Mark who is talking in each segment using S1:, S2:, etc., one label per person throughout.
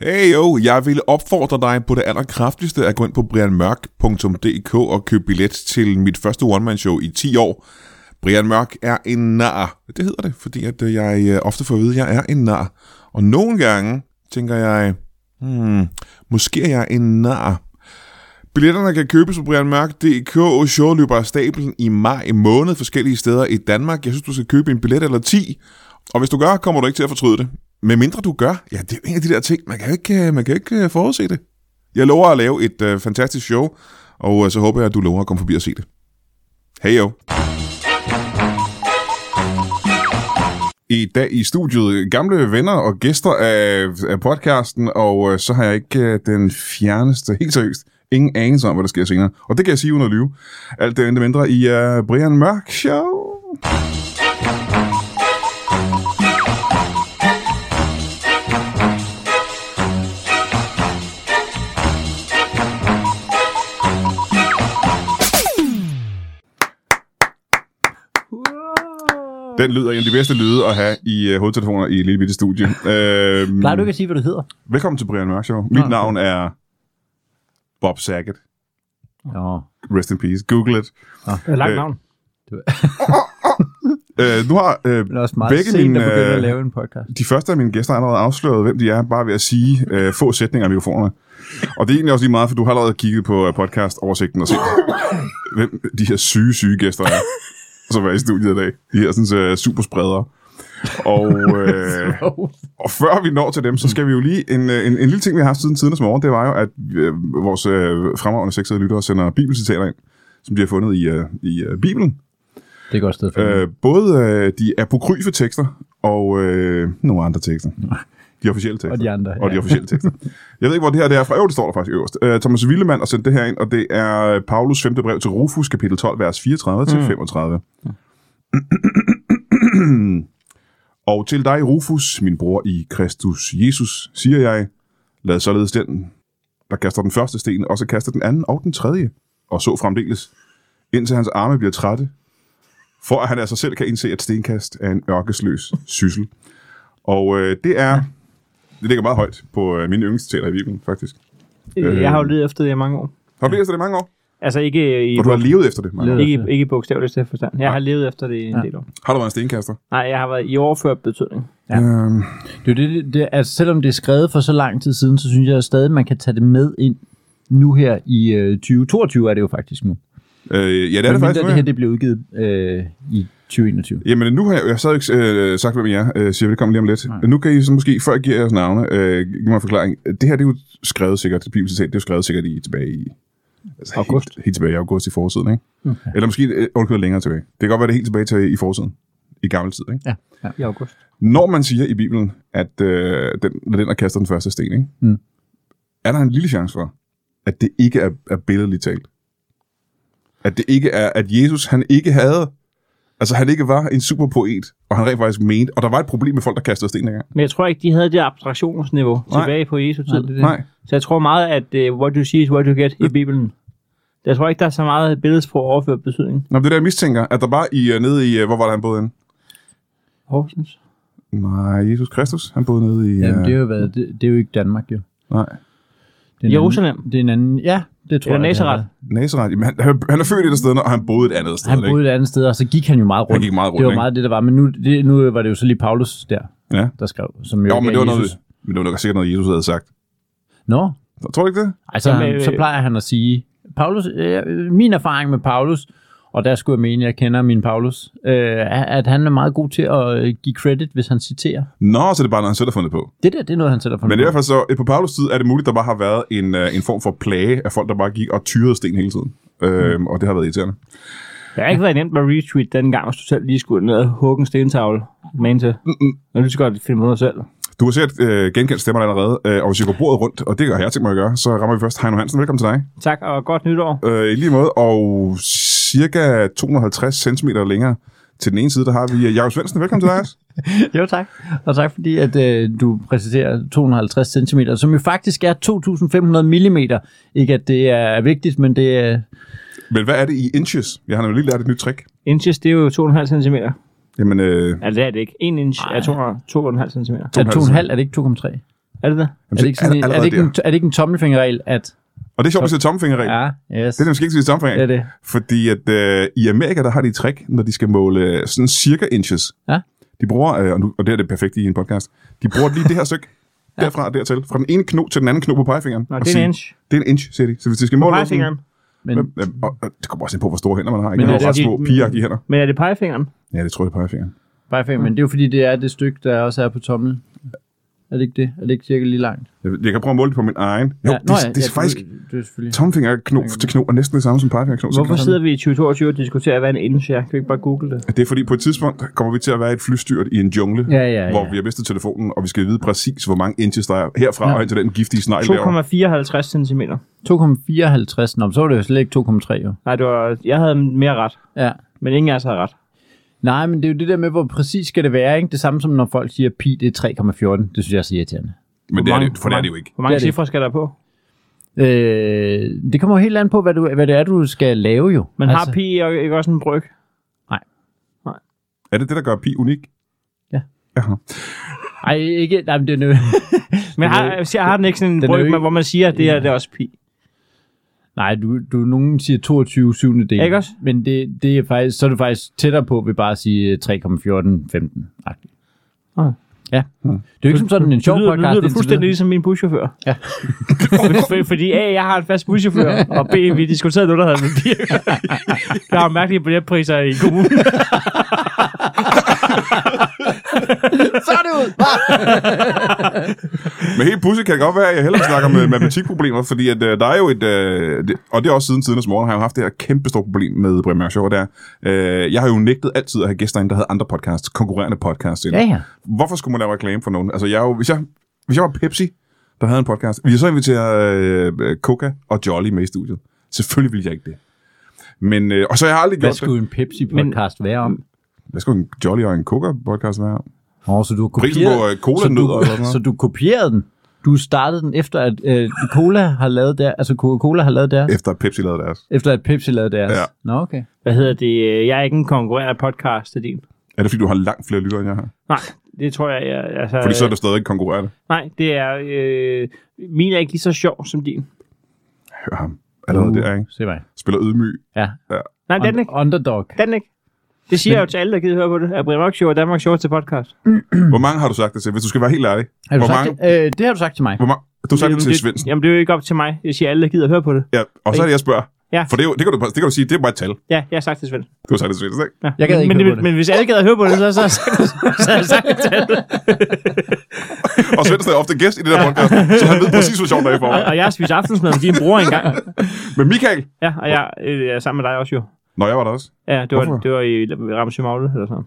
S1: Hey jo, jeg ville opfordre dig på det allerkraftigste at gå ind på brianmørk.dk og købe billet til mit første one-man-show i 10 år. Brian Mørk er en nar. Det hedder det, fordi at øh, jeg øh, ofte får at vide, at jeg er en nar. Og nogle gange tænker jeg, hmm, måske er jeg en nar. Billetterne kan købes på brianmørk.dk og showet løber af stablen i maj måned forskellige steder i Danmark. Jeg synes, du skal købe en billet eller 10, og hvis du gør, kommer du ikke til at fortryde det. Med mindre du gør, ja, det er jo en af de der ting, man kan jo ikke, øh, man kan jo ikke øh, forudse det. Jeg lover at lave et øh, fantastisk show, og øh, så håber jeg, at du lover at komme forbi og se det. Hej jo. I dag i studiet gamle venner og gæster af, af podcasten, og øh, så har jeg ikke øh, den fjerneste, helt seriøst, ingen anelse om, hvad der sker senere. Og det kan jeg sige uden at lyve. Alt det andet mindre i øh, Brian Mørk Show. Den lyder en af de bedste lyde at have i øh, hovedtelefoner i et lille bitte studie. Øhm,
S2: Plejer du ikke at sige, hvad du hedder?
S1: Velkommen til Brian Mørk Show. Mit
S2: Nå, okay.
S1: navn er Bob Saget.
S2: Nå,
S1: Rest in peace. Google it.
S3: Øh, langt
S1: Øh,
S3: navn.
S1: Øh, nu har øh,
S2: det er også meget
S1: Begge
S2: sent
S1: mine,
S2: at begynde
S1: øh,
S2: at lave en podcast.
S1: de første af mine gæster allerede afsløret, hvem de er, bare ved at sige øh, få sætninger af mikrofonerne. Og det er egentlig også lige meget, for du har allerede kigget på øh, podcast-oversigten og set, hvem de her syge, syge gæster er, som er i studiet i dag. De her sådan, øh, superspredere. Og, øh, og før vi når til dem, så skal vi jo lige... En, øh, en, en lille ting, vi har haft siden tidens morgen, det var jo, at øh, vores øh, fremragende sexede lyttere sender bibelcitater ind, som de har fundet i, øh, i øh, Bibelen.
S2: Det er et godt sted for øh,
S1: Øh, både øh, de apokryfe tekster og øh, nogle andre tekster. De officielle tekster.
S2: Og de andre,
S1: Og de
S2: ja.
S1: officielle tekster. Jeg ved ikke, hvor det her det er fra. Jo, det står der faktisk øverst. Øh, Thomas Willemann har sendt det her ind, og det er øh, Paulus 5. brev til Rufus, kapitel 12, vers 34
S2: Mm.
S1: til 35.
S2: Mm.
S1: og til dig, Rufus, min bror i Kristus Jesus, siger jeg, lad således den, der kaster den første sten, også kaste den anden og den tredje, og så fremdeles, indtil hans arme bliver trætte, for at han af sig selv kan indse, at stenkast er en ørkesløs syssel. Og øh, det er... Det ligger meget højt på øh, mine yndlingsteater i Bibelen, faktisk.
S3: Øh, jeg har jo levet efter det i mange år.
S1: Har du levet efter det i mange år?
S3: Altså ikke i,
S1: Og du har levet efter det, mange år.
S2: Levet.
S3: ikke, i- ikke i bogstaveligste forstand. Jeg har levet efter det i en
S2: Ja.
S3: del år.
S1: Har du været en stenkaster?
S3: Nej, jeg har været i overført betydning.
S2: Ja.
S1: Øhm,
S2: Det, er jo det, det, det, altså, selvom det er skrevet for så lang tid siden, så synes jeg stadig, man kan tage det med ind nu her i øh, 2022 er det jo faktisk nu.
S1: øh, ja, det er det
S2: Men
S1: faktisk.
S2: mindre
S1: nu,
S2: det
S1: ja.
S2: her det blev udgivet øh, i 2021.
S1: Jamen, nu har jeg, jeg sad ikke øh, sagt, hvem I er, øh, siger velkommen lige om lidt. Nu kan I så måske, før jeg giver jeres navne, øh, give mig en forklaring. Det her, det er jo skrevet sikkert, bibelcitat, det er jo skrevet sikkert i, tilbage i... Altså
S2: August.
S1: Helt, helt tilbage i august i forsiden, ikke? Okay. Eller måske øh, ovenikøbet længere tilbage. Det kan godt være, det er helt tilbage til i forsiden. I gammel tid, ikke?
S2: Ja. ja.
S3: I august.
S1: Når man siger i Bibelen, at øh, den, når den, der kaster den første sten, ikke?
S2: Mm.
S1: er der en lille chance for, at det ikke er, er billedligt talt? At det ikke er, at Jesus han ikke havde, altså han ikke var en superpoet, og han rent faktisk mente, og der var et problem med folk, der kastede sten dengang.
S3: Men jeg tror ikke, de havde det abstraktionsniveau
S1: Nej.
S3: tilbage på Jesu tid.
S2: det er det.
S1: Nej,
S3: Så jeg tror meget, at uh, what you see is what you get i Bibelen. Jeg tror ikke, der er så meget billedsprog overført betydning.
S1: Nå, men det er der, jeg mistænker, at der var i, øh, nede i, øh, hvor var det, han boede inde?
S3: Horsens.
S1: Nej, Jesus Kristus, han boede nede i...
S2: Ja. Jamen,
S1: øh,
S2: det, er jo været, det, det er jo ikke Danmark, jo.
S1: Nej,
S2: Det er en
S3: Jerusalem.
S2: Anden, det er en anden, ja, det tror
S3: Eller
S2: jeg. det har
S3: Nazareth.
S2: været.
S1: Nazareth, jamen, han, han, han er født et sted, og han boede et andet sted.
S2: Han
S1: ikke?
S2: boede et andet sted, og så gik han jo meget rundt.
S1: gik meget rundt,
S2: Det var
S1: ikke?
S2: meget det, der var. Men nu, det, nu var det jo så lige Paulus der,
S1: Ja.
S2: der skrev, som jo,
S1: Jo,
S2: ikke
S1: men
S2: er
S1: det var, noget,
S2: Jesus.
S1: men det var nok sikkert noget, Jesus havde sagt.
S2: Nå,
S1: Tror du ikke det?
S2: altså,
S3: Jamen,
S2: han,
S3: øh,
S2: så plejer han at sige, Paulus, øh, øh, min erfaring med Paulus, og der skulle jeg mene, jeg kender min Paulus, øh, er, at han er meget god til at øh, give credit, hvis han citerer.
S1: Nå, så det er bare noget, han selv har fundet på.
S2: Det der, det er noget, han selv har fundet
S1: Men i
S2: på.
S1: hvert fald så, på Paulus tid er det muligt, der bare har været en, øh, en form for plage af folk, der bare gik og tyrede sten hele tiden. Øhm, og det har været irriterende.
S3: Det har ikke været nemt med retweet dengang, hvis du selv lige skulle ned og hugge en stentavle. Men til. Når du lige så godt finde på noget selv.
S1: Du har sikkert øh, genkendt stemmerne allerede, øh, og hvis jeg går bordet rundt, og det gør jeg tænkt mig at gøre, så rammer vi først Heino Hansen. Velkommen til dig.
S3: Tak, og godt nytår.
S1: Øh, I lige måde, og cirka 250 cm længere til den ene side, der har vi øh, Jakob Svendsen. Velkommen til dig. også.
S2: Jo tak, og tak fordi at øh, du præciserer 250 cm, som jo faktisk er 2500 mm. Ikke at det er vigtigt, men det er...
S1: Men hvad er det i inches? Jeg har nemlig lige lært et nyt trick.
S3: Inches, det er jo 2,5 cm.
S1: Jamen, øh,
S3: Altså, det er det ikke. 1 inch er 2,5 cm.
S2: Er 2,5, er det ikke 2,3?
S3: Er det det?
S2: Er det ikke, sådan, en- er, det ikke en,
S1: en...
S2: er det ikke en tommelfingerregel, at...
S1: Og det er sjovt, at sige tommelfingerregel. Ja.
S2: Ja, yes,
S1: Det er måske ikke sige tommelfingerregel.
S2: det er det.
S1: Fordi at øh, i Amerika, der har de et trick, når de skal måle øh, sådan cirka inches.
S2: Ja.
S1: De bruger, øh, og, nu, og det er det perfekte i en podcast, de bruger lige det her stykke, ja. derfra og dertil, fra den ene kno til den anden kno på pegefingeren.
S3: Nå,
S1: og
S3: det er
S1: sige,
S3: en inch.
S1: Det er en inch, siger de. Så hvis de skal måle... sådan-
S3: Pegefingeren.
S2: Men,
S1: Hvem- øh, og, og, det kommer også ind på, hvor store hænder man har. Ikke?
S2: Men
S1: Men
S2: er
S1: det er
S2: det
S1: ret
S3: de-
S1: små pigeagtige hænder.
S3: Men er det pegefingeren?
S1: Ja, det tror jeg, det er pegefingeren.
S2: bare fem, men det er jo fordi, det er det stykke, der også er på tommelen. Er det ikke det? Er det ikke cirka lige langt?
S1: Jeg, ved- jeg kan prøve at måle det på min egen. Jo, ja, det,
S2: nå
S1: det, det, er faktisk...
S2: Det, det er selvfølgelig...
S1: Tommelfingerkno til kno er næsten det samme som pegefingerkno til
S3: Hvorfor
S1: kno.
S3: sidder vi i 2022 og diskuterer, hvad en inch er? Kan vi ikke bare google det?
S1: Det er fordi, på et tidspunkt kommer vi til at være et flystyrt i en jungle,
S2: Ja, ja, ja.
S1: hvor vi har mistet telefonen, og vi skal vide præcis, hvor mange inches der er herfra ja. og hen til den giftige snegl derovre.
S3: 2,54 cm.
S2: 2,54. Nå, men så var det jo slet ikke 2,3 jo.
S3: Nej, det var, jeg havde mere ret,
S2: Ja.
S3: men ingen af os havde ret.
S2: Nej, men det er jo det der med, hvor præcis skal det være, ikke? Det samme som når folk siger, at pi det er 3,14. Det synes jeg er så irriterende.
S1: Men det er
S3: mange-
S1: det, for det er det jo ikke.
S3: Hvor mange
S2: Det er det.
S3: cifre skal der på?
S2: Øh, det kommer jo helt an på, hvad, du, hvad det er, du skal lave jo. Altså-
S3: Men har pi jo ikke også en bryg?
S1: Er det det, der gør pi unik?
S2: Ja.
S1: Aha.
S2: Ej, ikke... Nej, men det er nø-
S3: Men
S2: Den er jo
S3: har, jeg har den ikke sådan en
S2: den er jo
S3: bryg,
S2: ikke-
S3: men hvor man siger, at det her det er også pi?
S2: Nej, du, du, nogen siger 22 syvende del.
S3: Ikke også?
S2: Men det, det er faktisk, så er du faktisk ttættere på ved bare at sige øh, 3,1415.
S3: Okay.
S2: Ja. Det er jo ikke som sådan en sjov
S3: Ah. Hm. det lyder,
S2: podcast.
S3: lyder det
S2: indtil
S3: fuldstændig
S2: videre.
S3: ligesom min buschauffør.
S2: Ja.
S3: For- Fordi A, jeg har en fast buschauffør, og B, vi diskuterede noget, der havde med bil. Der er mærkelige billetpriser i kommunen.
S2: Så er det ud!
S1: Men helt pludselig kan det godt være, at jeg hellere snakker med matematikproblemer, fordi at, øh, der er jo et, øh, det, og det er også siden tidernes morgen, har jeg jo haft det her kæmpe store problem med Brian Mørk Show, der. Øh, jeg har jo nægtet altid at have gæster ind, der havde andre podcasts, konkurrerende podcasts. Ind.
S2: Ja, ja.
S1: Hvorfor skulle man lave reklame for nogen? Altså, jeg er jo, hvis, jeg, hvis jeg var Pepsi, der havde en podcast, ville jeg så invitere øh, øh, Coca og Jolly med i studiet? Selvfølgelig ville jeg ikke det. Men, øh, og så har jeg aldrig
S2: Hvad
S1: gjort det.
S2: skulle en Pepsi-podcast være om?
S1: Hvad skulle en Jolly og en Coca-podcast være?
S2: Åh, oh, så du har kopieret...
S1: Prisen på øh, cola
S2: så,
S1: nødder eller
S2: du,
S1: sådan
S2: så
S1: noget.
S2: du kopierede den? Du startede den efter, at øh, Cola har lavet der, altså Coca-Cola har lavet der,
S1: Efter at Pepsi lavede deres.
S2: efter at Pepsi lavede deres.
S1: Ja.
S2: Nå, okay.
S3: Hvad hedder det? Jeg er ikke en konkurrerende podcast til din.
S1: Er det fordi, du har langt flere lyttere, end jeg har?
S3: Nej, det tror jeg, jeg altså,
S1: Fordi
S2: Øh.
S1: så er det stadig ikke konkurrerende.
S3: Nej, det er... Øh, min er ikke lige så sjov som din.
S1: Hør ham. Allerede uh. der, ikke?
S2: Se mig.
S1: Spiller ydmyg.
S2: Ja.
S3: Nej, den er
S2: Und-
S3: ikke.
S2: underdog.
S3: Den er ikke. Det siger jeg jo til alle, der gider høre på det. At Brian Mørk Show er Danmarks sjoveste podcast.
S1: Hvor mange har du sagt det til, hvis du skal være helt ærlig?
S2: Har du
S1: Hvor
S2: sagt
S1: mange-
S2: det? Øh, det har du sagt til mig.
S1: Hvor mange? Du har sagt
S3: Jamen,
S1: det til Svendsen.
S3: Jamen, det er jo ikke op til mig. Jeg siger alle, der gider høre på det.
S1: Ja, og så er det, jeg spørger.
S3: Ja.
S1: For det, er jo, det, kan du, det kan du sige, det er bare et tal.
S3: Ja, jeg har sagt det til Svend.
S1: Du har sagt det til Svendsen, ikke?
S3: Ja.
S2: Jeg gad
S3: men,
S2: ikke
S3: men,
S2: høre på det.
S3: men hvis alle gad høre på det, så, så, så, så har jeg sagt det til alle.
S1: Og Svendsen er ofte gæst i det der podcast, så han ved præcis, hvor sjovt det er for mig.
S3: Og jeg har spist aftensmad med din bror engang.
S1: Men Michael,
S3: Ja, og jeg øh, jeg er sammen med dig også jo.
S1: Nå, jeg var der også.
S3: Ja, det var,
S1: Hvorfor?
S3: det var i Ramsø Magle eller sådan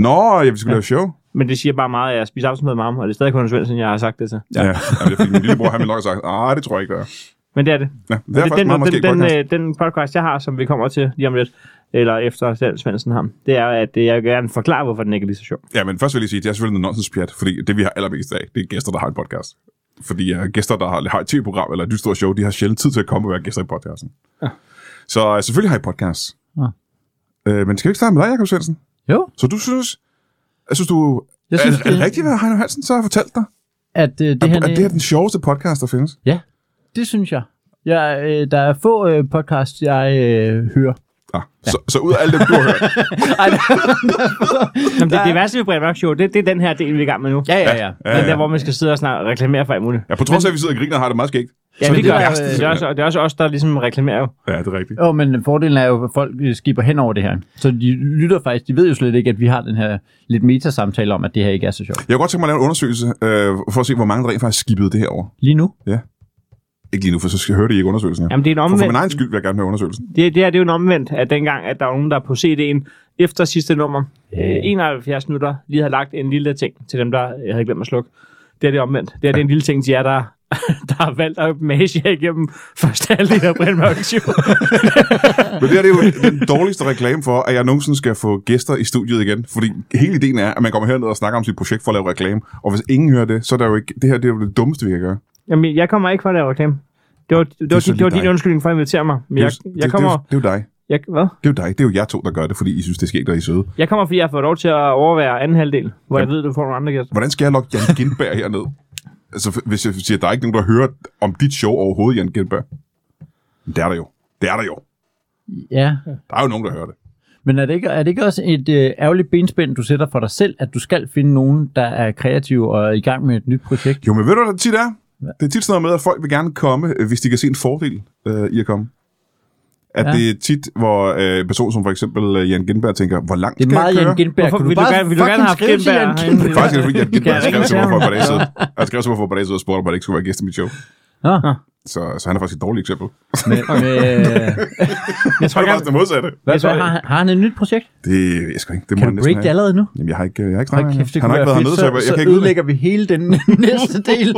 S3: noget.
S1: Nå, jeg vi skulle lave show.
S3: Men det siger bare meget, at jeg spiser aftensmad med ham, og det er stadig kun Svendsen, jeg har sagt det til.
S1: Ja. ja. Jamen, det er fordi min lillebror, han ville nok have sagt, ah, det tror jeg ikke, der er.
S3: Men det er det.
S1: Ja, det er
S3: det
S1: faktisk
S3: den,
S1: meget måske
S3: den, den,
S1: podcast.
S3: øh, den podcast, jeg har, som vi kommer til lige om lidt, eller efter selv Svendsen ham, det er, at øh, jeg gerne forklare, hvorfor den ikke er lige så sjov.
S1: Ja, men først vil jeg lige sige, at det er selvfølgelig noget nonsenspjat, fordi det, vi har allermest af, det er gæster, der har en podcast. Fordi uh, gæster, der har, har et tv-program eller et nyt stort show, de har sjældent tid til at komme og være gæster i podcasten. Ja. Så uh, selvfølgelig har I podcast.
S2: Ja.
S1: Ja. Uh, men skal vi ikke starte med dig, Jacob Svendsen?
S2: Jo.
S1: Så du synes, jeg synes du,
S2: Jeg
S1: synes,
S2: synes,
S1: er, er det
S2: det-
S1: rigtigt, hvad Heino Hansen så har fortalt dig?
S2: At øh, det
S1: Det
S2: her...
S1: her, at, at det er den sjoveste podcast, der findes?
S2: Ja, det synes jeg. jeg øh, der er få øh, podcasts, jeg øh, hører.
S1: Ah, ja. så, så ud af alt det, du har hørt.
S2: Ej, der-
S3: Jamen, det, det værste ved Brian Mørk Show, det, det er den her del, vi er i gang med nu.
S2: ja, ja, ja.
S3: Den der, hvor man skal sidde og snakke, reklamere for alt muligt.
S1: Ja, på trods af, at vi sidder og griner og har det meget skægt.
S3: Ja,
S1: så
S3: det,
S1: er
S3: det,
S1: det,
S3: gør,
S1: det
S3: jeg.
S1: værste.
S3: det, er også, og det er også os, der ligesom reklamerer jo.
S1: Ja, det er rigtigt.
S2: Jo, men fordelen er jo, at folk øh, skipper hen over det her. Så de lytter faktisk, de ved jo slet ikke, at vi har den her lidt metasamtale om, at det her ikke er så sjovt.
S1: Jeg kunne godt tænke mig at lave en undersøgelse, øh, for at se, hvor mange der rent faktisk skippede det her over.
S2: Lige nu.
S1: Ikke lige nu, for så skal- hører de ikke undersøgelsen. Ja.
S3: Jamen, det er en
S1: For, for min
S3: omvendt.
S1: egen skyld vil jeg gerne høre undersøgelsen.
S3: Det, det her det er jo en omvendt af dengang, at der var nogen, der på CD'en efter sidste nummer,
S2: Ja.
S3: øh, 71 minutter, lige havde lagt en lille ting til dem, der jeg havde glemt at slukke. Det er det er omvendt. Det er det er en lille ting til jer, der, der har valgt at mage jer igennem første halvdel af Brian Mørk Show.
S1: Men det her det er jo den dårligste reklame for, at jeg nogensinde skal få gæster i studiet igen. Fordi hele ideen er, at man kommer herned og snakker om sit projekt for at lave reklame. Og hvis ingen hører det, så er der jo ikke... Det her det er jo det dummeste, vi kan gøre.
S3: Jamen, jeg kommer ikke for at lave reklame. Det var, det var, det var,
S1: så
S3: din, det var
S1: lige
S3: din
S1: dig.
S3: undskyldning for at invitere mig. Men
S1: Det er jo-
S3: jeg,
S1: det,
S3: jeg,
S1: det,
S3: kommer,
S1: er jo- det, er jo dig.
S3: jeg, hvad?
S1: Det er jo dig. Det er jo jer to, der gør det, fordi I synes, det sker ikke, der er I søde.
S3: jeg kommer, fordi jeg har fået lov til at overvære anden halvdel, hvor jeg ved, du får nogle andre gæster.
S1: Hvordan skal jeg lokke Jan Gindberg herned? Altså, hvis jeg siger, at der er ikke nogen, der hører om dit show overhovedet, Jan Gindberg. Men det er der jo. Det er der jo.
S2: Ja,
S1: Der er jo nogen, der hører det.
S2: men er det ikke, er det ikke også et øh, ærgerligt benspænd, du sætter for dig selv, at du skal finde nogen, der er kreative og er i gang med et nyt projekt?
S1: Jo, men ved du, hvad det tit er? Det er tit sådan noget med, at folk vil gerne komme, øh, hvis de kan se en fordel øh, i at komme. At
S2: Ja.
S1: ja. det er tit, hvor øh, en person som for eksempel øh, Jan Gindberg tænker, hvor langt
S2: Det er
S1: skal
S2: meget
S1: jeg køre?
S2: Jan Gindberg.
S3: Hvorfor
S2: Kunne
S3: vil du
S2: bare
S3: gerne- vil du gerne
S2: fucking
S3: have
S2: skrive til
S3: haft Gindberg
S2: Jan
S3: herinde?
S1: Det er faktisk, fordi Jan Gindberg
S2: Kan jeg
S1: skrev
S2: ringe
S1: til mig for
S2: til
S1: et
S2: ham?
S1: par dage siden. Han skrev til mig for et par dage siden og spurgte, om han ikke skulle være gæst i mit show.
S2: Nå,
S1: Så, så han er faktisk et dårligt eksempel.
S2: med, med,
S1: Jeg tror, han er faktisk det modsatte.
S2: hvad, hvad, har, han- har han et nyt projekt?
S1: Det jeg skal ikke. Det må
S2: Kan
S1: han
S2: du
S1: næsten
S2: break det
S1: have.
S2: allerede nu?
S1: Jamen, jeg har ikke, jeg har ikke
S2: Hold
S1: snakket
S2: kæft, det
S1: Han
S2: kunne
S1: har ikke
S2: være
S1: været hernede,
S2: fedt.
S1: så jeg, jeg
S2: så,
S1: kan
S2: så
S1: ikke udlægge.
S2: ødelægger vi hele den næste del.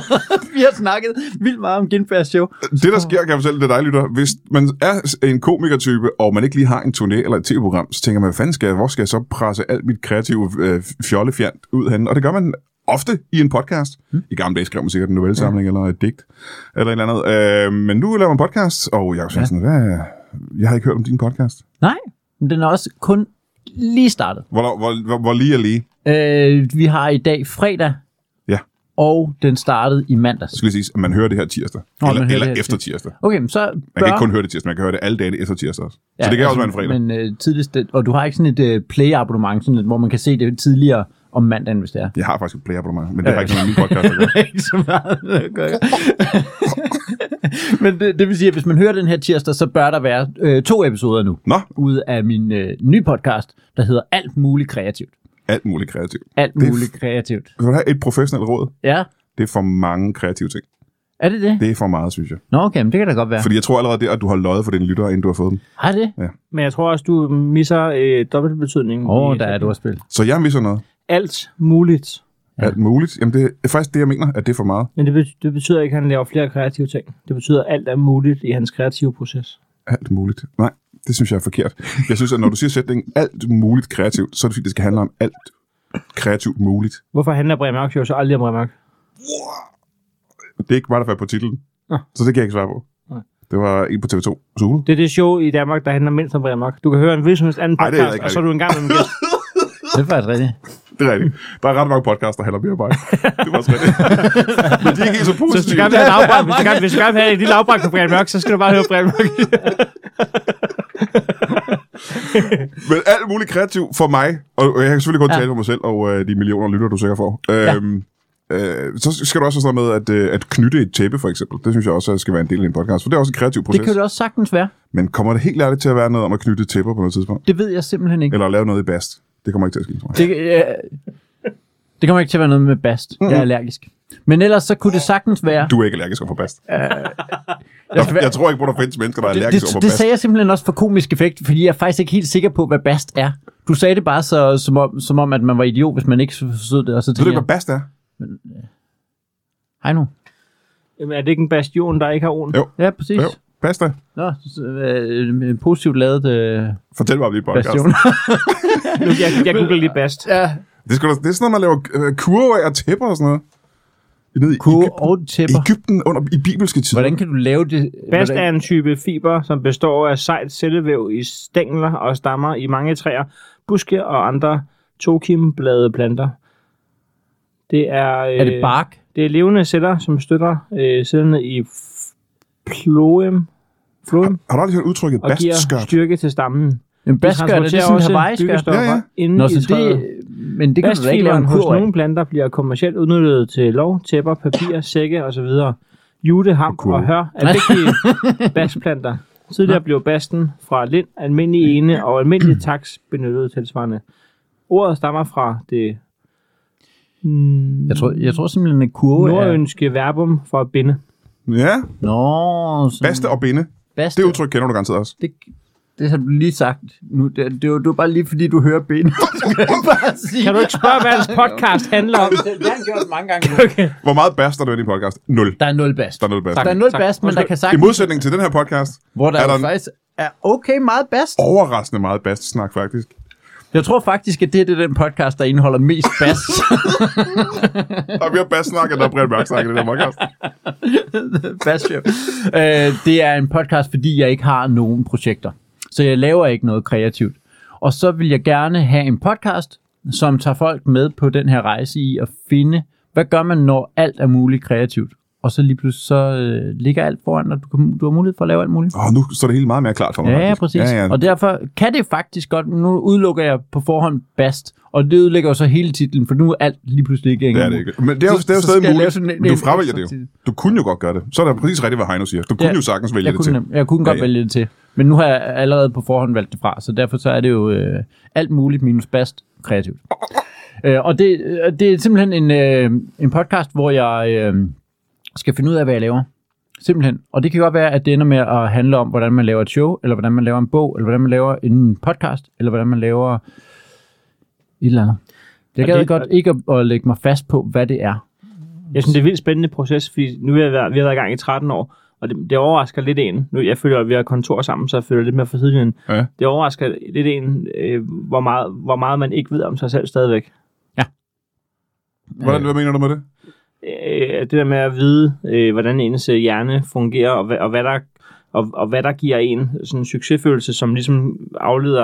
S2: vi har snakket vildt meget om Gindbergs show.
S1: Det, der sker, kan jeg fortælle det dig, lytter. Hvis man er en komikertype, og man ikke lige har en turné eller et tv-program, så tænker man, hvad fanden skal jeg, hvor skal jeg så presse alt mit kreative øh, fjollefjant ud henne? Og det gør man ofte i en podcast.
S2: Hmm.
S1: I gamle dage skrev man sikkert en novellesamling ja. eller et digt, eller et eller andet. Øh, men nu laver man podcast, og Jacob Svendsen, ja. hvad, jeg har ikke hørt om din podcast.
S2: Nej, men den er også kun lige startet.
S1: Hvor, hvor, hvor, hvor lige er lige?
S2: Øh, vi har i dag fredag,
S1: Ja.
S2: og den startede i mandags.
S1: skal lige sige, at man hører det her tirsdag. Nå,
S2: Nå, man
S1: eller
S2: hører
S1: eller
S2: det her
S1: efter tirsdag.
S2: Okay, men så
S1: Man kan ikke kun høre det tirsdag, man kan høre det alle dage efter tirsdag også. Så det kan også være en fredag.
S2: Men øh, tidligst, det- og du har ikke sådan et øh, play-abonnement, sådan et, hvor man kan se det tidligere om mandagen, hvis det er.
S1: Jeg har faktisk et play-abonnement, men det har ikke sådan en ny podcast at gøre.
S2: ikke så meget. Men det, det vil sige, at hvis man hører den her tirsdag, så bør der være øh, to episoder nu.
S1: Nå,
S2: Ud af min øh, nye podcast, der hedder Alt muligt kreativt.
S1: alt muligt kreativt.
S2: Alt
S1: Det er f-
S2: muligt kreativt.
S1: Vil du have et professionelt råd?
S2: Ja,
S1: Det er for mange kreative ting.
S2: er det det?
S1: Det er for meget, synes jeg.
S2: Nå okay, men det kan da godt være.
S1: Fordi jeg tror allerede der, at du har løjet for dine lyttere, inden du har fået dem.
S2: Har det?
S3: Men jeg tror også, du misser øh, dobbeltbetydningen.
S2: Åh, oh,
S3: i-
S2: der er et ordspil.
S1: Så jeg misser noget.
S3: Alt muligt.
S2: Ja.
S1: Alt muligt. Jamen, det er faktisk det, jeg mener, at det er for meget.
S3: Men det, bet- det betyder ikke, at han laver flere kreative ting. Det betyder, at alt er muligt i hans kreative proces.
S1: Alt muligt. Nej, det synes jeg er forkert. Jeg synes, at når du siger sætningen alt muligt kreativt, så er det fordi, det skal handle om alt kreativt muligt.
S3: Hvorfor handler Brian Mørk jo så aldrig om Brian Mørk?
S1: Det er ikke mig, der var på titlen.
S3: Nå.
S1: Så det kan jeg ikke svare på.
S3: Nej.
S1: Det var en på TV2. Zulu.
S3: Det er det show i Danmark, der handler mindst om Brian Mørk. Du kan høre en hvilken som helst anden
S1: Ej, det er
S3: podcast,
S1: ikke
S3: og så er du engang med en gæst.
S2: Det er faktisk rigtigt.
S1: Det er rigtigt. Der er ret mange podcasts, der handler mere om mig. Det var også rigtigt. Men de er ikke helt så
S3: Så hvis du
S1: positive.
S3: gerne vil have et afbræk, hvis du gerne, hvis du gerne vil have et lille afbræk på Brian Mørk, så skal du bare høre Brian Mørk.
S1: Men alt muligt kreativt for mig, og jeg kan selvfølgelig kun ja. tale for mig selv og øh, de millioner lytter, du sikkert får. Øhm, øh, så skal du også have sådan noget med at, øh, at knytte et tæppe, for eksempel. Det synes jeg også skal være en del af en podcast, for det er også en kreativ
S2: Det
S1: proces.
S2: kan det også sagtens være.
S1: Men kommer det helt ærligt til at være noget om at knytte tæpper på noget tidspunkt?
S2: Det ved jeg simpelthen ikke.
S1: Eller at lave noget i bast? Det kommer ikke til at ske, tror jeg.
S2: Det, øh, det kommer ikke til at være noget med bast. Jeg er allergisk. Men ellers så kunne det sagtens være...
S1: Du er ikke allergisk over for bast. Jeg,
S2: jeg skal være-
S1: jeg tror ikke på, at der findes mennesker, der er
S2: det,
S1: allergiske over
S2: det,
S1: for
S2: det
S1: bast.
S2: sagde jeg simpelthen også for komisk effekt, fordi jeg er faktisk ikke helt sikker på, hvad bast er. Du sagde det bare så, som, om, som om, at man var idiot, hvis man ikke forstod det. Og så
S1: Ved du
S2: tænkte
S1: ikke,
S2: jeg,
S1: hvad bast er?
S2: hej nu.
S3: Jamen, er det ikke en bastion, der ikke har on?
S1: Jo.
S2: Ja, præcis.
S1: Jo, bast er.
S2: Nå, så, øh, en positivt lavet øh,
S1: Fortæl mig om dit podcast.
S2: bastion.
S3: Nu, jeg, jeg googler lige bast.
S2: ja.
S1: Det, skal, det er sådan noget, man laver øh, kurver og tæpper og sådan noget. Nede i
S2: Kurve
S1: Egypten,
S2: og tæpper.
S1: Egypten under, i bibelske tider.
S2: Hvordan kan du lave det?
S3: Bast
S2: hvordan-
S3: er en type fiber, som består af sejt cellevæv i stængler og stammer i mange træer, buske og andre tokimbladede planter. Det er, øh,
S2: er det bark?
S3: det er levende celler, som støtter øh, cellerne i f- ploem, floem
S1: Har du aldrig hørt udtrykket
S3: og giver
S1: bastskørt?
S3: styrke til stammen.
S2: En bast gør det, det er sådan en Hawaii-skørt.
S1: Ja, ja.
S3: Inden
S2: Nå,
S3: i
S2: så
S3: træet.
S2: det, men det kan du da ikke lave
S3: Plastfiberen
S2: en
S3: hos
S2: kurv af.
S3: nogle planter bliver kommercielt udnyttet til lov, tæpper, papir, sække osv. Jute, hamp
S1: Kurve.
S3: og hør er vigtige bastplanter. Tidligere blev basten fra lind, almindelig ene og almindelig taks benyttet tilsvarende. Ordet stammer fra det mm,
S2: Jeg tror, jeg tror simpelthen, at kurve er...
S3: nordønske verbum for at binde.
S1: Ja,
S2: Nå, sådan,
S1: baste og binde.
S2: baste.
S1: Det udtryk kender du garanteret også.
S2: Det, det har du lige sagt. Nu, det, det, var, det var bare lige, fordi du hører ben. du kan ikke bare sige...
S3: Kan du ikke spørge, hvad hans podcast handler om?
S2: Det har han gjort mange gange.
S1: Hvor meget baster du i din podcast? Nul.
S2: Der er nul bast.
S1: Der er nul bast.
S2: Der er nul
S3: Tak.
S2: bast, men der
S3: Undskyld.
S2: kan
S1: I
S2: sagt,
S1: modsætning til den her podcast,
S2: hvor der,
S1: er
S2: er
S1: der
S2: der
S1: en-
S2: faktisk er okay meget bast.
S1: overraskende meget bastsnak faktisk.
S2: Jeg tror faktisk, at det her det er den podcast, der indeholder mest bast.
S1: Der er mere bastsnak, end der er bredt mørksnak i den her podcast.
S2: bast jo. øh, det er en podcast, fordi jeg ikke har nogen projekter. Så jeg laver ikke noget kreativt. Og så vil jeg gerne have en podcast, som tager folk med på den her rejse i at finde, Hvad gør man, når alt er muligt kreativt? Og så lige pludselig så øh, ligger alt foran dig. Du, kan, du har mulighed for at lave alt muligt.
S1: Åh, nu står det hele meget mere klart for mig.
S2: Ja, ja,
S1: faktisk.
S2: præcis.
S1: Ja, ja.
S2: Og derfor kan det faktisk godt, nu udelukker jeg på forhånd Bast, og det udlægger jo så hele titlen, for nu er alt lige pludselig ikke
S1: Det er det ikke. Men det er jo, det er jo
S2: Så- så skal
S1: stadig
S2: jeg lave
S1: muligt.
S2: sådan en-
S1: Men du
S2: en
S1: fravælger det
S2: ekstra
S1: jo.
S2: titel.
S1: Du kunne jo godt gøre det. Så er det præcis rigtigt, hvad Heino siger. Du kunne
S2: Ja.
S1: jo sagtens vælge
S2: Jeg
S1: det til.
S2: kunne, jeg kunne godt
S1: Ja,
S2: ja,
S1: ja.
S2: ja. vælge det til. Men nu har jeg allerede på forhånd valgt det fra, så derfor så er det jo øh, alt muligt minus bast kreativt. Øh, og det, øh, det er simpelthen en, øh, en podcast, hvor jeg øh, skal finde ud af, hvad jeg laver. Simpelthen. Og det kan godt være, at det ender med at handle om, hvordan man laver et show, eller hvordan man laver en bog, eller hvordan man laver en podcast, eller hvordan man laver et eller andet. Jeg
S3: Og
S2: gad
S3: det-
S2: godt ikke at, at lægge mig fast på, hvad det er.
S3: Jeg synes, det er en vildt spændende proces, fordi nu har vi været, vi har været i gang i 13 år, og det, det overrasker lidt en. Nu, jeg føler, at vi har kontor sammen, så jeg føler lidt mere for sidelinjen.
S1: Ja.
S3: Det overrasker lidt en, øh, hvor, meget, hvor meget man ikke ved om sig selv stadigvæk.
S1: Hvordan, hvad mener du med det?
S3: Øh, det der med at vide, øh, hvordan ens øh, hjerne fungerer, og, hva- og hvad der og, og hvad der giver en sådan en succesfølelse, som ligesom afleder,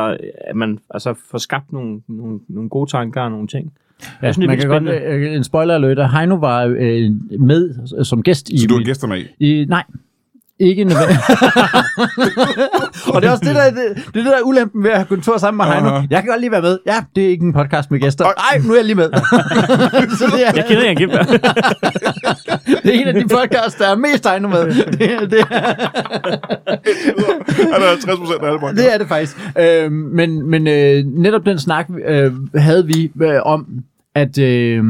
S3: at man altså, får skabt nogle, nogle, nogle gode tanker og nogle ting.
S2: Ja,
S3: Jeg synes, det er
S2: man
S3: vildt
S2: kan godt, øh, en spoiler alert, at Heino var øh, med øh, som gæst i
S1: Så du har
S2: mit-
S1: gæster med i.
S2: I, nej, ikke nødvendigt. og det er også det der, det, det, er det der er ulempen ved at have kontor sammen med Heino.
S1: Uh-huh.
S2: Jeg kan godt lige være med. Ja, det er ikke en podcast med gæster.
S1: Ej.
S2: Nej, nu er jeg lige med. så det er,
S3: Jeg kender jer gennem
S2: det er en af de podcasts, der er mest Heino med. Det, er- det, er-
S1: Han er 50 procent af alle folk.
S2: det er det faktisk. Øh, men men øh, netop den snak øh, havde vi øh, om, at... Øh,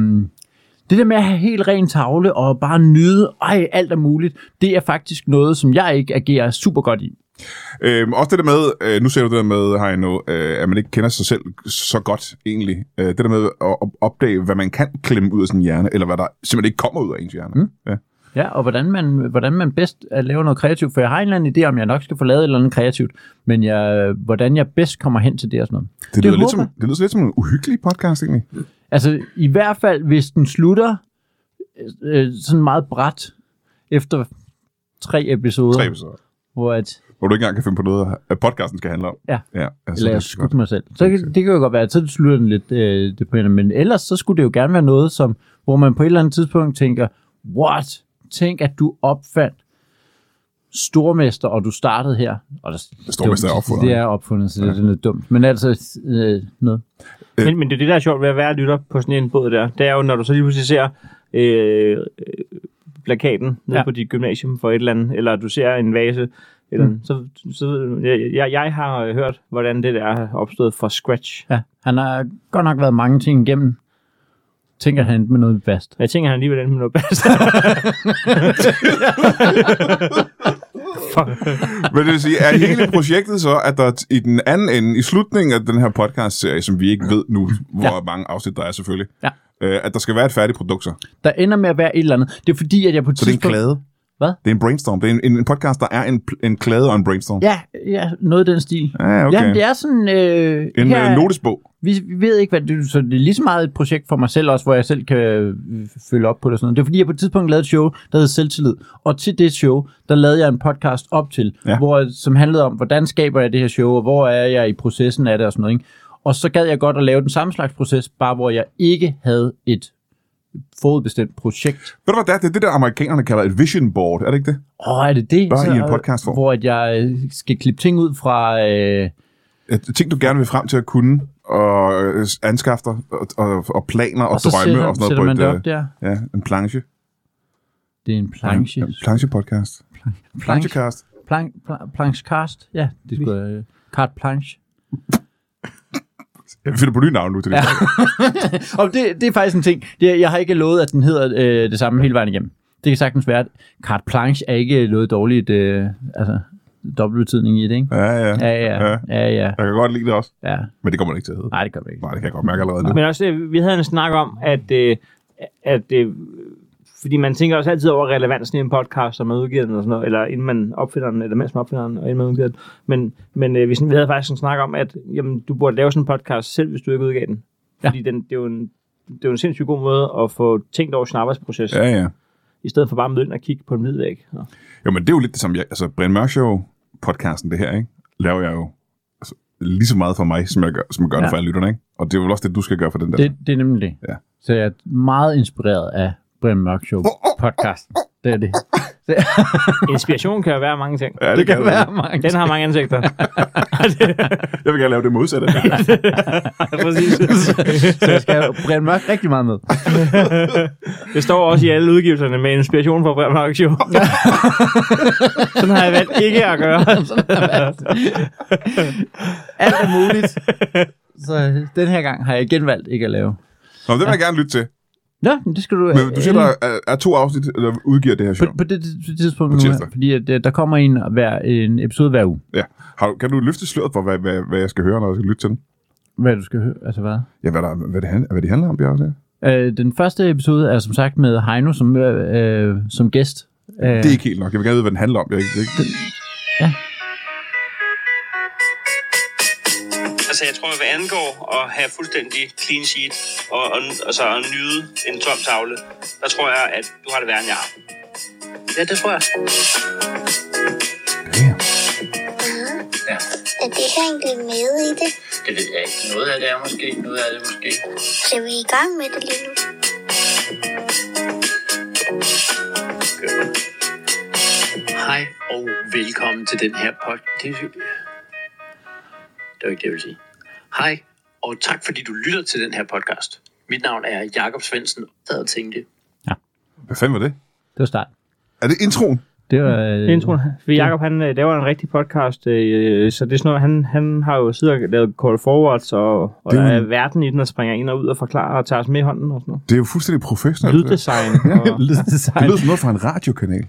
S2: det der med at have helt ren tavle og bare nyde, ej, alt er muligt, det er faktisk noget, som jeg ikke agerer super godt i.
S1: Øhm, også det der med, øh, nu ser du det der med, Heino, øh, at man ikke kender sig selv så godt egentlig. Øh, det der med at at opdage, hvad man kan klemme ud af sin hjerne, eller hvad der simpelthen ikke kommer ud af ens hjerne. Mm. Ja.
S2: Ja, og hvordan man, hvordan man bedst at lave noget kreativt, for jeg har en eller anden idé om, jeg nok skal få lavet et eller andet kreativt, men jeg, øh, hvordan jeg bedst kommer hen til det og sådan noget.
S1: Det, lyder lidt som,
S2: håber
S1: det lyder lidt som en uhyggelig podcast egentlig.
S2: jeg. Altså, i hvert fald, hvis den slutter øh, øh, sådan meget bræt efter tre episoder,
S1: Tre episoder.
S2: hvor at,
S1: Hvor du ikke engang kan finde på noget, at podcasten skal handle om.
S2: Ja.
S1: ja altså,
S2: eller
S1: det er
S2: jeg
S1: godt.
S2: skudte mig selv. Så kan, det kan jo godt være, at så slutter den lidt øh, det på en, men ellers så skulle det jo gerne være noget, som, hvor man på et eller andet tidspunkt tænker, what? Tænk, at du opfandt stormester, og du startede her. Og der,
S1: Stormester er
S2: dumt.
S1: opfundet.
S2: Det er opfundet, så det er sådan lidt dumt. Men altså, øh, noget.
S3: Men, men det er det, der er sjovt ved at være lytter på sådan en båd der. Det er jo, når du så lige pludselig ser øh, øh, plakaten nede
S2: Ja.
S3: ja. på dit gymnasium for et eller andet, eller du ser en vase, eller mm. så, så jeg, jeg, jeg har hørt, hvordan det der er opstået fra scratch.
S2: Ja, han har godt nok været mange ting igennem. Tænker at han endte med noget fast.
S3: Jeg tænker, han alligevel endte med noget bedst.
S1: Men det vil sige, er hele projektet så, at der t- i den anden ende, i slutningen af den her podcast-serie, som vi ikke ved nu, hvor ja. mange afsnit der er selvfølgelig,
S2: Ja.
S1: øh, at der skal være et færdigt produkt så.
S2: Der ender med at være et eller andet. Det er fordi, at jeg på et
S1: Så det er en klade.
S2: Hvad?
S1: Det er en brainstorm. Det er en, en, en podcast, der er en, pl- en klade og en brainstorm.
S2: Ja, ja, noget af den stil.
S1: Ja, okay.
S2: Jamen, det er sådan... Øh,
S1: En
S2: her-
S1: øh, notesbog.
S2: vi, vi ved ikke, hvad det Så det er lige så meget et projekt for mig selv også, hvor jeg selv kan øh, følge op på det og sådan noget. Det er fordi, jeg på et tidspunkt lavede et show, der hed Selvtillid. Og til det show, der lavede jeg en podcast op til,
S1: Ja.
S2: ja. hvor, som handlede om, hvordan skaber jeg det her show, og hvor er jeg i processen af det og sådan noget. Ikke? Og så gad jeg godt at lave den samme slags proces, bare hvor jeg ikke havde et forudbestemt projekt.
S1: Ved du hvad det er? Det er det, der amerikanerne kalder et vision board. Er det ikke det?
S2: Åh, er det det?
S1: Bare i en podcastform.
S2: Hvor at jeg øh, skal klippe ting ud fra... Øh,
S1: Et, ting, du gerne vil frem til at kunne, og øh, anskaffe dig, og, og, og planer og,
S2: og så
S1: drømme
S2: sætter,
S1: og sådan
S2: sætter man
S1: noget
S2: det
S1: på
S2: op
S1: et, øh,
S2: der.
S1: ja, en planche.
S2: Det er en planche.
S1: En, en planche-podcast. Planchecast.
S2: Plank, pla- planche cast. Ja, det skulle øh, carte planche.
S1: Jeg finder på nye navn nu til det. Ja.
S2: Og det, det er faktisk en ting. Det, er- jeg har ikke lovet, at den hedder øh, det samme hele vejen igennem. Det kan sagtens være, at carte planche er ikke noget dårligt, øh, altså dobbeltbetydning i det, ikke?
S1: Ja, ja,
S2: Ja, ja, ja, ja,
S1: Jeg kan godt lide det også,
S2: ja.
S1: men det kommer det ikke til at hedde.
S2: Nej, det gør vi ikke.
S1: Nej, det kan jeg godt mærke allerede nu.
S3: Men også, øh, vi havde en snak om, at, øh, at øh, fordi man tænker også altid over relevansen i en podcast, når man udgiver den, og sådan noget, eller inden man opfinder den, eller mens man opfinder den, og inden man udgiver den. Men, men øh, vi, sådan- vi havde faktisk en snak om, at jamen, du burde lave sådan en podcast selv, hvis du ikke udgav den.
S2: Ja.
S3: Fordi den, det, er jo en, det er jo en sindssygt god måde at få tænkt over sin arbejdsproces, ja.
S1: Ja, ja.
S3: i stedet for bare at møde ind og kigge på en hvid væg. Nå.
S1: Jo, men det er jo lidt det samme. Jeg, altså, Brian Mørk Show podcasten, det her, ikke? Laver jeg jo altså, lige så meget for mig, som jeg gør, som jeg gør ja.
S2: Ja.
S1: det for alle lytterne, ikke? Og det er vel også det, du skal gøre for den der.
S2: Det, det er nemlig det.
S1: Ja.
S2: Så jeg er meget inspireret af Brian Mørk Show podcast. Det er det. Det,
S3: Inspiration kan jo være mange ting.
S1: ja, det,
S2: det kan
S1: det.
S2: være mange
S3: Den har mange ansigter.
S1: Jeg vil gerne lave det modsatte.
S3: Præcis.
S2: Så jeg skal have Brian Mørk rigtig meget med.
S3: Det står også i alle udgivelserne med inspiration fra Brian Mørk Show. Sådan har jeg valgt ikke at gøre.
S2: Alt er muligt. Så den her gang har jeg genvalgt ikke at lave.
S1: Nå, men det vil jeg gerne lytte til.
S2: Nå, men det skal du... øh,
S1: Men du siger, der er, er to afsnit, der udgiver det her show.
S2: På, på det tids- tidspunkt
S1: På
S2: nu,
S1: tirsdag.
S2: her, fordi at, øh, der kommer en, hver, en episode hver uge.
S1: Ja. Har, du- kan du løfte sløret for, hvad, hvad, hvad jeg skal høre, når jeg skal lytte til den?
S2: Hvad du skal høre, altså hvad?
S1: Ja, hvad, der, hvad, det, handler, hvad det handler om, Bjarke?
S2: Øh, den første episode er som sagt med Heino som, øh, øh, som gæst. Øh,
S1: Det er ikke helt nok. Jeg vil gerne vide, hvad den handler om. Jeg, jeg, jeg,
S4: Altså, jeg tror, hvad angår at have fuldstændig clean sheet og, og altså, at nyde en tom tavle, der tror jeg, at du har det værre, end jeg har. Ja, det tror jeg.
S5: Er det der egentlig med i det?
S6: Det ved jeg ikke. Noget af det er måske, noget af det måske.
S5: Så vi er i gang med det lige nu.
S6: Hej og velkommen til den her podcast. Det var ikke det, jeg ville sige. Hej og tak fordi du lytter til den her podcast. Mit navn er Jakob Svendsen. Jeg og tænkte,
S1: hvad fanden var det?
S2: Det var start.
S1: Er det introen?
S2: Det var... Øh,
S3: Introen. For Jacob, han øh, laver en rigtig podcast, øh, så det er sådan noget, han, han har jo siddet og lavet call forwards, og, og
S1: Det er
S3: der
S1: jo-
S3: er verden i den, der springer ind og ud og forklarer og tager os med i hånden og sådan noget.
S1: Det er jo fuldstændig professionelt. det der.
S3: Lyddesign. Og,
S1: Det
S2: Lyddesign.
S1: lyder som noget fra en radiokanal.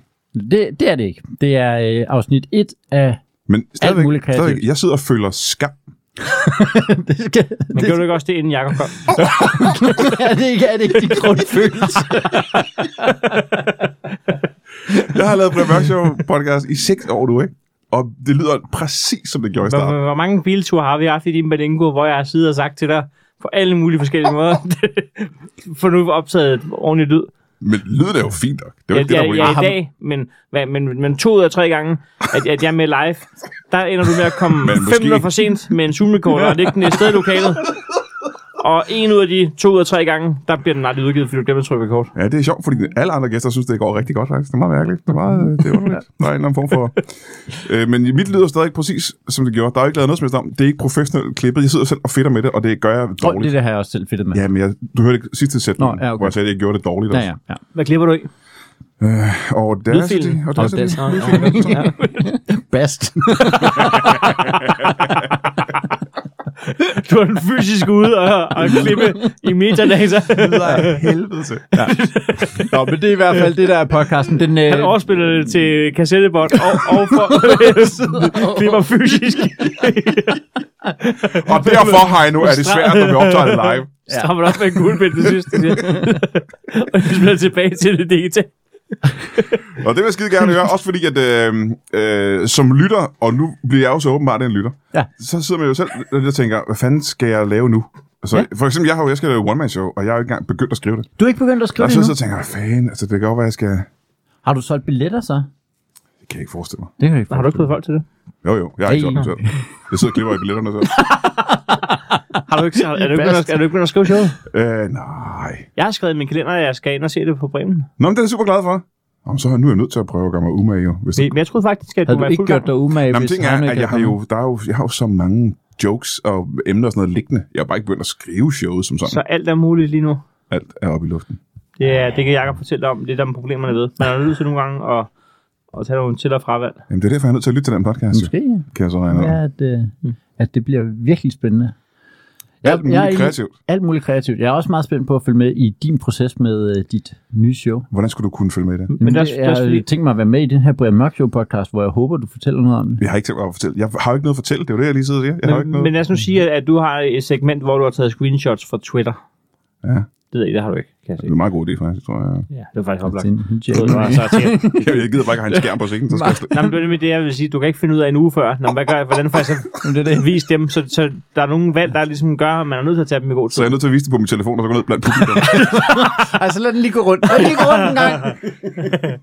S2: Det, det er det ikke. Det er øh, afsnit 1 af...
S1: Men stadigvæk,
S2: muligt kreativt.
S1: stadigvæk, jeg sidder og føler skam.
S2: det, skal,
S3: men gjorde du ikke også det, inden Jacob kom?
S2: er det ikke, er det ikke din grundfølelse?
S1: Jeg har lavet Brian Mørk Show podcast i seks år nu, ikke? Og det lyder præcis, som det gjorde i
S3: Hvor,
S1: starten.
S3: hvor, hvor mange bilture har vi haft i din Badengo, hvor jeg har siddet og sagt til dig på alle mulige forskellige måder, for nu optaget et ordentligt lyd.
S1: Men lyden er jo fint nok. Det er jo
S3: Ja,
S1: ikke det,
S3: ja,
S1: der er
S3: ja,
S1: problemet.
S3: i dag, men, hvad, men, men to ud af tre gange, at, at jeg er med live, der ender du med at komme
S1: Men
S3: fem
S1: måske-
S3: minutter for sent med en Zoom-recorder og lægge den et sted i lokalet. Og en ud af de to ud af tre gange, der bliver den aldrig udgivet, fordi du glemmer at trykke rekord.
S1: Ja, det er sjovt, fordi alle andre gæster synes, det går rigtig godt, faktisk. Det er meget mærkeligt. Det er meget øh, det er underligt. Der er en eller anden form for... Øh, men mit lyder stadig præcis, som det gjorde. Der er jo ikke lavet noget som helst om. Det er ikke professionelt klippet. Jeg sidder selv og fedter med det, og det gør jeg
S2: Oh,
S1: dårligt.
S2: det der har jeg også selv fedtet med.
S1: Ja, men jeg, du hørte ikke sidste sætning,
S2: Nå, ja, okay.
S1: hvor jeg sagde, at jeg gjorde det dårligt
S2: ja,
S1: også.
S2: ja, ja.
S3: Hvad klipper du i?
S1: Og Audacity.
S3: Lydfilen.
S1: Audacity.
S2: Audacity.
S1: Lydfilen.
S2: Best.
S3: Du er en fysisk ude og, og klippe i metadata.
S1: af helvede til. Ja.
S2: Nå, men det er i hvert fald det, der er podcasten. Den, øh,
S3: Han overspiller det til kassettebånd og, og for, klipper fysisk.
S1: Og derfor, Heino, er det svært, når vi optager det live.
S3: Ja. Strammer op med en guldpind det sidste. siger han. og vi spiller tilbage til det digitale.
S1: Og det vil jeg skide gerne høre, også fordi, at øh, øh, som lytter, og nu bliver jeg jo så åbenbart en lytter,
S2: Ja.
S1: så sidder man jo selv lidt og tænker, hvad fanden skal jeg lave nu? Altså, ja. For eksempel, jeg, har jo, jeg skal lave one-man-show, og jeg er jo ikke engang begyndt at skrive det.
S2: Du er ikke begyndt at skrive
S1: Og
S2: det
S1: så sidder jeg
S2: endnu?
S1: og tænker, hvad fanden, altså, det kan godt være, jeg skal...
S2: Har du solgt billetter så?
S1: Det kan jeg ikke forestille mig.
S2: Det har jeg ikke.
S3: Har du ikke fået folk til det?
S1: Jo, jo, jeg har ikke
S2: Ej.
S1: sådan selv. Jeg sidder og klipper i billetterne selv.
S3: Har du ikke, har, er, du ikke begyndt at, er du ikke begyndt at skrive showet?
S1: Øh, nej.
S3: Jeg har skrevet i min kalender, at jeg skal ind og se det på Bremen.
S1: Nå, men det er jeg super glad for. Om så er jeg- nu er jeg nødt til at prøve at gøre mig umage, jo. Hvis det
S3: Men jeg troede faktisk, at du
S2: Havde du
S3: var i
S2: ikke
S3: fuld gang.
S2: gjort dig umage,
S1: Nå, men
S2: hvis
S1: ting
S2: han
S1: er,
S2: ikke
S1: at jeg har,
S2: havde
S1: jo, der er jo, jeg har jo så mange jokes og emner og sådan noget liggende. Jeg har bare ikke begyndt at skrive showet som sådan.
S3: Så
S1: Så...
S3: alt er muligt lige nu.
S1: Alt er oppe i luften.
S3: Ja, det kan Jacob fortælle dig om. Det er der med problemerne ved. Man er nødt til nogle gange at, at tage nogle til- og fravalg.
S1: Jamen, det er derfor, jeg er nødt til at lytte til den podcast.
S2: kommet?
S1: Måske.
S2: Måske, ja.
S1: Kan jeg så regne
S2: ja
S1: ja,
S2: at, øh, at det bliver virkelig spændende.
S1: Alt muligt
S2: egentlig-
S1: kreativt.
S2: Alt muligt kreativt. Jeg er også meget spændt på at følge med i din proces med øh, dit nye show.
S1: Hvordan skulle du kunne følge med i det?
S2: Jamen, Men
S3: der
S2: der, det,
S3: er- der er
S2: jeg
S3: også fordi-
S2: fordi... tænkt mig at være med i den her Brian Mørk Show podcast, hvor jeg håber, du fortæller noget om det.
S1: Jeg har ikke tænkt mig at fortælle. Jeg har jo ikke noget at fortælle. Det er jo det, jeg lige sidder og siger. Jeg har jo ikke
S3: Men,
S1: noget.
S3: men lad os nu sige, at du har et segment, hvor du har taget screenshots fra Twitter.
S1: Ja.
S3: Det ved jeg, det har du ikke, kan jeg se.
S1: Det er en meget god idé, faktisk, tror jeg.
S3: Ja, det var faktisk oplagt.
S2: Det er en
S3: Jeg ved,
S2: joke.
S3: du har så tænkt,
S1: Jeg gider bare ikke have en skærm på sengen, så skal jeg slet...
S3: Nå, men det er nemlig det, jeg vil sige. Du kan ikke finde ud af en uge før. Nå, men hvad gør jeg? Hvordan får jeg så
S2: Men det er det.
S3: vise dem? Så, så der er nogle valg, der ligesom gør, at man er nødt til at tage dem i god
S1: Så jeg
S3: tid.
S1: er nødt til at vise det på min telefon, og så gå ned blandt publikum.
S2: Altså lad den lige gå rundt. Lad den lige gå rundt en gang.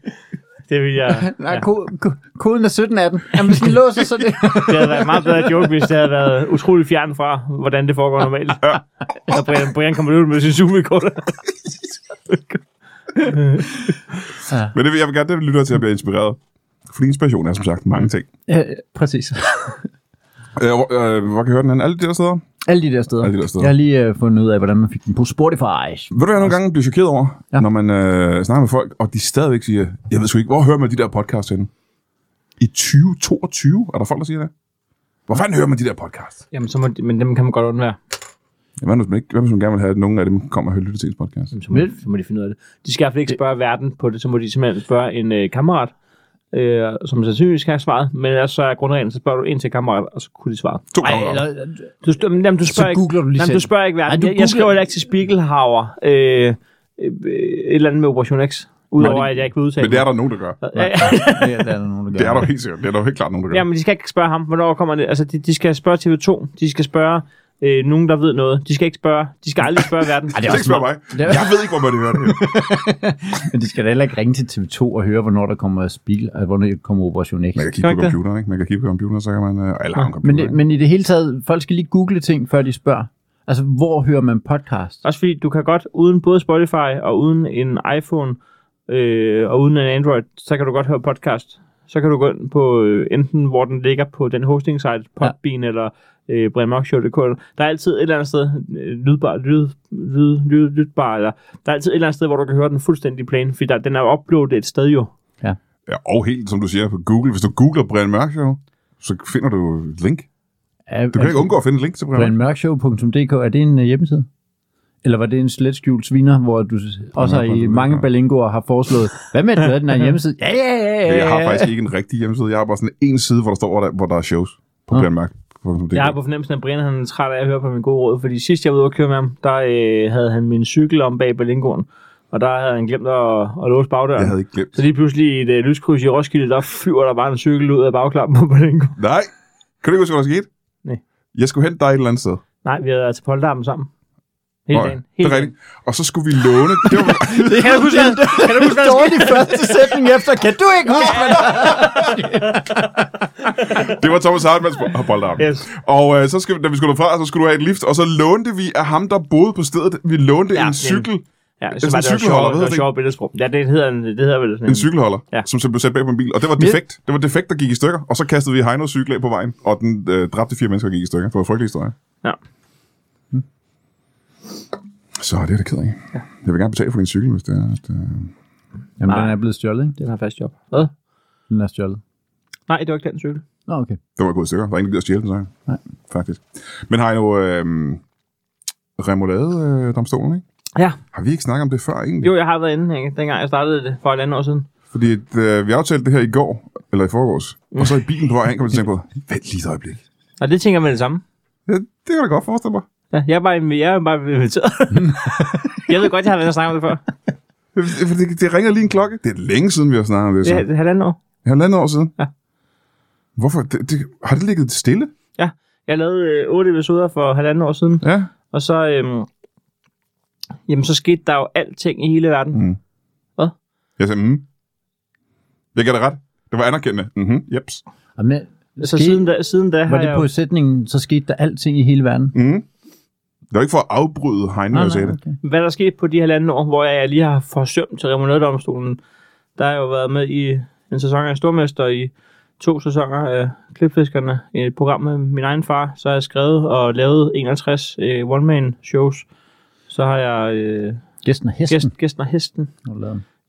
S3: Det vil jeg...
S2: Nej, ja. ko- ko- koden er 17 af den. Jamen, hvis den låser, så er det...
S3: Det havde været en meget bedre joke, hvis det havde været utrolig fjern fra, hvordan det foregår normalt. Når Brian, Brian kommer ud med sin zoom-rekord.
S1: Men det vil jeg vil gerne, det vil lytter til at blive inspireret. Fordi inspiration er som sagt mange ting.
S2: ja, præcis.
S1: Øh, hvor, øh, hvor kan jeg høre den hen? Alle de der steder?
S2: Alle de der steder.
S1: Alle de der steder.
S2: Jeg har lige øh, fundet ud af, hvordan man fik den på Spotify.
S1: Ved du, hvad jeg nogle gange bliver chokeret over,
S2: Ja.
S1: ja. når man øh, snakker med folk, og de stadigvæk siger, jeg ved sgu ikke, hvor hører man de der podcasts henne? I 2022? Er der folk, der siger det? Hvor fanden hører man de der podcasts?
S3: Jamen, så må, de- men dem kan man godt undvære.
S1: Ja, Hvad, hvis man ikke, hvad hvis man gerne vil have, at nogen af dem kommer og hører lytte til ens podcast?
S3: Jamen, Så må, de, så må de finde ud af det. De skal i hvert fald ikke spørge verden på det, så må de simpelthen spørge en øh, kammerat, øh, som sandsynligvis kan have svaret. Men ellers så er grundreglen, så spørger du en til kammerat, og så kunne de svare.
S1: To
S2: Ej,
S1: gange.
S2: eller, øh,
S3: Du, st- jamen, du spørger ikke,
S2: googler du lige
S3: jamen,
S2: selv.
S3: du spørger ikke verden.
S2: Nej, du
S3: Ej, du jeg, jeg skriver
S2: googler-
S3: heller ikke til Spiegelhauer øh, øh, øh, et eller andet med Operation X, udover
S1: Nej,
S3: at jeg ikke vil udtale
S1: Men det er der nogen, der gør.
S3: mig. Ja,
S2: ja, der er der nogen, der gør.
S1: Det er der helt sikkert. Det er der helt klart nogen, der gør.
S3: Jamen, de skal ikke spørge ham, hvornår kommer det. Altså, de, de skal spørge TV2, de skal spørge øh, nogen, der ved noget. De skal ikke spørge, de skal aldrig spørge verden.
S1: det er ikke spørge mig.
S2: Det er-
S1: Jeg ved ikke, hvor man hører det.
S2: Men de skal da heller ikke ringe til TV2 og høre, hvornår der kommer spil, altså, hvornår der kommer Operation X.
S1: Man kan
S3: Kan
S1: kigge på
S3: man ikke det? Ah,
S1: computeren, ikke? Man kan kigge på computeren, så kan man... Øh, eller har en
S2: Men,
S1: computer,
S2: det,
S1: ikke?
S2: men i det hele taget, folk skal lige google ting, før de spørger. Altså, hvor hører man podcast?
S3: Også fordi du kan godt, uden både Spotify og uden en iPhone øh, og uden en Android, så kan du godt høre podcast. Så kan du gå ind på øh, enten, hvor den ligger på den hosting site, Podbean ja. eller øh, brianmørkshow.dk. Der er altid et eller andet sted, øh, lydbar, lyd, lyd, lyd, lydbar, eller der er altid et eller andet sted, hvor du kan høre den fuldstændig plain, fordi der, den er jo uploadet et sted jo.
S1: Ja, og helt, som du siger, på Google. Hvis du googler Brian Mørk Show, så finder du et link. Du
S3: Altså-
S1: kan ikke undgå at finde et link til Brian Mørk.
S2: Brianmørkshow.dk, er det en øh, hjemmeside? Eller var det en slet skjult sviner, hvor du s- også har i
S1: Brianmørk.dk.
S2: mange balingoer har foreslået, hvad med at du den her hjemmeside? Ja, ja, ja, ja, ja.
S1: Jeg har faktisk ikke en rigtig hjemmeside. Jeg har bare sådan en side, hvor der står, hvor der, hvor der er shows på
S2: Ah.
S1: Brian Mørk. Det
S3: Jeg har på fornemmelsen, at Brian han er træt af at høre på min gode råd, fordi sidst jeg var ude og køre med ham, der øh, havde han min cykel om bag Berlingoren, og der havde han glemt at, at låse bagdøren.
S1: jeg havde ikke glemt.
S3: Så lige pludselig i et øh, lyskryds i Roskilde, der fyrer der bare en cykel ud af bagklappen på Berlingo.
S1: Nej! Kan du ikke huske, hvad der skete?
S3: Nej.
S1: Jeg skulle hente dig et eller andet sted.
S3: Nej, vi havde været til Polterabend sammen. Hele
S1: Nå ja,
S3: dagen.
S1: det
S3: Hele
S1: er rigtigt. Og så skulle vi låne... Det var,
S3: dagen. Kan du huske, hvad- kan du huske, hvad der skete?
S2: dårlig første sætning efter, kan du ikke huske, hvad der
S1: det var Thomas Hartmanns bo- og boldarm.
S3: Yes.
S1: Og øh, så skal, da vi skulle derfra, så skulle du have et lift, og så lånte vi af ham, der boede på stedet. Vi lånte
S3: Ja,
S1: en
S3: det-
S1: cykel,
S3: Ja,
S1: er
S3: så
S1: sådan
S3: var
S1: Altså, en
S3: det jo
S1: cykelholder,
S3: sjovt, det
S1: ved
S3: var
S1: du
S3: sjovt billedsprum. Ja, det hedder, en- det hedder vel sådan
S1: en cykelholder,
S3: Ja.
S1: ja. som så blev sat bag på en bil. Og det var defekt. Det var defekt, der gik i stykker. Og så kastede vi Heinos cykel af på vejen, og den øh, dræbte fire mennesker og gik i stykker. Det var en frygtelig historie.
S3: Ja.
S1: Så det er det ked af. Ja. Jeg vil gerne betale for din cykel, hvis det er... At, øh...
S2: Jamen, den er blevet stjålet, ikke?
S3: Den har fast job. Hvad?
S2: Den er stjålet.
S3: Nej, det var ikke den cykel.
S2: Nå, okay.
S1: Det var gået i stykker. Der var ingen, der stjæle den, så. Nej. Faktisk. Men Heino, øh, remoulade øh, domstolen, ikke?
S3: Ja,
S1: Har vi ikke snakket om det før, egentlig?
S3: jo, jeg har været inde, ikke? dengang jeg startede det for et andet år siden.
S1: Fordi at, øh, vi aftalte det her i går, eller i forgårs, og så i bilen på vej hen, kom jeg til at tænke på, vent lige et øjeblik.
S3: Og det tænker jeg med det samme.
S1: Ja, det kan jeg da godt forestille mig.
S3: Ja, jeg er bare, jeg er bare blevet inviteret. jeg ved godt, jeg har været og snakket om det før.
S1: For det, det ringer lige en klokke. Det er længe siden, vi har snakket om det.
S3: Det
S1: Så.
S3: er, det er halvandet år.
S1: Halvandet år siden.
S3: Ja.
S1: Hvorfor? Det, det, har det ligget stille?
S3: Ja, jeg lavede øh, otte episoder for halvandet år siden.
S1: Ja.
S3: Og så, øhm, jamen, så skete der jo alting i hele verden.
S1: Mm. Jeg sagde, mm. Jeg gav det ret. Det var anerkendende. Mhm, jeps.
S2: Og med,
S3: Så
S2: skete-
S3: siden da, siden da
S2: var
S3: har
S2: det
S3: jeg
S2: på
S3: jo,
S2: sætningen, så skete der alting i hele verden?
S1: Mhm. Det var ikke for at afbryde Heino, jeg sagde det.
S2: okay.
S3: hvad der skete på de halvanden år, hvor jeg lige har forsømt til Remonadedomstolen, der har jeg jo været med i en sæson af Stormester i to sæsoner af Klipfiskerne, et program med min egen far, så har jeg skrevet og lavet 61 øh, one-man-shows. Så har jeg øh,
S2: Gæsten og hesten.
S3: gæst,
S2: Gæsten.
S3: Gæsten og Hesten.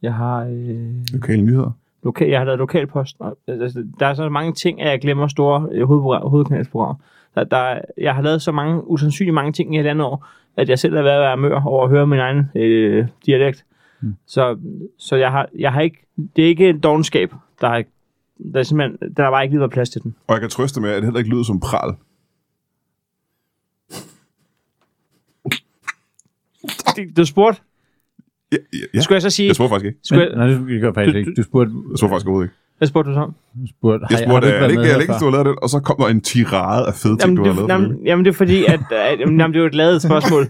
S3: Jeg har øh,
S1: Lokale nyheder.
S3: Loka- jeg har lavet lokalpost. Og, altså, der er så mange ting, at jeg glemmer store øh, hovedprogram- hovedkanalsprogrammer. Der, der, er- jeg har lavet så mange, usandsynligt mange ting i et andet år, at jeg selv er ved at være mør over at høre min egen øh, dialekt. Mm. Så, så jeg, har, jeg har ikke, det er ikke en dogenskab, der har, der er simpelthen, der har bare ikke lige været plads til den.
S1: Og jeg kan trøste med, at det heller ikke lyder som pral.
S3: Du spurgte,
S1: Ja, ja, ja.
S3: skulle jeg så sige,
S1: Jeg tror faktisk ikke.
S3: skulle jeg,
S2: Nej, det gør faktisk
S3: Du-
S2: ikke. Du spurgte,
S1: Jeg tror faktisk overhovedet ikke.
S3: hvad spurgte du så om?
S2: du spurgte,
S1: Jeg
S2: har-
S1: spurgte,
S2: har du
S1: er det
S2: ikke
S1: ikke, er
S2: været
S1: det
S2: med
S1: ikke,
S2: her
S1: du har lavet det? Og så kom der en tirade af fede ting, du har
S3: det,
S1: lavet. for nylig.
S3: jamen, jamen, det er fordi, at, at jamen, jamen, det er jo et lavet spørgsmål.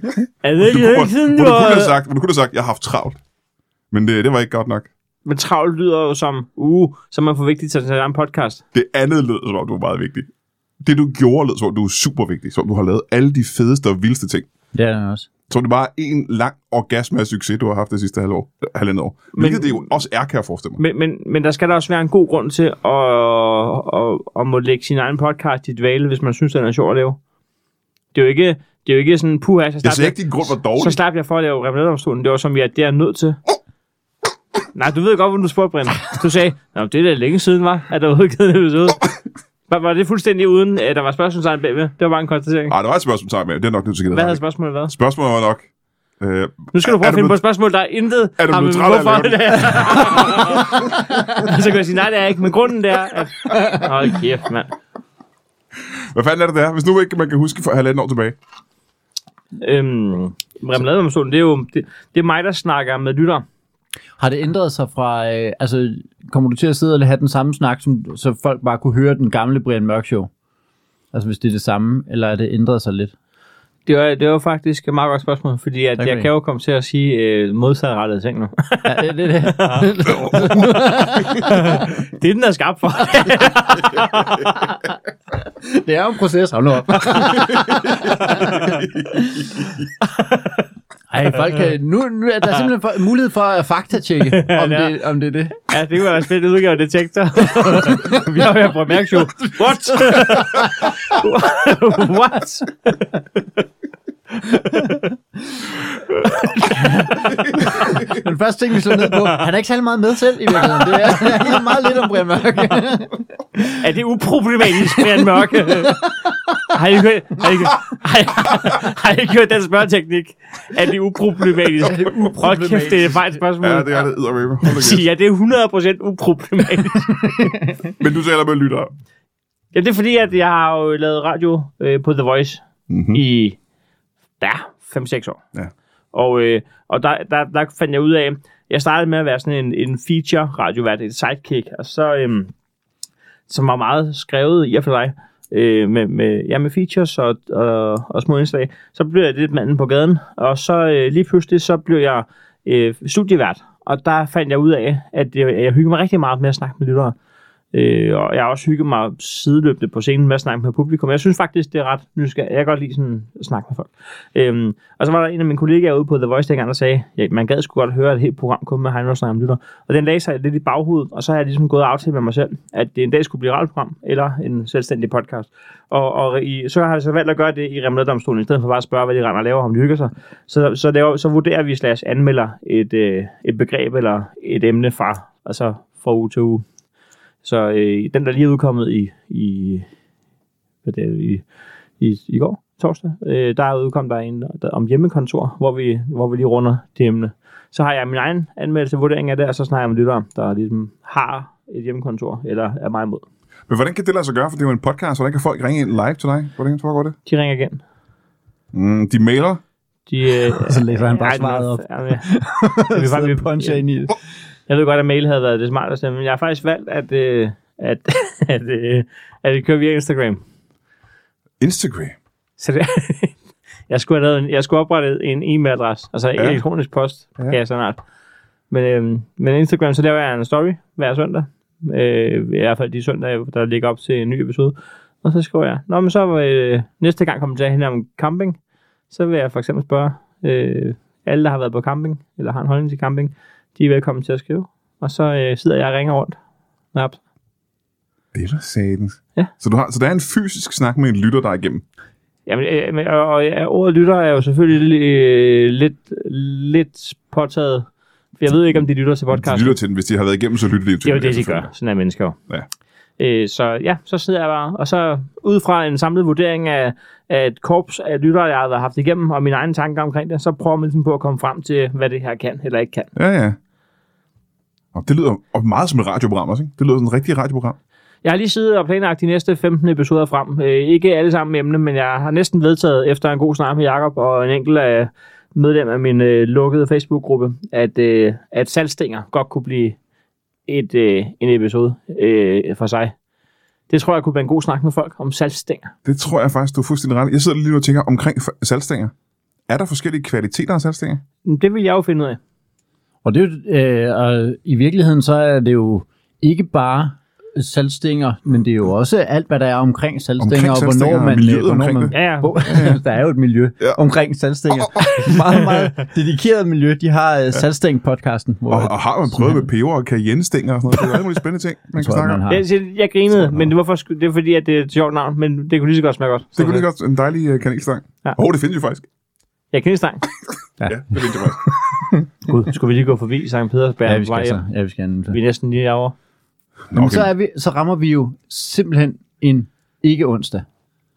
S3: er det ikke
S1: Hvor,
S3: ikke siden,
S1: hvor
S3: du
S1: du, kunne
S3: har...
S1: have sagt, hvor du kunne have sagt, jeg har haft travlt. Men øh, det, det var ikke godt nok.
S3: Men travlt lyder jo som, uh, så er man for vigtig til at lave en podcast.
S1: Det andet lød, som om du var meget vigtig. Det, du gjorde, lød, som om du er super vigtig. Som om du har lavet alle de fedeste og vildeste ting.
S2: Det er den også.
S1: Som om det bare er en lang orgasme af succes, du har haft det sidste halvår, halvandet år. Hvilket det jo også er, kan jeg forestille mig.
S3: Men, men, men der skal der også være en god grund til at, at, at må lægge sin egen podcast i dvale, hvis man synes, den er sjov at lave. Det er jo ikke, det er jo ikke sådan, puha,
S1: Jeg
S3: så
S1: ser
S3: slap jeg,
S1: ikke, din grund var
S3: så
S1: dårlig.
S3: slap jeg for at lave referendomstolen. Det var som, jeg det er jeg nødt til. Nej, du ved godt, hvordan du spurgte, Brian. Du sagde, Nå, det er da længe siden, var, at der var udgivet en episode. Var, var det fuldstændig uden, at der var spørgsmålstegn bagved? Det var bare en konstatering.
S1: Nej, der var et spørgsmål, med. Det er Ah, nok nødt til at give
S3: Hvad havde
S1: dig ret
S3: spørgsmålet været?
S1: i. Spørgsmålet var nok... Øh,
S3: Nu skal du prøve
S1: Er
S3: at
S1: du
S3: finde på
S1: blevet-
S3: et spørgsmål, der er intet.
S1: Er du
S3: har
S1: blevet
S3: med-
S1: træt af at
S3: hvorfor
S1: lave
S3: det er? Så kan jeg sige, nej, det er jeg ikke. Men grunden det er, at... Hold kæft, mand.
S1: hvad fanden er det der? Hvis nu ikke man kan huske for halvandet år tilbage.
S3: Øhm, Remladeomstolen, det er jo... Det, det er mig, der snakker med lytter.
S2: Har det ændret sig fra, øh, altså kommer du til at sidde og have den samme snak, som, så folk bare kunne høre den gamle Brian Mørk show? Altså hvis det er det samme, eller er det ændret sig lidt?
S3: Det var, det var faktisk et meget godt spørgsmål, fordi at
S2: Tak,
S3: jeg
S2: Brian.
S3: kan jo komme til at sige øh, modsatrettede ting nu.
S2: Ja, det, det, det.
S3: det er den, der er skabt for.
S2: det er jo en proces, hold nu op. Ej, folk kan, nu, nu er der simpelthen for, mulighed for at faktatjekke, om,
S3: det er.
S2: det, om det er det.
S3: ja, det kunne være en spændende udgave af Detektor. Vi har været på mærkshow. What? What?
S2: Den første ting, vi slår ned på, han er ikke særlig meget med selv i virkeligheden. Det er, han er meget lidt om Brian Mørk.
S3: Er det uproblematisk, Brian Mørke? har I ikke, har I, har I, har I ikke hørt den spørgeteknik? Er det uproblematisk? Er det uproblematisk? Hold kæft, det er et fejl spørgsmål.
S1: Ja, det er det eddermame. Hold da
S3: Sige,
S1: kæft.
S3: ja, det er 100% uproblematisk.
S1: Men du taler med lyttere.
S3: ja, det er fordi, at jeg har jo lavet radio øh, på The Voice
S1: Mhm.
S3: mm-hmm. i der 5-6 år.
S1: Ja.
S3: Og, øh, og der, der, der fandt jeg ud af, jeg startede med at være sådan en, en feature radiovært, et sidekick, og så, øhm, som var meget skrevet i og for sig, øh, med, med, ja, med features og, og, og små indslag, så blev jeg lidt manden på gaden, og så øh, lige pludselig, så blev jeg øh, studievært, og der fandt jeg ud af, at jeg, jeg hyggede mig rigtig meget med at snakke med lyttere, øh, og jeg har også hygget mig sideløbende på scenen med at snakke med publikum, jeg synes faktisk, det er ret nysgerrigt, jeg kan godt lide sådan at snakke med folk. Øhm, og så var der en af mine kollegaer ude på The Voice dengang, der sagde, ja, man gad sgu godt høre et helt program kun med Heino Snakker om lytter. Og den lagde sig lidt i baghovedet, og så har jeg ligesom gået og aftalt med mig selv, at det en dag skulle blive et radioprogram eller en selvstændig podcast. Og, og i, så har jeg så valgt at gøre det i Remladomstolen, i stedet for bare at spørge, hvad de render og laver, om de hygger sig. Så, så, laver, så vurderer vi slash anmelder et, øh, et begreb eller et emne fra, altså fra uge til uge. Så øh, den, der lige er udkommet i, i, hvad det er, i i, i går, torsdag, øh, der udkom der en der, om hjemmekontor, hvor vi, hvor vi lige runder det emne. Så har jeg min egen anmeldelse vurdering af det, og så snakker jeg med lyttere, der ligesom har et hjemmekontor, eller er mig imod.
S1: Men hvordan kan det lade sig gøre? For det er jo en podcast. Hvordan kan folk ringe ind live til dig? Hvordan foregår det?
S3: De ringer igen.
S1: Mm, de mailer.
S3: De, øh,
S2: Så læser han bare
S3: ej, den er-
S2: svaret op.
S3: Ja, men jeg- jeg vil bare-
S2: Sidder og puncher ind i det.
S3: Jeg ved godt, at mail havde været det smarteste, men jeg har faktisk valgt, at, øh, at, at, øh, at det kører via Instagram.
S1: Instagram.
S3: Så det, jeg, skulle have lavet en, jeg skulle oprette en e-mailadresse, altså ja. elektronisk post, ja. kan jeg snart. Men, øhm, men Instagram, så laver jeg en story hver søndag. Øh, I hvert fald de søndage, der ligger op til en ny episode. Og så skriver jeg, Nå, men så øh, næste gang kommer til at handle om camping. Så vil jeg for eksempel spørge øh, alle, der har været på camping, eller har en holdning til camping, de er velkommen til at skrive. Og så øh, sidder jeg og ringer rundt. Naps.
S1: Det er da satans.
S3: Ja.
S1: Så, du har, så der er en fysisk snak med en lytter, der er igennem.
S3: Jamen, øh, men, og, og ja, ordet lytter er jo selvfølgelig øh, lidt, lidt påtaget. For jeg ved ikke, om de lytter til
S1: De
S3: podcast.
S1: lytter til den. Hvis de har været igennem, så lytter de jo til
S3: det er jo
S1: den
S3: det, de gør.
S1: efterfølgende.
S3: Sådan er mennesker jo.
S1: Ja.
S3: Øh, så ja, så sidder jeg bare. Og så ud fra en samlet vurdering af, af et korps af lyttere, jeg har haft igennem, og mine egne tanker omkring det, så prøver man ligesom på at komme frem til, hvad det her kan eller ikke kan.
S1: Ja, ja. Og det lyder og meget som et radioprogram også, ikke? Det lyder som et rigtigt radioprogram.
S3: Jeg har lige siddet og planlagt de næste 15 episoder frem. Øh, ikke alle sammen emne, men jeg har næsten vedtaget efter en god snak med Jakob og en enkelt af medlem af min øh, lukkede Facebook-gruppe, at, øh, at salgstænger godt kunne blive et, øh, en episode øh, for sig. Det tror jeg kunne være en god snak med folk om salgstænger.
S1: Det tror jeg faktisk, du er fuldstændig ret. i. Jeg sidder lige nu og tænker omkring f- salgstænger. Er der forskellige kvaliteter af salgstænger?
S3: Men Det vil jeg jo finde ud af.
S2: Og, det er jo, øh, og i virkeligheden så er det jo ikke bare saltstænger, men det er jo også alt, hvad der er omkring saltstænger,
S1: Omkring
S2: og
S1: saltstænger
S2: hvornår
S1: og
S2: man...
S1: miljøet
S2: øh, hvornår
S1: omkring
S2: man
S1: det.
S3: Ja, ja.
S2: Hvor- der er jo et miljø
S1: Ja.
S2: ja. omkring saltstænger. Oh, oh, oh. meget, meget dedikeret miljø. De har uh, saltstæng-podcasten, hvor
S1: Og, og har man prøvet med peber og cayennestænger og sådan noget? Det er jo alle mulige spændende ting, man
S2: jeg
S1: kan
S2: tror,
S1: snakke
S2: man
S1: om.
S2: har.
S3: Jeg, siger, jeg grinede, men det, hvorfor, sku- det er fordi, at det er et sjovt navn, men det kunne lige så godt smage godt.
S1: Det kunne lige godt en dejlig øh, kanelstang.
S3: Ja.
S1: Åh, oh, det findes jo faktisk.
S3: Ja, knivstang.
S1: Ja, det findes jo faktisk.
S3: Gud, skulle vi lige gå forbi Sankt Pedersberg?
S2: Ja, vi
S3: på vej
S2: skal,
S3: hjem?
S2: så. Ja, vi skal anden.
S3: altså. Vi er næsten lige derovre.
S1: Nå,
S2: Men
S1: okay.
S2: så, er vi, så rammer vi jo simpelthen en ikke onsdag.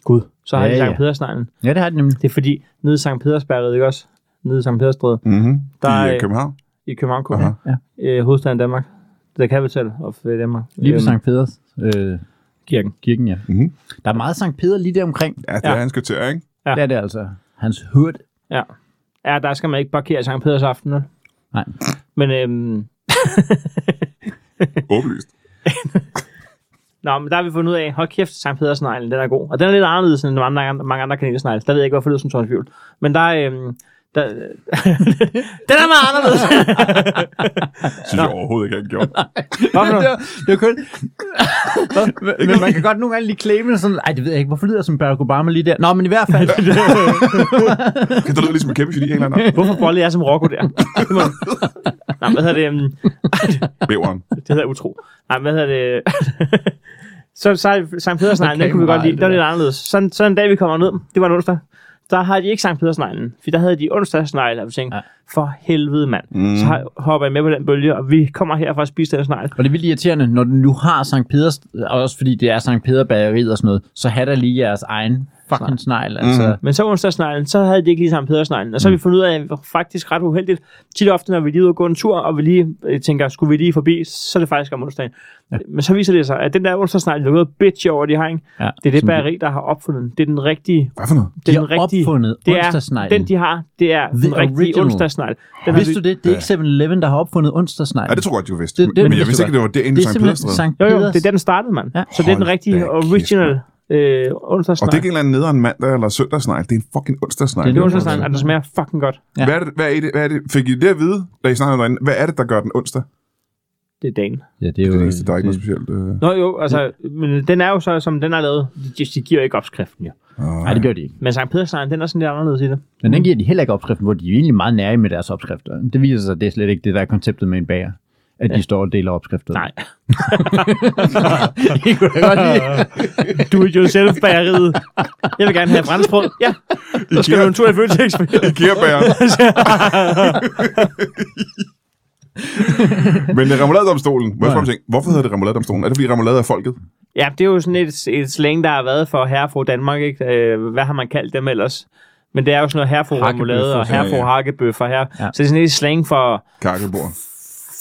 S3: Gud. Så har
S2: Ja,
S3: de Sankt
S2: ja.
S3: Pedersneglen.
S2: Ja, det har de nemlig.
S3: Det er fordi, nede i Sankt Pedersberg, ikke også? Nede i Sankt Pedersberg
S1: Mm-hmm.
S3: Der
S1: I
S3: er-
S1: øh, København.
S3: i København
S1: Aha.
S3: Kommune, øh, hovedstaden Danmark. The capital of øh, Danmark.
S2: Lige ved
S3: Øhm,
S2: Sankt Peders øh,
S3: Kirken.
S2: kirken, ja.
S1: Mhm.
S2: Der er meget Sankt Peder lige der omkring.
S1: Ja, det er
S3: Ja.
S1: hans kvarter, ikke?
S3: Ja.
S2: Ja. Det er det altså. Hans hørt.
S3: Ja. ja, der skal man ikke parkere i Sankt Peders aften, vel?
S2: Nej.
S3: Men, øhm,
S1: Åbenlyst.
S3: nå, men der har vi fundet ud af, hold kæft, Sankt Pedersneglen, den er god. Og den er lidt anderledes end mange andre, mange andre kanelsnegle. Der ved jeg ikke, hvorfor det lyder som Tony Fjul. Men der er... Øhm, der, den er meget anderledes.
S1: Synes jeg overhovedet ikke, han gjorde.
S3: Hvad for noget?
S2: det, var, det var kun... men, men man kan godt nogle gange lige claime sådan, ej, det ved jeg ikke, hvorfor lyder jeg som Barack Obama lige der? Nå, men i hvert fald,
S1: Kan det lyde ligesom en kæmpe geni, en eller anden?
S3: Hvorfor bollede jeg som Rocco der? Nej, hvad hedder det? øhm,
S1: Bæveren.
S3: Det hedder utro. Nej, hvad hedder det? så så Sankt Pedersneglen,
S2: Okay,
S3: den kunne vi godt
S2: nej,
S3: lide. Den var
S2: det
S3: lidt anderledes. Sådan, sådan en dag, vi kommer ned, det var en onsdag, der har de ikke Sankt Pedersneglen, for der havde de onsdagsnegle, og vi tænkte,
S2: Ja.
S3: ja. for helvede mand. Mm. Så har- hopper jeg med på den bølge, og vi kommer her for at spise den snegl.
S2: Og det er vildt irriterende, når den nu har Sankt Peders, og også fordi det er Sankt Peder bageriet og sådan noget, så har der lige jeres egen fucking snegl. Altså,
S1: Mhm.
S3: Men så onsdagsneglen, så havde de ikke lige Sankt Pedersneglen, og så har vi fundet ud af, at det var faktisk ret uheldigt, tit og ofte, når vi lige er ude og gå en tur, og vi lige øh, tænker, skulle vi lige forbi, så er det faktisk om onsdagen. Ja. Men så viser det sig, at den der onsdagsnegl, der er gået bitch over de har, ikke?
S2: ja,
S3: Det er det
S2: som
S3: bageri, der har opfundet. den. Det er den rigtige
S1: Hvad for noget?
S2: De
S3: den
S2: har
S3: rigtige,
S2: opfundet
S3: det er,
S2: onsdagsneglen.
S3: Den, de har, det er den rigtige
S2: original.
S3: onsdagsnegl. Den har
S2: Vidste
S3: vi-
S2: du det? Det er ikke 7-Eleven, der har opfundet onsdagsnegl.
S1: Ja, det tror jeg godt, du vidste.
S2: Det- det
S1: men jeg
S2: vidste
S1: vidste
S2: du
S1: ikke, det var derinde
S2: det
S1: i
S2: er
S1: Sankt
S2: simpelthen
S1: Pedersted.
S2: Sankt
S3: Jo,
S2: Peders.
S3: jo, det er den, der startede, mand.
S2: Ja.
S3: Ja. Så det er den
S1: Hold da
S3: rigtige
S1: kæft,
S3: original øh,
S1: Og det er
S3: onsdagsnegl.
S1: ikke en eller anden nederen mandag eller søndagsnegl. Det er en fucking onsdagsnegl.
S2: Det
S3: Det er
S2: er
S3: onsdagsnegl, og den smager fucking godt.
S2: Ja.
S1: Hvad er, det, hvad, er det, hvad er det? Fik I det at vide, da I snakkede derinde? Hvad er det, der gør den onsdag?
S3: Det er dagen.
S2: Ja, det er
S1: Det
S2: jo...
S1: er det eneste, der er ikke noget
S2: det,
S1: specielt. Øh...
S3: Nå jo, altså, men den er jo så, som den er lavet. De, de giver jo ikke opskriften, jo.
S1: øh,
S2: nej, det gør de ikke.
S3: Men Sankt Pedersneglen, den er sådan lidt anderledes i det.
S2: Men den giver de heller ikke opskriften, hvor de er egentlig meget nære med deres opskrifter. Det viser sig, at det er slet ikke det, der er konceptet med en bager. At de står og deler opskrifter.
S3: Nej.
S2: det kunne jeg godt lide.
S3: Du er jo selv bageriet. Jeg vil gerne have brændsprød. Ja, så skal du en tur i Føtex.
S1: Ikea-bæren. Men øh, remouladedomstolen. Må jeg spørge om en ting? Hvorfor hedder det remouladedomstolen? Er det fordi remoulade er folket?
S3: Ja, det er jo sådan et, et slang, der har været for herre og fru Danmark, ikke? Øh, hvad har man kaldt dem ellers? Men det er jo sådan noget herre og fru
S2: Hakkebøffer,
S3: remoulade og herre og
S1: ja,
S3: fru
S1: ja.
S3: hakkebøf og her.
S2: Ja.
S3: Ja. Så det er sådan et slang for,
S1: Kakkelbord.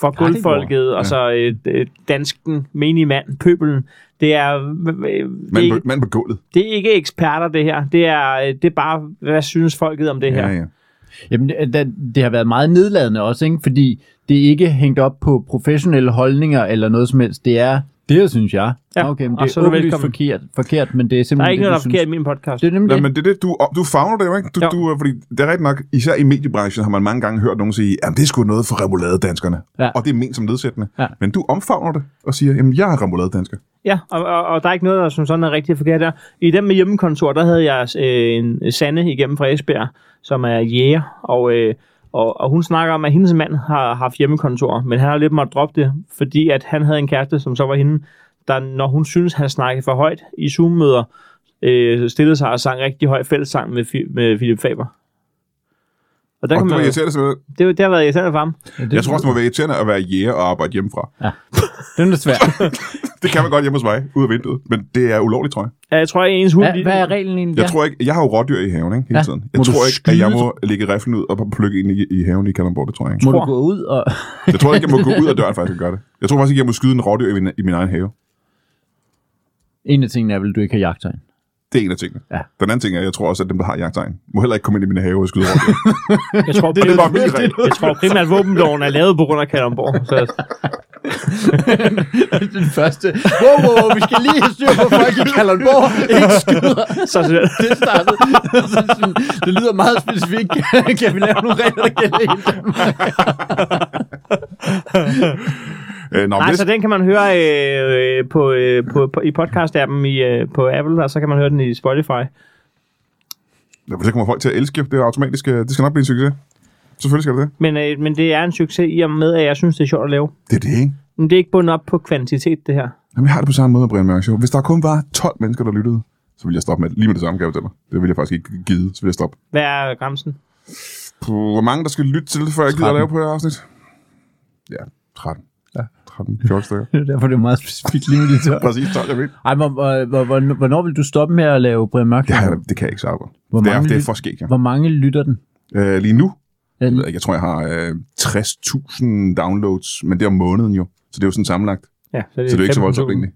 S3: for guldfolket, og så øh, øh, dansken, menig mand, pøbelen. Det er, øh, øh, det,
S1: Mand
S3: er
S1: på,
S3: ikke,
S1: mand på gulvet.
S3: det er ikke eksperter, det her. Det er, øh, det er bare, hvad synes folket om det her?
S1: Ja,
S3: Ja, ja.
S1: ja.
S2: Jamen, det, det- det har været meget nedladende også, ikke? fordi det er ikke hængt op på professionelle holdninger eller noget som helst. Det er, det her synes jeg.
S3: Ja,
S2: okay, men
S3: og
S2: det
S3: så
S2: er
S3: er du
S2: åbenlyst
S3: velkommen.
S2: forkert, forkert, men det er
S3: Der
S2: simpelthen
S3: er ikke noget, der er
S2: det, du
S3: forkert i
S2: synes.
S3: min podcast.
S2: Det er nemlig
S1: Nå,
S2: det.
S1: men det er det, du, du fagner det jo, ikke? Du,
S3: Jo.
S1: du, er- fordi det er rigtigt nok, især i mediebranchen har man mange gange hørt nogen sige, jamen det er sgu noget for remouladedanskerne.
S2: Ja.
S1: Og det er ment som nedsættende.
S2: Ja.
S1: Men du omfavner det og siger, jamen jeg er remouladedansker.
S3: Ja, og, og, og der er ikke noget, der som sådan er rigtig forkert der. I den med hjemmekontor, der havde jeg øh, en Sanne igennem fra Esbjerg, som er jæger, og, øh, og, og hun snakker om, at hendes mand har haft hjemmekontor, men han har lidt måttet droppe det, fordi at han havde en kæreste, som så var hende, der når hun synes han snakkede for højt i Zoom-møder, øh, stillede sig og sang rigtig høj fællessang med, Fi- med Philip Faber. Og der
S1: Og
S3: kan
S1: du
S3: man, det,
S1: irriterer dig simpelthen.
S3: det, det har været irriterende for ham.
S2: Ja, det,
S1: Jeg tror også, det må være irriterende at være jæger og arbejde hjemmefra.
S2: det er lidt svært.
S1: Det kan man godt hjemme hos mig, ud af vinduet. Men det er ulovligt, tror jeg.
S3: Ja, Jeg tror, at ens hund...
S2: Hvad, hvad er reglen egentlig?
S1: Jeg tror ikke, jeg har jo rådyr i haven, ikke? Hele
S2: Ja.
S1: tiden. Jeg
S2: Må du
S1: tror ikke, at jeg
S2: skyde-
S1: må lægge riflen ud og plukke ind i, i haven i Kalundborg, det tror jeg ikke.
S2: Må
S3: tror-
S2: du gå ud og...
S1: Jeg tror ikke, jeg må gå ud af døren faktisk og gøre det. Jeg tror faktisk ikke, jeg må skyde en rådyr i min, i min egen have.
S2: en af tingene er vel, du ikke har jagttegn.
S1: Det er en af tingene.
S2: Ja.
S1: Den anden ting er, at jeg tror også, at dem, der har jagttegn, må heller ikke komme ind i min have og skyde rådyr.
S3: Jeg tror,
S1: det er bare min regel.
S3: Jeg tror primært, at våbenloven er lavet på grund af Kalundborg. Så
S2: Den første. Wow, wow, wow, vi skal lige have styr på folk i Kalundborg. Ikke skyder.
S3: Så svært.
S2: Det startede. det lyder meget specifikt. kan vi lave nogle regler, der gælder i Danmark?
S1: Øh, nå, men
S3: Nej,
S1: det,
S3: så den kan man høre øh, øh, på, øh, på, på, i podcast-appen i, øh, på Apple, og så kan man høre den i Spotify.
S1: så kommer folk til at elske det er automatisk. øh, Det skal nok blive en succes. Selvfølgelig skal det det.
S3: Men, øh, men det er en succes i og med, at jeg synes, det er sjovt at lave.
S1: Det er det, ikke?
S3: Men det er ikke bundet op på kvantitet, det her.
S1: Jamen, jeg har det på samme måde med Brian Mørk Show. Hvis der kun var 12 mennesker, der lyttede, så ville jeg stoppe med lige med det samme, kan jeg fortælle dig. Det ville jeg faktisk ikke gide, så ville jeg stoppe.
S3: Hvad er grænsen?
S1: Puh, Hvor mange der skal lytte til, før jeg gider at
S2: 13.
S1: lave på det her afsnit? Ja, 13. Ja. 13, 14 stykker.
S2: Det er derfor, det er meget specifikt lige med de tør.
S1: Præcis 12, jeg ved.
S2: Ej, hvor, hvor, hvor, hvor, hvornår vil du stoppe med at lave Brian Mørk?
S1: Ja, det kan jeg ikke svare på.
S2: Hvor
S1: Det er,
S2: mange
S1: det er
S2: lyt-
S1: for skægt, ja.
S2: Hvor mange lytter den?
S1: Øh, lige nu,
S2: Ja,
S1: jeg, ved ikke, jeg tror, jeg har øh, 60.000 downloads, men det er om måneden jo. Så det er jo sådan sammenlagt.
S3: Ja,
S1: Så det er jo ikke så
S3: 15.000.
S1: voldsomt egentlig.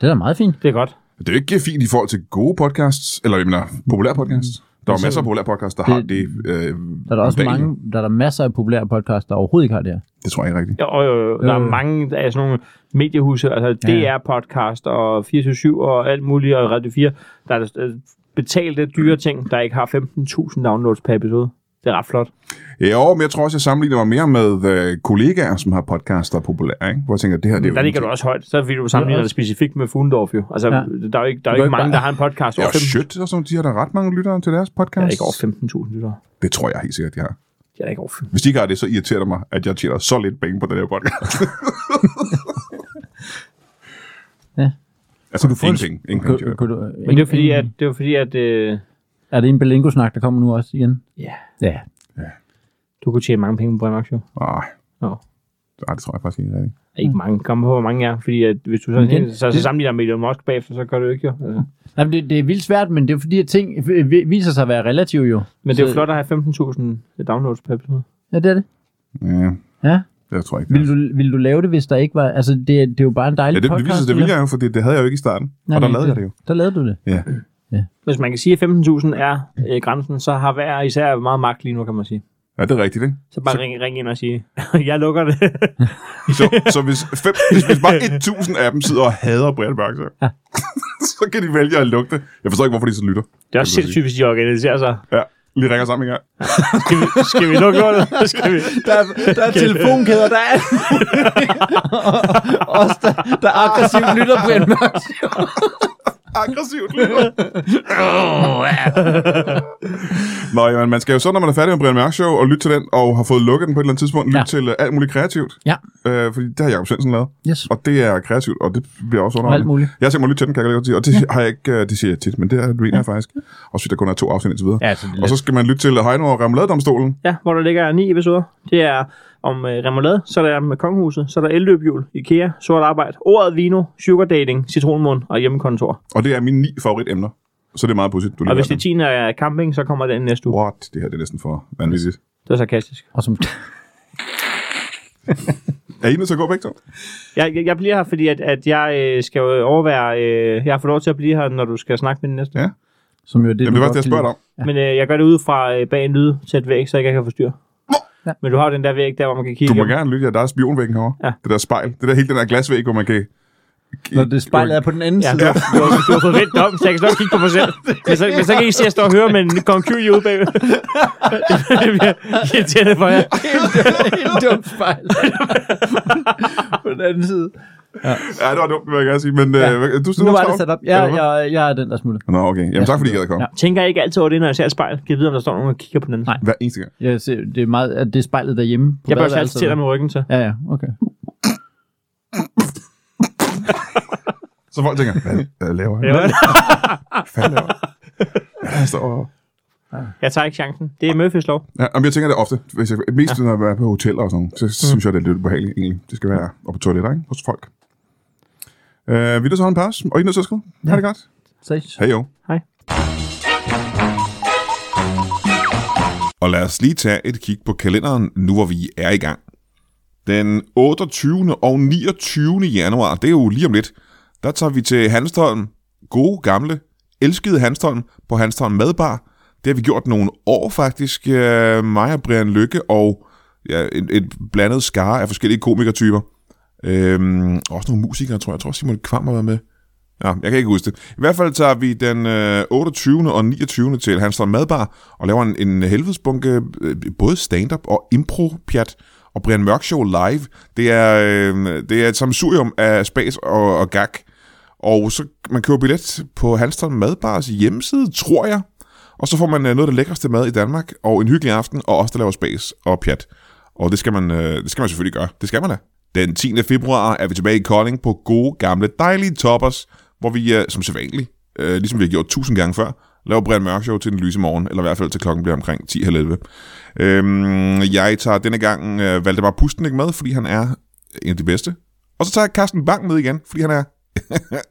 S2: Det er da meget fint.
S3: Det er godt.
S1: Det er jo ikke fint i forhold til gode podcasts, eller jeg mener, populære podcasts. Der er jo
S2: Men så-
S1: masser af populære podcasts, der har
S2: Det-
S1: det. Øh,
S2: Der er der
S1: om
S2: også
S1: dagen, jo.
S2: mange, der er der masser af populære podcasts, der overhovedet ikke har det her.
S1: Det tror jeg ikke rigtigt.
S3: Jo, jo, jo. Der er
S2: Øh.
S3: mange af sådan nogle mediehuse, altså
S2: Ja.
S3: DR-podcast og 24-7 og alt muligt, og Radio 4, der er øh, betalte dyre ting, der ikke har 15.000 downloads per episode. Det er ret flot.
S1: Jo, men jeg tror også, jeg sammenligner mig mere med øh, kollegaer, som har podcasts, der er populære. Ikke? Hvor jeg tænker, det her det er jo
S3: Der ligger du
S1: ingenting.
S3: også højt. Så vil du sammenligne
S2: Ja.
S3: det specifikt med Fuglendorf jo. Altså,
S2: Ja.
S3: der er jo ikke,
S2: Du
S3: der er
S2: kan
S3: jo ikke
S2: ikke
S3: mange,
S2: bare-
S3: der har en podcast over
S1: Ja,
S3: 15.000.
S1: shit, og sådan, de har da ret mange lyttere til deres
S3: Der er
S1: podcast.
S3: ikke over 15.000 lyttere.
S1: Det tror jeg helt sikkert, de har.
S3: Det er der ikke over 15.000.
S1: Hvis de ikke har det, så irriterer det mig, at jeg tjener så lidt penge på den her podcast.
S2: Ja.
S1: Altså, du
S2: få
S1: får
S2: en-
S1: ingenting. Ingen penge tjener jeg.
S2: Kunne du,
S3: Men det er fordi,
S2: Mm.
S3: at... Det er fordi, at øh,
S2: Er det en Belingo-snak, der kommer nu også igen?
S3: ja,
S2: Ja.
S3: du kunne tjene mange penge på Brian Mørk Show.
S1: Nej,
S3: Nå. Mm.
S1: nej, det tror jeg faktisk ikke rigtigt.
S3: Ikke mange. Kom på, hvor mange er. Fordi at hvis du så,
S2: Men det-
S3: så, så, sammenligner med Elon Musk bagefter, så gør du ikke jo. Altså.
S2: Nej, men det, det er vildt svært, men det er fordi, at ting øh, vi- viser sig at være relativt jo.
S3: Men det er jo
S2: Så-
S3: flot at have 15.000 downloads per episode.
S2: Ja, det er det.
S1: Ja,
S2: Ja.
S1: jeg tror ikke. det er.
S2: Vil du, vil du lave det, hvis der ikke var... Altså, det, det er jo bare en dejlig
S1: Ja, det, det
S2: podcast.
S1: viser sig, det
S2: eller?
S1: ville jeg jo, for det, det havde jeg jo ikke i starten.
S2: Nej,
S1: og der
S2: nej,
S1: lavede jeg det jo.
S2: Der lavede du det.
S1: Ja.
S3: Hvis man kan sige, at 15.000 er øh, grænsen, så har hver især meget magt lige nu, kan man sige.
S1: ja, det er rigtigt, ikke?
S3: Så bare ring, ring ind og sige, jeg lukker det.
S1: Så, så hvis, fem, hvis, hvis bare 1000 af dem sidder og hader Brian Mørk, så, så kan de vælge at lukke det. Jeg forstår ikke, hvorfor de så lytter.
S3: Det er også
S1: Kan man
S3: sindssygt, hvis de organiserer sig.
S1: Ja, lige ringer sammen en gang.
S3: Skal vi, skal vi lukke lortet? Skal vi?
S2: Der er, der er telefonkæder, der er... Os, der, der aggressivt lytter på en mørk.
S1: Aggressivt lytter. Nå, jamen, man skal jo så, når man er færdig med Brian Mørk Show, og lytte til den, og har fået lukket den på et eller andet tidspunkt, lytte
S2: Ja.
S1: til uh, alt muligt kreativt.
S2: Ja.
S1: Øh, fordi det har Jacob Svendsen lavet.
S2: Yes.
S1: Og det er kreativt, og det bliver også underholdende.
S2: Alt muligt.
S1: Jeg har tænkt mig at lytte til den, kan jeg godt sige. Og det har jeg ikke, øh, det siger jeg tit, men det er det jeg faktisk. Også fordi der kun er to afsnit indtil videre.
S2: Ja, så det er
S1: og så skal man lytte til Heino og Ramladedomstolen.
S3: Ja, hvor der ligger ni episoder. Det er om øh, remoulade, så er der med kongehuset, så er der elløbhjul, Ikea, sort arbejde, ordet vino, sugar dating, citronmund og hjemmekontor.
S1: Og det er mine ni favoritemner. Så det er meget positivt, du lige
S3: Og hvis
S1: har
S3: det 10 er camping, så kommer den næste
S1: dem.
S3: uge.
S1: What? Det her det er næsten for vanvittigt.
S3: Det er sarkastisk.
S2: Og som,
S1: Er I nødt til at gå begge to?
S3: Jeg, jeg, jeg bliver her, fordi at, at jeg øh, skal jo overvære... Øh, jeg har fået lov til at blive her, når du skal snakke med den næste.
S1: Ja.
S2: som jo er det,
S1: Jamen, det
S2: du
S1: var
S2: godt
S1: det, jeg
S2: kan
S1: spørger dig
S2: lide.
S1: om.
S3: Men øh, jeg gør det ud fra øh, bag en lyd tæt væk, så jeg ikke kan forstyrre.
S2: Ja.
S3: Men du har jo den der væg, der hvor man kan kigge
S1: Du må
S3: igennem.
S1: gerne lytte, ja, der er spionvæggen herovre.
S3: Ja.
S1: Det der spejl. Det der hele den der glasvæg, hvor man kan...
S2: Når det spejlet er på den anden
S3: Ja,
S2: side.
S3: du, har- du, har- du har fået vendt om, så jeg kan snart kigge på mig selv. Men så, men så kan I se, at jeg står og hører med en Nikon Q i ude bagved. det bliver irriterende for jer.
S2: Helt dumt spejl. på den anden side.
S1: Ja, det var dumt, vil jeg gerne sige. Men ja. øh, du stod
S2: Nu var det sat op. Ja, jeg, jeg er den, der smutter.
S1: Nå, okay. Jamen, tak fordi I gad at komme.
S2: Ja.
S3: Tænker jeg ikke altid over det, når jeg ser et spejl? Kan jeg vide, om der står nogen og kigger på den anden?
S2: Nej.
S1: Hver eneste gang.
S2: Jeg ser, det er meget, at det er spejlet derhjemme. På
S3: Jeg bør
S2: badeværelset.
S3: altid til dig med ryggen til.
S2: Ja, ja, okay.
S1: Så folk tænker, hvad, hvad laver han?
S3: Ja.
S1: Hvad laver han? Ja, han står og-
S3: Jeg tager ikke chancen. Det er Murphys lov.
S1: Ja, jamen, jeg tænker det ofte. Hvis jeg, mest når jeg er på hoteller og sådan, så, så synes jeg, det er lidt ubehageligt egentlig. Det skal være oppe på toiletter, ikke? Hos folk. Øh, vi er nødt til at holde en pause, og I er nødt til at skrive. Ha' det godt.
S2: Ses.
S1: Hej jo.
S3: Hej.
S1: Og lad os lige tage et kig på kalenderen, nu hvor vi er i gang. Den 28. og 29. januar, det er jo lige om lidt, der tager vi til Hanstholm, gode gamle, elskede Hanstholm, på Hanstholm Madbar. Det har vi gjort nogle år faktisk, øh, mig og Brian Lykke og ja, et, et blandet skare af forskellige komikertyper. Øhm, også nogle musikere, tror jeg. Jeg tror, Simon Kvam har været med. Ja, jeg kan ikke huske det. I hvert fald tager vi den øh, 28. og 29. til Hanstholm Madbar og laver en, en helvedesbunke øh, både stand-up og impro-pjat og Brian Mørk Show live. Det er, øh, det er et samsurium af spas og, og gag. Og så man køber billet på Halstrøm Madbars hjemmeside, tror jeg. Og så får man øh, noget af det lækreste mad i Danmark, og en hyggelig aften, og også der laver spas og pjat. Og det skal, man, øh, det skal man selvfølgelig gøre. Det skal man da. Den 10. februar er vi tilbage i Kolding på gode, gamle, dejlige toppers, hvor vi øh, som sædvanligt, øh, ligesom vi har gjort tusind gange før, laver Brian Mørk Show til den lyse morgen, eller i hvert fald til klokken bliver omkring 10.30. Øhm, jeg tager denne gang øh, Valdemar Pustenik med, fordi han er en af de bedste. Og så tager jeg Carsten Bang med igen, fordi han er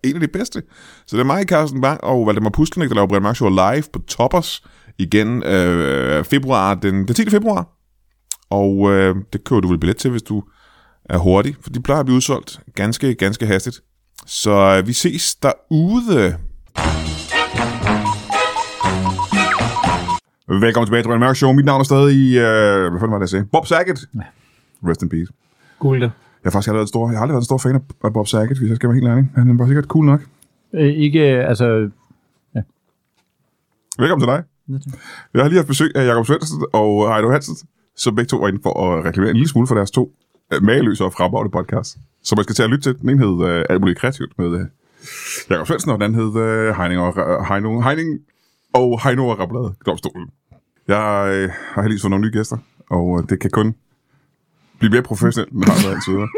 S1: en af de bedste. Så det er mig, Carsten Bang og Valdemar Pustenik, der laver Brian Mørk Show live på Toppers igen øh, februar, den, den 10. februar. Og øh, det køber du vel billet til, hvis du er hurtig, for de plejer at blive udsolgt ganske, ganske hastigt. Så øh, vi ses derude. Velkommen tilbage til Brian Mørk Show. Mit navn er stadig, øh, hvad fanden var det, jeg sagde? Bob Saget. Rest in peace.
S3: Cool det.
S1: Jeg har faktisk aldrig været en stor, jeg har aldrig været en stor fan af- af Bob Saget, hvis jeg skal være helt ærlig. Han var sikkert cool nok.
S2: Øh, ikke, øh, altså...
S1: Velkommen til dig. Jeg har lige haft besøg af Jakob Svendsen og Heino Hansen, som begge to var inde for at reklamere en lille smule for deres to øh, mageløse og fremragende podcast. Så man skal til at lytte til. Den ene hed øh, Alt muligt kreativt med øh, Jakob Svendsen, og den anden hed øh, Heining, og, Ra- Heining, Heining og Heino og Rablade Domstolen. Jeg øh, har heldigvis fået nogle nye gæster, og øh, det kan kun blive mere professionelt, end det har været indtil videre.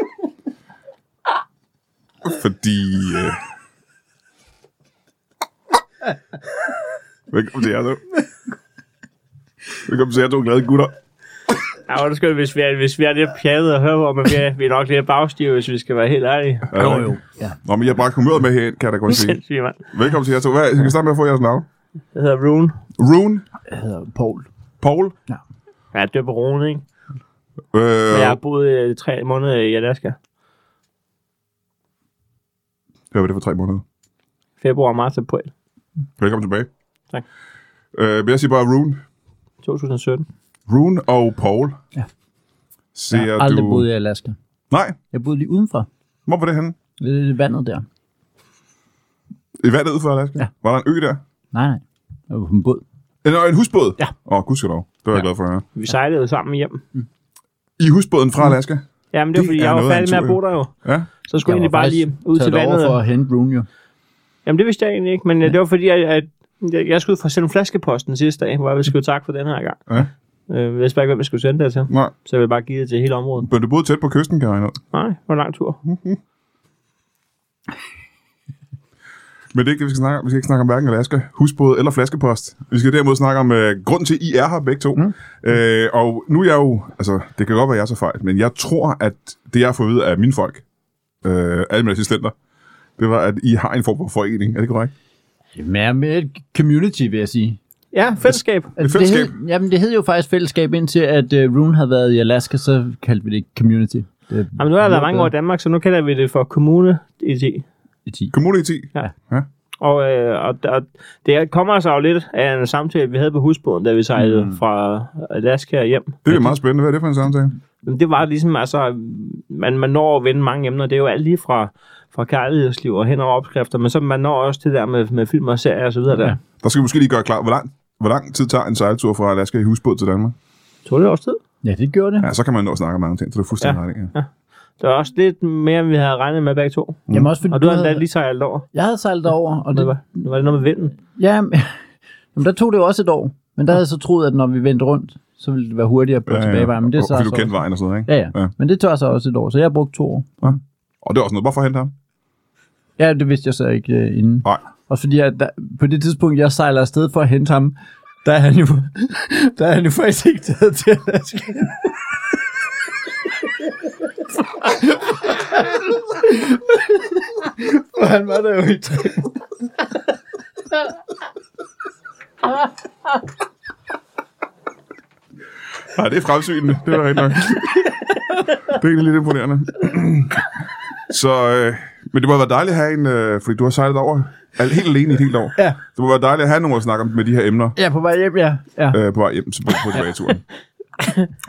S1: Fordi... Øh, velkommen til jer to. Velkommen til jer to glade gutter.
S3: Ja, hvor er det skønt, hvis vi er, hvis vi er lidt pjattet at høre på, men vi er, vi er nok lidt bagstive, hvis vi skal være helt ærlige.
S1: Jo, jo.
S2: Ja.
S1: Nå, men jeg har bragt humøret med herind, kan jeg da godt sige.
S3: Sindssygt, mand.
S1: Velkommen til jer to. Hvad, jeg kan starte med at få jeres navn.
S3: Jeg hedder Rune.
S1: Rune,
S2: Jeg hedder Paul.
S1: Paul,
S3: Ja, det er på Rune, ikke?
S1: øh,
S3: Men jeg har boet øh, tre måneder i Alaska.
S1: hvad var det for tre måneder?
S3: Februar, marts, april
S1: Velkommen tilbage.
S3: Tak.
S1: Øh, men jeg siger bare Rune.
S3: 2017.
S1: Rune og Paul.
S2: Ja.
S1: Ser
S2: Jeg har aldrig
S1: du...
S2: boet i Alaska.
S1: Nej,
S2: Jeg boede lige udenfor,
S1: hvor var det henne?
S2: ved det vandet der.
S1: I vandet ude for Alaska?
S2: Ja.
S1: Var der en ø der?
S2: Nej, nej. Jeg var på en båd.
S1: En, en husbåd?
S2: Ja.
S1: Åh, oh, gudskelov. Det var jeg
S2: Ja.
S1: glad for at høre.
S3: Vi sejlede sammen hjem.
S1: I husbåden
S2: Mm.
S1: fra Alaska?
S3: Jamen, det var,
S1: Det
S3: fordi
S1: er
S3: jeg var
S1: noget af
S3: færdig
S1: en
S3: med at
S1: tur,
S3: bo der jo.
S1: Ja.
S3: Så skulle
S2: Jeg
S3: jeg egentlig
S2: var
S3: bare
S2: faktisk
S3: lige ud til
S2: taget over
S3: vandet.
S2: for at hente Rune, jo.
S3: Jamen, det vidste jeg egentlig ikke, men ja. det var fordi, at, at jeg, jeg skulle ud for at sende flaskeposten sidste dag, hvor vi skulle takke for den her gang.
S1: Ja.
S3: Øh, jeg vidste bare ikke, hvem jeg skulle sende det til,
S1: Nej.
S3: så jeg ville bare give det til hele området.
S1: Men du boede tæt på kysten, kan jeg regne ud.
S3: Nej, det var en lang tur.
S1: Men det er ikke det, vi skal snakke om. Vi skal ikke snakke om hverken Alaska, husbåd eller flaskepost. Vi skal derimod snakke om øh, grunden til, at I er her begge to. Mm. Øh, og nu er jeg jo... Altså, det kan godt være, at jeg er så fejl, men jeg tror, at det, jeg har fået at vide af mine folk, øh, alle mine assistenter, det var, at I har en form for forening. Er det korrekt?
S2: Mere med et community, vil jeg sige.
S3: Ja, fællesskab.
S2: Altså,
S1: fællesskab?
S2: Det hed, jamen, det hed jo faktisk fællesskab, indtil at uh, Rune havde været i Alaska, så kaldte vi det community. Det
S3: Jamen, nu har jeg været mange år i
S2: der.
S3: Danmark, så nu kalder vi det for kommune-IT.
S1: Kommune 10.
S3: Og, øh, og, og det kommer altså jo lidt af en samtale, vi havde på husbåden, da vi sejlede mm. fra Alaska hjem.
S1: Det er meget spændende. Hvad er det for en samtale?
S3: Men det var ligesom, altså, man, man når at vende mange emner. Det er jo alt lige fra, fra kærlighedsliv og hen over opskrifter, men så man når også det der med, med film og serier og så videre der.
S2: Ja.
S3: Ja.
S1: Der skal vi måske lige gøre klar. Hvor lang, hvor lang tid tager en sejltur fra Alaska i husbåd til Danmark?
S3: Tog det også tid?
S2: Ja, det gjorde det.
S1: Ja, så kan man nå at snakke om mange ting, så det er fuldstændig ja.
S3: Ja.
S1: ret. i, Ja.
S3: Det var også lidt mere, end vi havde regnet med begge to.
S1: Mm.
S2: Jamen, også fordi
S3: Og du har endda
S2: havde,
S3: lige sejlet over.
S2: jeg havde sejlet over, og
S3: Det
S2: det,
S3: var, var det noget med vinden?
S2: ja, jamen, der tog det jo også et år. Men der havde jeg så troet, at når vi vendte rundt, så ville det være hurtigere på ja, tilbagevejen. Men det
S1: Og-
S2: tager
S1: Fordi du
S2: så
S1: kendte
S2: også-
S1: vejen og sådan noget, ikke?
S2: Ja, ja,
S1: Ja.
S2: ja. Men det tør så også et år, så jeg har brugt to år.
S1: Og det er også noget. Hvorfor hente ham?
S2: Ja, det vidste jeg så ikke øh, inden.
S1: Nej.
S2: Og fordi at der, på det tidspunkt, jeg sejler afsted for at hente ham, der er han jo, der er han jo faktisk ikke taget til Alaska. For han var der jo i tre
S1: Nej, det er fremsynende. Det er rigtig nok. det er egentlig lidt imponerende. Så, øh, men det må have været dejligt at have en, øh, fordi du har sejlet over al- helt alene i et helt år.
S2: Ja.
S1: Det må være dejligt at have nogen at snakke om med de her emner
S2: Ja, på vej hjem, ja. ja.
S1: øh, på vej hjem til, på, på tilbageturen.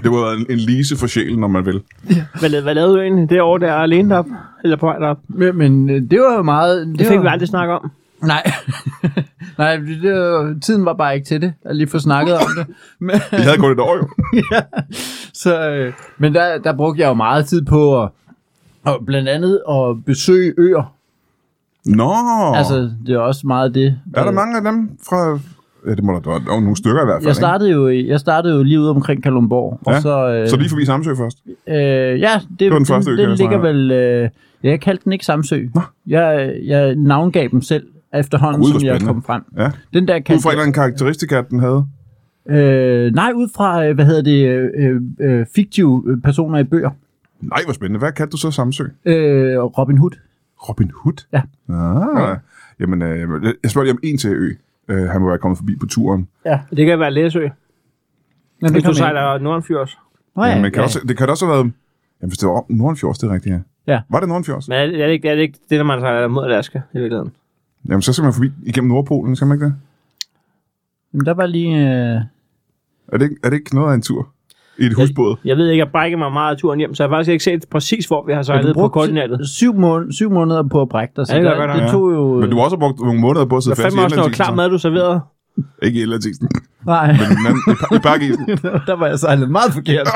S1: Det må have været en, en lise for sjælen, når man vil.
S3: Hvad, la- hvad lavede du egentlig det år, der er alene derop? Eller på vej derop?
S2: Men, men øh, det var jo meget...
S3: Det fik
S2: var,
S3: vi aldrig snakket om.
S2: Nej. Nej, det, det, tiden var bare ikke til det, at lige få snakket om det. Men,
S1: Jeg havde gået et år jo.
S2: så, øh, men der, der brugte jeg jo meget tid på at, at blandt andet at besøge øer.
S1: Nå, altså,
S2: Oh. Altså, det er også meget det. Øh,
S1: er der mange af dem fra... Ja, det må der, der er nogle stykker i hvert fald.
S2: Jeg startede jo, i- jeg startede jo lige ude omkring Kalumborg.
S1: ikke?
S2: Og så, øh,
S1: så lige forbi Samsø først.
S2: Øh, ja, det, det
S1: var den første, vi
S2: den,
S1: kan
S2: den ligger
S1: snakke
S2: vel... Øh, ja, jeg kaldte den ikke Samsø. Jeg, jeg navngav dem selv efterhånden,
S1: Gud, hvor
S2: som jeg
S1: spændende.
S2: kom frem.
S1: Ja.
S2: Den der
S1: Ud fra en
S2: kaldte
S1: eller anden karakteristika, den havde.
S2: jeg, øh, Nej, ud fra, øh, hvad hedder det, øh, øh, fiktive øh, personer i bøger.
S1: Nej, hvor spændende. Hvad kaldte du så Samsø?
S2: Øh, Robin Hood.
S1: Robin Hood?
S2: Ja.
S1: Ah, ja. Jamen, øh, jeg spørger lige om en til ø. Øh, han må være kommet forbi på turen.
S2: Ja,
S3: Det kan være Læsø,
S2: men
S3: hvis du
S2: jeg ikke.
S3: sejler Nordenfjords.
S2: Nå,
S1: Ja,
S2: ja,
S1: men kan
S2: ja.
S1: Også, det kan da også have været... Jamen, hvis det var Nordenfjords, det er rigtigt, ja.
S2: Ja.
S1: Var det Nordenfjords?
S3: Men er det, er, det ikke, er det ikke det, når man sejler mod Alaska i virkeligheden?
S1: Jamen, så skal man forbi igennem Nordpolen, skal man ikke det?
S2: Jamen, der var lige... Øh,
S1: Er det, ikke- er det ikke noget af en tur? I et husbåd?
S3: Jeg ved ikke, jeg brækker mig meget af turen hjem, så jeg har faktisk ikke set præcis, hvor vi har
S2: har
S3: sejlet på koordinatet.
S2: syv, måned, syv måneder på at brække dig, så
S3: Ja, det
S2: det,
S3: kan
S2: der,
S3: godt
S2: det
S1: nok.
S2: tog jo...
S1: Men du har også brugt nogle måneder på at
S3: Der
S1: sidde
S3: er
S1: fast i
S3: fandme også noget
S1: Atlantis.
S3: klar mad, du serverede.
S1: Ikke i Atlantis.
S2: Nej,
S1: Men den anden, i, pa- i pakkeisen.
S2: der var jeg sejlet meget forkert.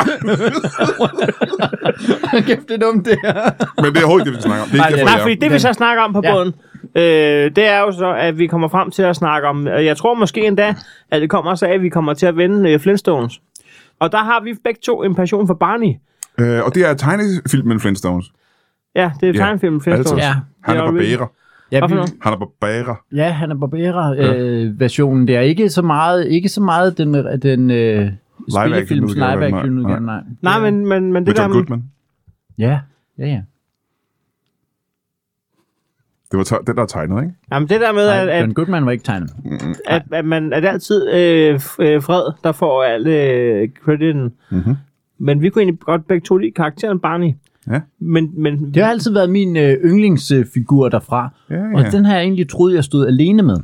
S2: Kæft, det er dumt, det her.
S1: Men det er overhovedet ikke det, vi snakker om. Det er ikke
S2: Nej,
S1: derfor,
S3: Nej,
S1: jeg
S3: fordi
S1: er.
S3: det vi så snakker om på
S2: Ja.
S3: båden, øh, det er jo så, at vi kommer frem til at snakke om, og jeg tror måske endda, at det kommer så af, at vi kommer til at vende øh, Flintstones. Og der har vi begge to en passion for Barney.
S1: Øh, og det er tegnefilmen Flintstones.
S3: Ja, det er
S1: Ja,
S3: tegnefilmen Flintstones.
S1: altså.
S2: Ja.
S1: Han
S3: Det
S1: er
S3: er
S1: barberer.
S2: Ja,
S3: Hvad
S2: vi,
S3: for noget?
S1: Han er barberer.
S2: ja han er Barbera øh, versionen der. Ikke så meget, ikke så meget den, den øh, spillefilms
S1: action-udgave,
S2: live action
S1: nej.
S2: udgave, nej.
S3: Nej, men, men, men
S1: Med
S3: det der...
S1: John Goodman.
S2: Ja, ja, ja.
S1: Det var te- den, der er tegnet, ikke?
S3: Jamen det der med, at,
S2: Nej,
S3: at,
S2: John Goodman var ikke tegnet.
S3: at, at man at det er altid øh, f- øh, Fred, der får al øh, crediten.
S1: Mhm.
S3: Men vi kunne egentlig godt begge to lide karakteren Barney.
S1: Ja.
S3: Men, men
S2: Det har altid været min øh, yndlingsfigur derfra.
S1: Ja, ja.
S2: Og den har jeg egentlig troet, jeg stod alene med.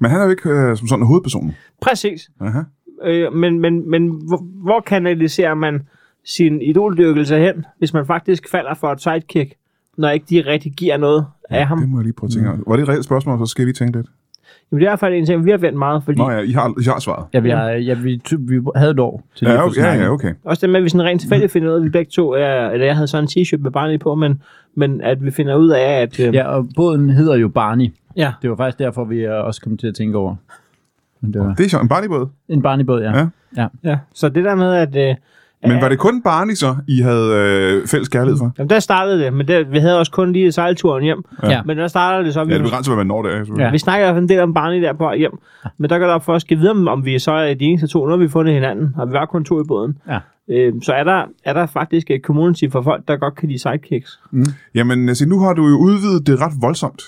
S1: Men han er jo ikke øh, som sådan hovedpersonen.
S3: præcis.
S1: Aha.
S3: Øh, men men, men hvor, hvor kanaliserer man sin idoldyrkelse hen, hvis man faktisk falder for et sidekick, når ikke de rigtig giver noget af ham?
S1: Det må jeg lige prøve at tænke over. Var det et reelt spørgsmål, så skal jeg lige tænke lidt.
S3: Jamen, det er i hvert fald en ting, vi har vendt meget, fordi
S1: Nå ja, I har, I har svaret.
S2: Ja, vi, har, ja, vi, ty- vi havde et år til
S1: Ja,
S2: lige at få
S1: okay, ja,
S2: snakket.
S1: ja, okay.
S3: Også det med, at vi sådan
S1: Mhm.
S3: rent tilfældigt finder ud af, at vi begge to er... Eller jeg havde sådan en t-shirt med Barney på, men, men at vi finder ud af, at... Øh,
S2: Ja, og båden hedder jo Barney.
S3: ja.
S2: Det var faktisk derfor, vi øh, også kom til at tænke over. Men det var
S1: Det er sjovt. En barnibåd.
S2: en Barney-båd, ja.
S1: Ja.
S3: ja. Så det der med, at... Øh,
S1: Men var det kun Barney så, I havde øh, fælles kærlighed for?
S3: Jamen, der startede det, men der, vi havde også kun lige sejlturen hjem.
S2: Ja.
S3: Men der startede det så... Vi,
S1: Ja, det begrænser, hvad man når der.
S2: Ja.
S1: Ja.
S3: vi snakker i hvert fald en del om Barney der på vej hjem. Men der går det op for os, skal vide, om- om vi så er de eneste to, når vi har fundet hinanden, og vi var kun to i båden.
S2: Ja.
S3: Øh, så er der, er der faktisk et community for folk, der godt kan lide sidekicks.
S1: Jamen, altså, nu har du jo udvidet det ret voldsomt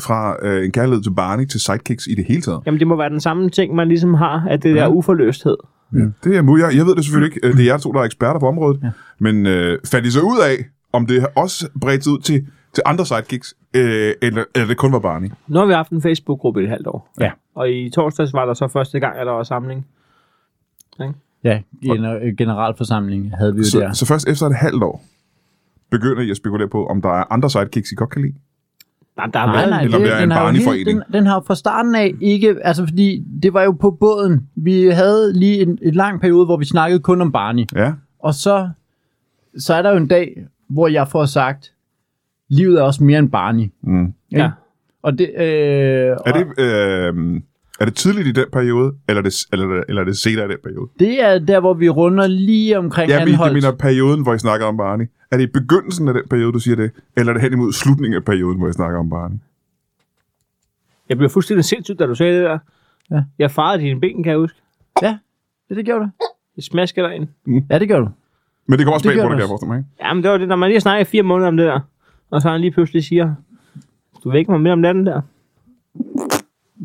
S1: fra øh, en kærlighed til Barney til sidekicks i det hele taget.
S3: Jamen, det må være den samme ting, man ligesom har, at det der
S1: Ja.
S2: Mhm.
S3: uforløsthed.
S1: Ja. Det er muligt. Jeg, jeg ved det selvfølgelig ikke. Øh, Det er jer to, der er eksperter på området. Ja. Men øh, fandt I så ud af, om det også bredt ud til, til andre sidekicks, øh, eller, eller det kun var Barney?
S3: Nu har vi haft en Facebook-gruppe i et halvt år.
S2: Ja.
S3: Og i torsdags var der så første gang, at der var samling.
S2: Ja, gener- øh, generalforsamling havde vi jo
S1: Så,
S2: der.
S1: så først efter et halvt år begynder I at spekulere på, om der er andre sidekicks, I godt kan lide?
S3: Nej, der er
S2: Nej, nej,
S1: Eller om det er en
S2: har jo
S1: barneforening.
S2: helt- Den, den har jo fra starten af ikke, altså fordi det var jo på båden. Vi havde lige en et lang periode, hvor vi snakkede kun om Barney.
S1: Ja.
S2: Og så, så er der jo en dag, hvor jeg får sagt, livet er også mere end Barney.
S1: Mm.
S2: Ikke?
S3: Ja.
S2: Og det, øh,
S1: Er
S2: og
S1: det, øh, er det tidligt i den periode, eller er det, eller, eller er det senere i den periode?
S2: det er der, hvor vi runder lige omkring
S1: Ja, men det
S2: Anholdt.
S1: mener perioden, hvor I snakker om Barney. Er det i begyndelsen af den periode, du siger det? Eller er det hen imod slutningen af perioden, hvor I snakker om Barney?
S3: Jeg blev fuldstændig sindssyg, da du sagde det der.
S2: Ja.
S3: Jeg farede dine ben, kan jeg huske.
S2: Ja, det, det gjorde du.
S3: Jeg smaskede dig ind.
S2: Ja, det gjorde du.
S1: Men det kommer også
S2: Det
S1: bag på
S2: gør
S1: dig, kan
S2: det
S1: jeg
S2: også.
S1: forestille mig. Ikke?
S3: Jamen, det var det, når man lige snakker i fire måneder om det der. Og så han lige pludselig siger, du vækker mig mere om natten der.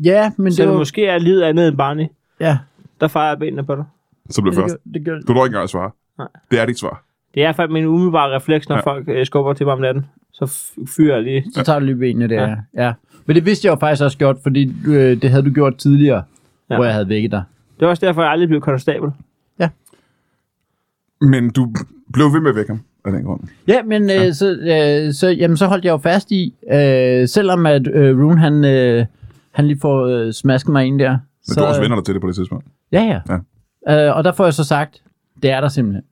S2: Ja, men
S3: Så
S2: det var...
S3: måske er livet andet end Barney.
S2: Ja,
S3: Der fejrer jeg benene på dig.
S1: Så bliver
S2: det,
S1: det først.
S2: gjorde, det gjorde
S1: Du når ikke engang at svare.
S3: Nej.
S1: Det er dit svar.
S3: Det er i hvert fald min umiddelbare refleks, når
S1: Ja.
S3: ja. folk øh, skubber til mig om natten. Så f- fyrer jeg lige.
S2: Så tager du lige benene der. Ja.
S3: Ja.
S2: ja. Men det vidste jeg jo faktisk også godt, fordi øh, det havde du gjort tidligere, ja.
S3: Ja.
S2: hvor jeg havde vækket dig.
S3: Det er også derfor, jeg aldrig blev konstabel.
S1: Men du blev ved med at vække ham af den grund.
S2: Ja, men ja. Øh, så, øh, så, jamen, så holdt jeg jo fast i, øh, selvom at øh, Rune han, øh, han lige får øh, smasket mig ind der.
S1: Men så, du
S2: øh,
S1: også vender dig til det på det tidspunkt.
S2: Ja, ja. ja. Øh, og der får jeg så sagt, det er der simpelthen.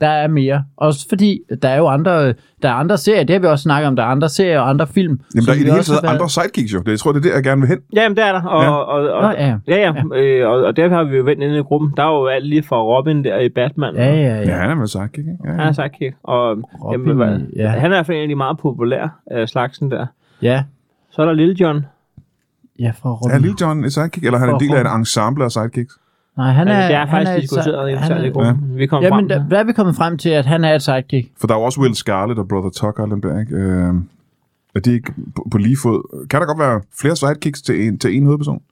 S2: Der er mere. Også fordi, der er jo andre, der er andre serier, det har vi også snakket om, der er andre serier og andre film.
S1: Jamen,
S2: som
S1: der er i
S2: vi
S1: det hele
S2: også
S1: taget
S2: har været-
S1: andre sidekicks jo. Det, jeg tror, det er der, jeg gerne vil hen.
S3: Jamen, det er der. Og,
S1: Ja.
S3: ja. og, og,
S2: Nå, ja, ja.
S3: Ja, ja. Øh, og, og derfor har vi jo vendt inde i gruppen. Der er jo alt lige fra Robin der i Batman.
S2: Ja, ja,
S1: Ja,
S2: ja.
S1: han er med sidekick, ikke? Ja,
S3: Han
S1: ja.
S3: er sidekick. Og,
S2: Robin,
S3: jamen, hvad,
S2: ja.
S3: ja. Han er i hvert fald en af de meget populære af slagsen der.
S2: Ja,
S3: Så er der Lille John.
S2: ja fra
S3: Mm.
S2: Robin.
S1: Er Lille John et sidekick, eller er han en del af en ensemble af sidekicks?
S2: Nej, han er,
S3: Altså, det er
S2: han
S3: faktisk
S2: et-
S3: diskuteret
S2: han er-
S3: internt i gruppen. Vi kom frem.
S2: Jamen,
S3: til.
S2: der, hvad er vi kommet frem til, at han er et sidekick?
S1: For der er jo også Will Scarlett og Brother Tucker og dem der, ikke? Øh, er de ikke på, på lige fod? Kan der godt være flere sidekicks til en, til en hovedperson?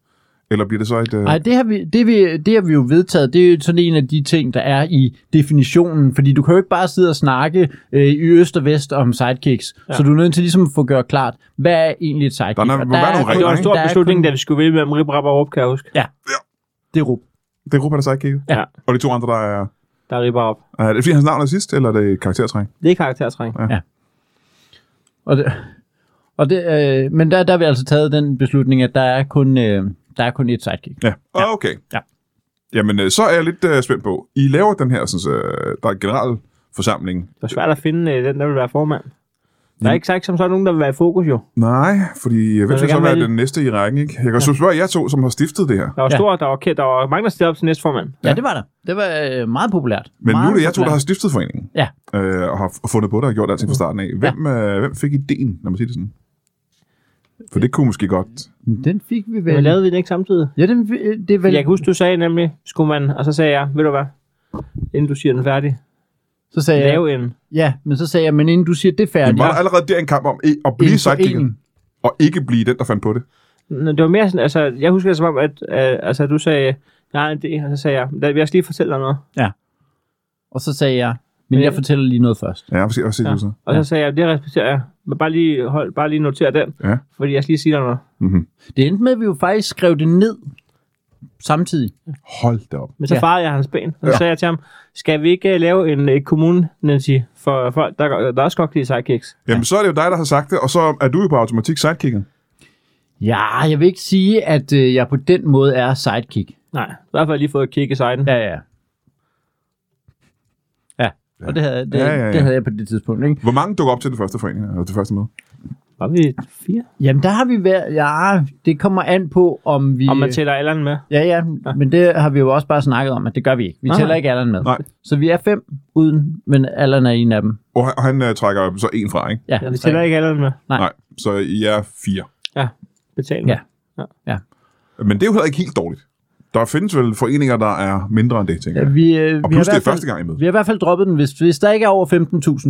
S1: Eller bliver det så et... Øh,
S2: Nej, det har, vi, det, vi, det har vi jo vedtaget. Det er jo sådan en af de ting, der er i definitionen. Fordi du kan jo ikke bare sidde og snakke øh, i øst og vest om sidekicks. Ja. Så du er nødt til ligesom at få gjort klart, hvad er egentlig et sidekick?
S1: Der er-
S2: Og
S1: må være nogle
S2: kun-
S3: Det var en
S1: regler,
S3: stor
S2: der er
S3: beslutning,
S2: kun-
S3: da vi skulle vælge mellem Rip, Rap og Rup, kan jeg huske.
S2: Det er Rup.
S1: Det er Ruben, der er sidekick?
S3: Ja.
S1: Og de to andre, der er...
S3: Der er Rip og Rup.
S1: Er det fordi, hans navn er sidst, eller er det karaktertræk?
S3: Det er karaktertræk.
S2: Og det, og det, øh, men der, der har vi altså taget den beslutning, at der er kun, øh, der er kun et sidekick.
S1: Ja. ja. Okay.
S2: Ja.
S1: Jamen, øh, så er jeg lidt øh, spændt på. I laver den her, sådan, øh, der er generalforsamling.
S3: Det var svært at finde øh, den, der vil være formand. Der er ikke sagt som sådan nogen, der vil være i fokus, jo.
S1: Nej, fordi øh, hvem
S3: vil
S1: skal så
S3: gerne
S1: være
S3: vælge.
S1: den næste i rækken, ikke? Jeg kan så spørge jer to, som har stiftet det her.
S3: Der var
S2: Ja.
S3: ja. stor, der var, kæ- der var mange, der stillede op til næstformand.
S2: Ja, det var der. Det var øh, meget populært.
S1: Men
S2: meget
S1: nu er det jer to, der har
S2: populært.
S1: stiftet foreningen.
S2: Ja. Mm.
S1: Øh, og har f- fundet på det og gjort alting fra starten af. Hvem, øh, hvem fik ideen, når man siger det sådan? For det kunne måske godt.
S2: Den fik vi
S3: Men
S2: vel.
S3: lavede vi den ikke samtidig?
S2: Ja, den, øh, det er vel...
S3: Jeg kan huske, du sagde nemlig, skulle man, og så sagde jeg, ved du hvad, inden du siger den færdig,
S2: så sagde jeg,
S3: lave en.
S2: Ja, men så sagde jeg, men inden du siger det
S1: Men
S2: færdigt,
S1: var der allerede der en kamp om i- at blive
S2: en
S1: sidekicken,
S2: forening.
S1: og ikke blive den, der fandt på det?
S3: Nå, Det var mere sådan, altså, jeg husker det som om, at øh, altså, du sagde, nej, det, og så sagde jeg, lad, jeg skal lige fortælle dig noget.
S2: Og så sagde jeg, men jeg fortæller lige noget først.
S1: Ja, præcis. Også, ja.
S3: Ja. Og så sagde jeg, det respekterer jeg, men bare lige, hold, bare lige noter den,
S1: Ja.
S3: fordi jeg skal lige sige dig noget.
S1: Mm-hmm.
S2: Det endte med, at vi jo faktisk skrev det ned samtidig.
S1: Hold da op.
S3: Men så
S2: Ja.
S3: ja. farede jeg hans ben, og så
S1: Ja.
S3: ja. sagde jeg til ham, skal vi ikke øh, lave en øh, kommune, Nancy, for folk, der, der også godt kan lide sidekicks?
S1: Jamen, så er det jo dig, der har sagt det, og så er du jo på automatik sidekicken.
S2: Ja, jeg vil ikke sige, at øh, jeg på den måde er sidekick.
S1: Mhm.
S3: Nej, i hvert fald lige fået et kig i siden.
S2: Ja, ja. Ja, og det havde, det,
S1: Ja, ja, ja.
S2: det havde jeg på det tidspunkt, ikke?
S1: Hvor mange dukker op til det første forening, eller det første møde?
S3: Var vi fire?
S2: Jamen, der har vi været... Ja, det kommer an på, om vi...
S3: Om man tæller Allan med.
S2: Ja, ja, men det har vi jo også bare snakket om, at det gør vi ikke. Vi
S3: Nej.
S2: tæller ikke Allan med.
S1: Nej.
S2: Så vi er fem uden, men Allan er en af dem.
S1: Og han, og han øh, trækker så en fra, ikke?
S2: Ja,
S3: Ja, vi tæller ikke Allan med.
S2: Nej.
S1: Nej. Så I er fire.
S3: Ja, betaling.
S2: Ja.
S1: Men det er jo heller ikke helt dårligt. Der findes vel foreninger, der er mindre end det, tænker
S2: Ja,
S1: jeg.
S2: vi, øh,
S1: Og
S2: vi har
S1: plus det
S2: i
S1: er
S2: hvert fald-
S1: første gang, I mødes.
S2: Vi har i hvert fald droppet den. Hvis, hvis der ikke er over 15.000,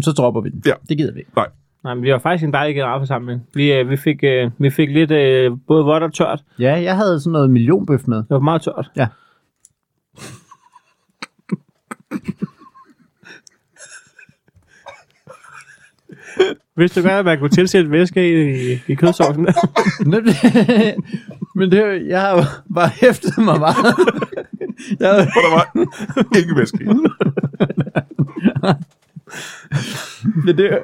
S2: så dropper vi den.
S1: Ja.
S2: Det gider vi ikke.
S1: Nej.
S3: Nej, men vi var faktisk en dejlig generalforsamling. Vi, øh, vi, fik, øh, vi fik lidt øh, både vådt og tørt.
S2: Ja, jeg havde sådan noget millionbøf med.
S3: Det var meget tørt.
S2: Ja.
S3: Vidste du godt, at man kunne tilsætte væske i, i kødsovsen?
S2: men det, jeg har jo bare hæftet mig meget. jeg havde,
S1: For der var ingen væske i.
S2: men det,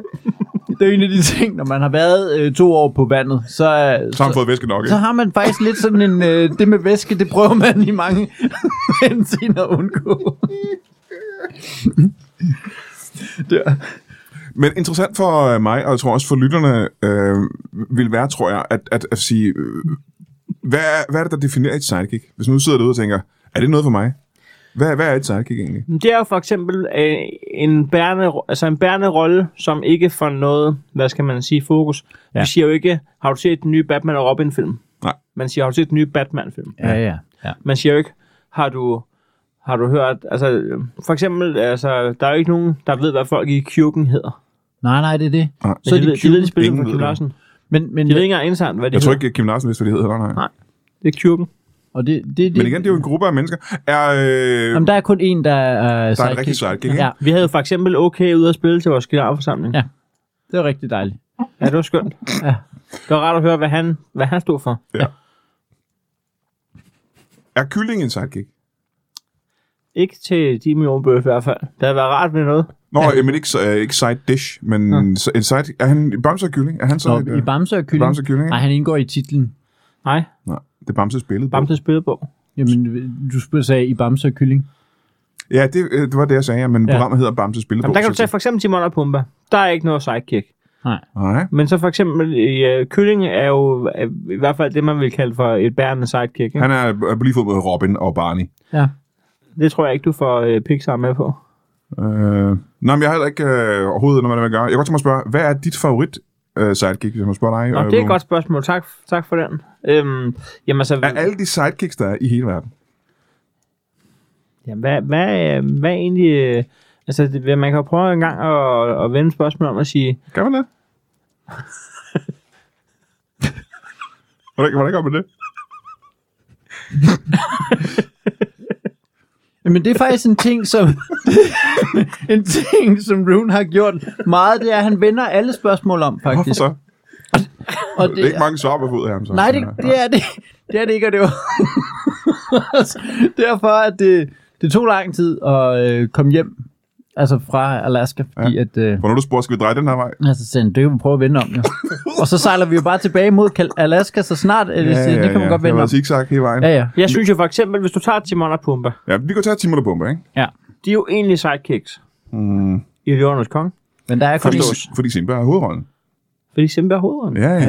S2: det er en af de ting, når man har været øh, to år på vandet, så, øh,
S1: Så har han
S2: så,
S1: fået væske nok,
S2: så
S1: ikke?
S2: har man faktisk lidt sådan en, øh, det med væske, det prøver man i mange henseender at undgå. det,
S1: Men interessant for øh, mig, og jeg tror også for lytterne, øh, vil være, tror jeg, at, at, at sige, øh, hvad, er, hvad er det, der definerer et sidekick? Hvis nu sidder derude og tænker, er det noget for mig? Hvad, hvad er et sidekick egentlig?
S3: det er jo for eksempel øh, en, bærende, altså en bærende rolle, som ikke får noget, hvad skal man sige, fokus. Ja. Vi siger jo ikke, har du set den nye Batman og Robin-film?
S1: Nej.
S3: Man siger, har du set den nye Batman-film?
S2: ja, ja, ja.
S3: Man siger jo ikke, har du, har du hørt... Altså, øh, for eksempel, altså, der er jo ikke nogen, der ved, hvad folk i kirken hedder.
S2: Nej, nej, det er det.
S1: Nej.
S3: Men så de, ved, de ved, de spiller
S1: Ingen
S3: for
S1: ved
S3: Kim
S1: det.
S3: Larsen.
S2: Men, men,
S3: De ved ikke engang internt, hvad de
S1: Jeg tror
S3: hedder.
S1: ikke, at Kim Larsen vidste, hvad de hedder. Nej. nej.
S3: Nej. Det er kirken.
S2: og det, det, det,
S1: Men igen, det er jo en gruppe af mennesker. Er, øh,
S2: Jamen, der er kun en, der er uh,
S1: der er en rigtig sidekick, ikke?
S2: Ja,
S3: Vi havde for eksempel okay ude at spille til vores generalforsamling.
S2: Ja. det var rigtig dejligt.
S3: ja, det var skønt.
S2: Ja.
S3: Det var rart at høre, hvad han, hvad han stod for.
S1: er kylling en sidekick?
S3: Ikke til de millionbøf i hvert fald. Det havde været rart med noget.
S1: Nå, ja. men ikke, øh, ikke side dish, men ja. en side... Er han Bamse og kylling? Er han så
S2: Så
S1: et, øh,
S2: i Bamse og Kylling,
S1: Bamse og Kylling, ikke?
S2: Nej, han indgår i titlen.
S3: Nej,
S1: Nej, det er Bamses billede. på.
S3: Bamses spillebog.
S2: Jamen, du spurgte sagde I Bamse og Kylling.
S1: Ja, det, øh, det var det, jeg sagde, ja, men
S3: Ja.
S1: programmet hedder Bamses billede.
S3: Jamen, der kan du tage for eksempel Timon og Pumba. Der er ikke noget sidekick.
S1: Nej,
S3: Men så for eksempel, øh, kylling er jo øh, i hvert fald det, man vil kalde for et bærende sidekick. Ikke?
S1: han er på lige fod med Robin og Barney.
S2: Ja.
S3: Det tror jeg ikke, du får øh, Pixar med på.
S1: Øh, nej, men jeg har heller ikke øh, overhovedet noget med det at gøre. Jeg kunne godt tænke mig at spørge, hvad er dit favorit øh, sidekick, hvis jeg må spørge dig?
S3: Nå,
S1: øh,
S3: det er et
S1: Lone?
S3: godt spørgsmål. Tak, tak for den. Øhm, jamen altså,
S1: Af alle de sidekicks, der er i hele verden.
S3: jamen, hvad, hvad, øh, hvad er egentlig... øh, Altså, det, man kan jo prøve en gang at, at vende spørgsmålet om at sige...
S1: Kan man det? hvordan, hvordan gør man det?
S2: Men det er faktisk en ting, som, en ting, som Rune har gjort meget, det er, at han vender alle spørgsmål om,
S1: Hvorfor
S2: faktisk.
S1: så?
S2: Og
S1: Det er ikke mange svar, man får ud af ham. Så.
S2: Nej, det, det, er det, det er det ikke, og det var derfor, at det, det tog lang tid at øh, komme hjem altså fra Alaska, fordi ja. at... Øh,
S1: Hvornår du spurgte, skal vi dreje den her vej?
S2: altså, sådan, det kan vi prøve at vende om, jo. og så sejler vi jo bare tilbage mod Kal- Alaska, så snart, ja, det, det kan man godt
S1: Det
S2: vende
S1: var
S2: om.
S1: zigzag hele vejen.
S2: Ja, ja.
S3: Jeg synes jo for eksempel, hvis du tager Timon og Pumba,
S1: Ja, vi kan tage Timon og Pumpe, ikke?
S2: ja.
S3: de er jo egentlig sidekicks
S1: Mm,
S3: i Løvernes Kong,
S2: Men der er kun...
S1: fordi, fordi Simba er hovedrollen.
S3: fordi Simba er hovedrollen.
S1: Ja, ja.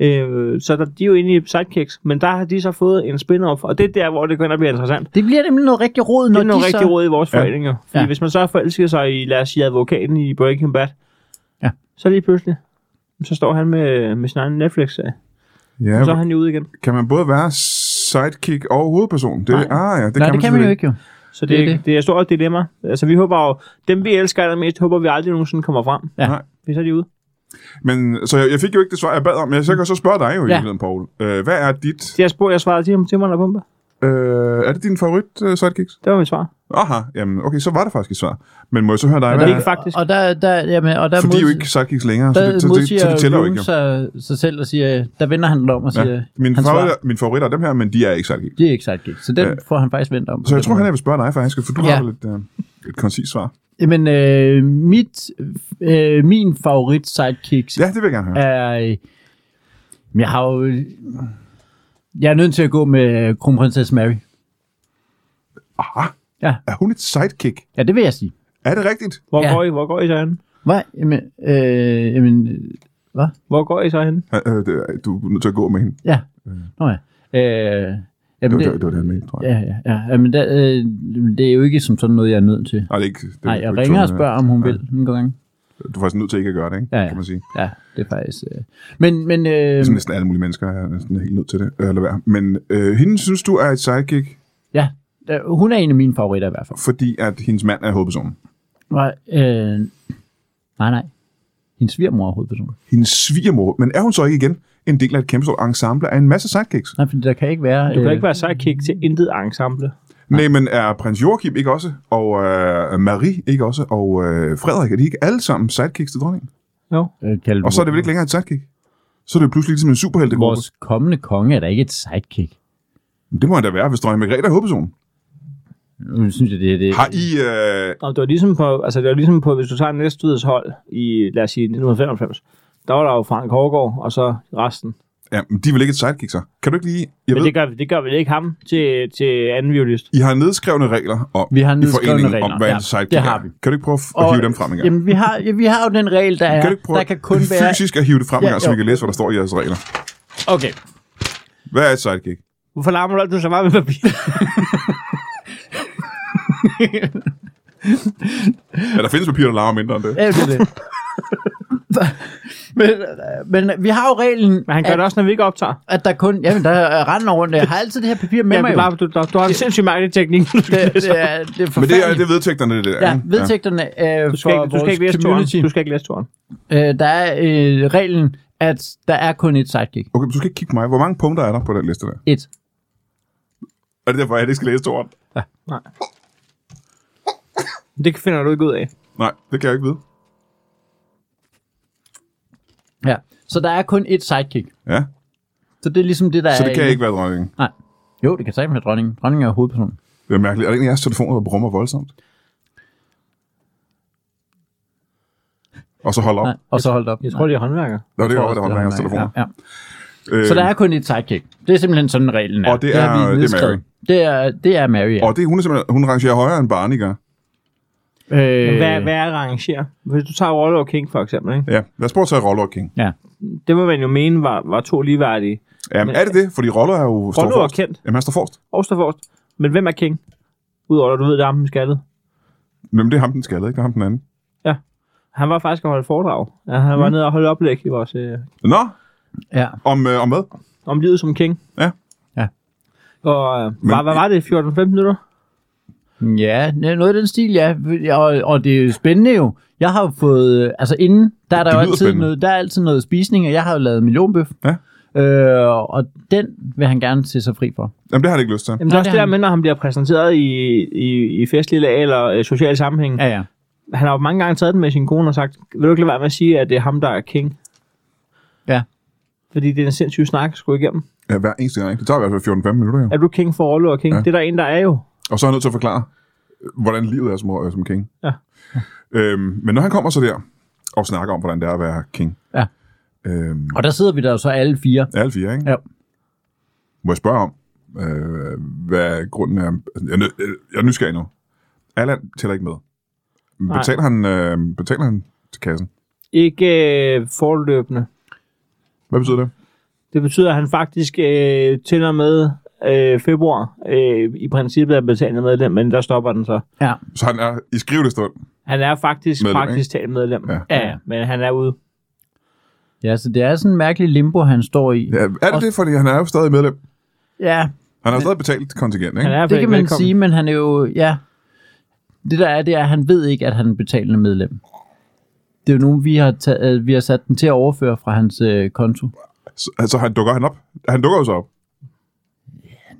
S2: Ja, ja.
S3: Øh, så der, de er jo egentlig sidekicks, men der har de så fået en spin-off, og det er der, hvor det begynder at blive interessant.
S2: Det bliver nemlig noget rigtig råd, når
S3: det er noget
S2: de
S3: rigtig
S2: så...
S3: råd i vores
S1: Ja.
S3: forening, jo. Fordi
S2: Ja.
S3: ja. hvis man så forelsker sig i, lad os sige, advokaten i Breaking Bad,
S2: Ja.
S3: så lige pludselig, så står han med, med sin egen netflix ja.
S1: ja
S3: så er han jo ude igen.
S1: Kan man både være sidekick og hovedperson? Det,
S3: Nej.
S1: ah, ja, det kan
S2: Nej,
S1: man
S2: det kan man jo
S1: selvfølgelig
S2: ikke, jo.
S3: Så
S2: Det
S3: det,
S2: er
S3: det, er,
S2: det.
S3: det. det er et stort dilemma. Altså, vi håber jo, dem vi elsker allermest, håber vi aldrig nogensinde kommer frem.
S2: Ja.
S1: Nej.
S3: Fordi så er de ude.
S1: Men, så jeg, jeg fik jo ikke det svar, jeg bad om, men jeg så kan jeg så spørge dig jo i
S2: Ja.
S1: virkeligheden, Poul. Øh, hvad er dit...
S3: Det jeg spurgte, jeg svarede til ham, til mig og pumpe.
S1: Øh, er det din favorit uh, sidekicks?
S3: Det var mit svar.
S1: Aha, jamen, okay, så var det faktisk et svar. Men må jeg så høre dig?
S3: Men
S1: Hvad,
S3: det
S1: det
S3: er ikke faktisk.
S2: Og der, der, jamen, og der
S1: for de er jo
S2: mod-
S1: ikke sidekicks længere, så
S2: der
S1: det, så, det, så det
S2: modsiger
S1: tæller jo
S2: Rune
S1: ikke. Jo.
S2: sig, sig selv og siger, der vender han den om og siger,
S1: Ja.
S2: ja.
S1: Min
S2: hans
S1: favoritter,
S2: svar,
S1: mine favoritter er dem her, men de er ikke sidekicks.
S2: det er ikke sagt Så den
S1: Ja.
S2: ja. får han faktisk vendt om.
S1: Så jeg tror, han jeg vil spørge dig faktisk, for du
S2: Ja.
S1: har vel et, øh, et koncist svar.
S2: Jamen, øh, mit, øh, min favorit sidekick
S1: Ja, det vil jeg gerne høre.
S2: er... øh, Men jeg har jo... Jeg er nødt til at gå med øh, kronprinsesse Mary.
S1: Aha,
S2: Ja.
S1: er hun et sidekick?
S2: Ja, det vil jeg sige.
S1: Er det rigtigt?
S3: Hvor,
S2: Ja.
S3: ja. går I, hvor går I så hen?
S2: Hvad? Jamen, øh, jamen øh,
S3: Hvor går I så hen?
S1: Øh, øh, det er- Du er nødt til at gå med hende.
S2: ja. Nå ja. Øh,
S1: Det
S2: jamen,
S1: var det, det, var det han mente, tror jeg.
S2: Ja, ja, ja. Jamen, der, øh, det er jo ikke som sådan noget, jeg er nødt til.
S1: Nej, det er ikke... Det er
S2: Nej, jeg
S1: ikke
S2: ringer
S1: tvunget.
S2: og spørger, om hun vil en gang.
S1: Du er faktisk nødt til ikke at gøre det, ikke?
S2: Ja, ja.
S1: kan man sige.
S2: Ja, det er faktisk... Øh. Men, men... Øh,
S1: Som næsten alle mulige mennesker er næsten helt nødt til det. Eller hvad. Men øh, hende synes du er et sidekick,
S2: ja, øh, hun er en af mine favoritter i hvert fald.
S1: fordi at hendes mand er hovedpersonen.
S2: Nej, øh, nej, nej. Hendes svigermor er hovedpersonen.
S1: Hendes svigermor. Men er hun så ikke igen en del af et kæmpe stort ensemble af en masse sidekicks?
S2: Nej, for der kan ikke være...
S3: Du kan
S2: øh,
S3: ikke være sidekick til intet ensemble.
S1: Nej, men er prins Joachim ikke også? Og øh, Marie ikke også? Og øh, Frederik, er de ikke alle sammen sidekicks til dronningen?
S3: Jo.
S2: øh, kalde
S1: Og så er det vel ikke længere et sidekick? Så er det pludselig ligesom en superheltegruppe.
S2: Vores kommende konge er da ikke et sidekick.
S1: Men Det må han da være, hvis dronning Margrethe er hovedpersonen.
S2: Nu synes jeg, det er det.
S1: Har I... Øh,
S3: Og det var ligesom på, altså det var ligesom på, hvis du tager næstudets hold i, lad os sige, 1995, der var der jo Frank Hårgaard, og så resten.
S1: ja, men de er vel ikke et sidekick, så? Kan du ikke lige... Jeg
S3: Men
S1: ved,
S3: det gør, det gør vel ikke ham til, til anden violist.
S1: I har nedskrevne regler om,
S2: Vi har
S1: i
S2: nedskrevne
S1: foreningen
S2: regler,
S1: om, hvad
S2: ja,
S1: en sidekick
S2: det har
S1: er.
S2: vi.
S1: Kan du ikke prøve at f- at hive dem frem igen?
S2: Jamen, vi har, ja, vi har jo den regel, der er,
S1: Kan du ikke prøve
S2: der kan kun
S1: fysisk
S2: være...
S1: fysisk at hive det frem
S2: Ja,
S1: ja, her, så vi
S2: jo.
S1: kan læse, hvad der står i jeres regler?
S2: Okay,
S1: Hvad er et sidekick?
S3: Hvorfor larmer du altid så meget med papir?
S1: Ja, der findes papirer, der larmer mindre end det.
S2: ja, det er det. men, øh, men vi har jo reglen,
S3: Men han gør
S2: at,
S3: det også, når vi ikke optager.
S2: at der kun... Jamen, der render rundt. Jeg har altid det her papir med
S3: Ja,
S2: mig
S3: du,
S2: jo.
S3: larmer, du, du, du har en sindssygt mærkelig teknik. når du
S2: Det,
S3: læser.
S2: det, er, det er
S1: Men det er, det
S2: forfærdeligt.
S1: er vedtægterne, det der.
S2: Ja,
S1: ikke?
S2: vedtægterne øh,
S3: Du skal,
S2: for
S3: ikke, du skal ikke
S2: vores
S3: læse turen.
S2: community.
S3: Du skal ikke læse turen.
S2: Øh, der er øh, reglen, at der er kun et sidekick.
S1: Okay, men du skal ikke kigge på mig. Hvor mange punkter er der på den liste der?
S2: Et.
S1: Er det derfor, at jeg ikke skal læse to ord?
S3: Det finder du ikke ud af.
S1: Nej, det kan jeg ikke vide.
S2: Ja. Så der er kun et sidekick.
S1: Ja,
S2: Så det er ligesom det, der
S1: så
S2: er...
S1: det kan
S2: i-
S1: ikke være dronningen.
S2: Nej. Jo, det kan sagtens være dronningen. Dronningen er hovedpersonen.
S1: Det er mærkeligt. Er det en af jeres telefoner, der brummer voldsomt? Og så hold op.
S2: Nej, og så holdt op.
S3: Jeg tror, det er håndværker.
S1: Nå, det er
S2: Jeg
S1: jo,
S2: tror
S1: der holder
S2: også,
S1: jeres
S2: det er
S1: telefoner.
S2: Ja, ja.
S1: Øh,
S2: Så der er kun et sidekick. Det er simpelthen sådan, reglen er.
S1: Og det
S2: har
S1: er- det er
S2: nedskrevet. Det er, det er Mary, ja.
S1: Og det, hun, er simpelthen, hun rangerer højere end Barney gør.
S2: øh,
S3: Hvad, hvad er rangere? Hvis du tager Roller King for eksempel, ikke?
S1: Ja, lad os prøve at tage Rollo og King.
S2: Ja.
S3: det må man jo mene var, var to ligeværdige.
S1: Ja, men er det det? Fordi Rollo er jo står
S3: Rollo er
S1: forrest.
S3: kendt,
S1: Jamen, han står forrest.
S3: og står forrest. Men hvem er King? Udover at du ved, det er ham, den skaldede.
S1: Jamen, det er ham, den skaldede, ikke? Det er ham, den anden.
S3: Han var faktisk at holde foredrag. Ja, han
S1: Mhm.
S3: var nede og holde oplæg i vores, øh,
S1: Nå,
S2: ja.
S1: om, øh, om hvad?
S3: om livet som king.
S1: Ja.
S2: Ja.
S3: Og øh, hvad, hvad var det? 14-15 minutter?
S2: Ja, det er noget af den stil, ja. Og, og det er jo spændende jo. Jeg har jo fået, øh, altså inden, der er
S1: Det
S2: der jo
S1: lyder
S2: altid
S1: spændende.
S2: noget, der er altid noget spisning, og jeg har jo lavet millionbøf.
S1: Ja.
S2: Øh, og den vil han gerne se sig fri for.
S1: Jamen, det har jeg ikke lyst til.
S3: Jamen, det
S2: Nej,
S3: er også
S2: det
S3: det
S2: har han.
S3: der med, når han bliver præsenteret i, i, i festlige lag eller øh, sociale sammenhæng.
S2: Ja, ja.
S3: Han har jo mange gange taget den med sin kone og sagt, vil du ikke lade være med at sige, at det er ham, der er king?
S2: Ja.
S3: Fordi det er en sindssyg snak, skulle igennem.
S1: Ja, hver eneste gang. ikke? Det tager i hvert fald 14-15 minutter, jo.
S3: Er du king for Orlo og king?
S1: Ja.
S3: Ja. Det er der en, der er jo.
S1: Og så er han nødt til at forklare, øh, hvordan livet er som, øh, som king.
S3: Ja.
S1: Øhm, men når han kommer så der og snakker om, hvordan det er at være king.
S2: Ja.
S1: Øhm,
S2: Og der sidder vi der jo så alle fire.
S1: alle fire, ikke?
S2: Ja.
S1: Må jeg spørge om, øh, hvad grunden er? Jeg, er nød- øh, jeg er nysgerrig nu. Allan tæller ikke med.
S3: Nej.
S1: Betaler han, øh, betaler han til kassen?
S3: Ikke øh, forløbende.
S1: Hvad betyder det?
S3: Det betyder, at han faktisk øh, til og med øh, februar øh, i princippet er betalende medlem, men der stopper den så.
S2: Ja,
S1: Så han er i skrivende stund.
S3: Han er faktisk
S1: Medlem,
S3: medlem, praktisk talt medlem.
S1: Ja.
S2: Ja, ja.
S3: Men han er ude.
S2: ja så det er sådan en mærkelig limbo, han står i.
S1: Ja, er det det, fordi han er jo stadig medlem?
S2: ja
S1: Han har stadig betalt kontingent,
S3: Han
S1: ikke?
S3: er i hvert fald
S2: det kan
S3: ikke
S2: man
S3: velkommen.
S2: sige, men han er jo, ja. Det der er, det er, at han ved ikke, at han er en betalende medlem. Det er jo nogen, vi har, taget, øh, vi har sat den til at overføre fra hans øh, konto
S1: Så, altså, han dukker han op. Han dukker jo så op.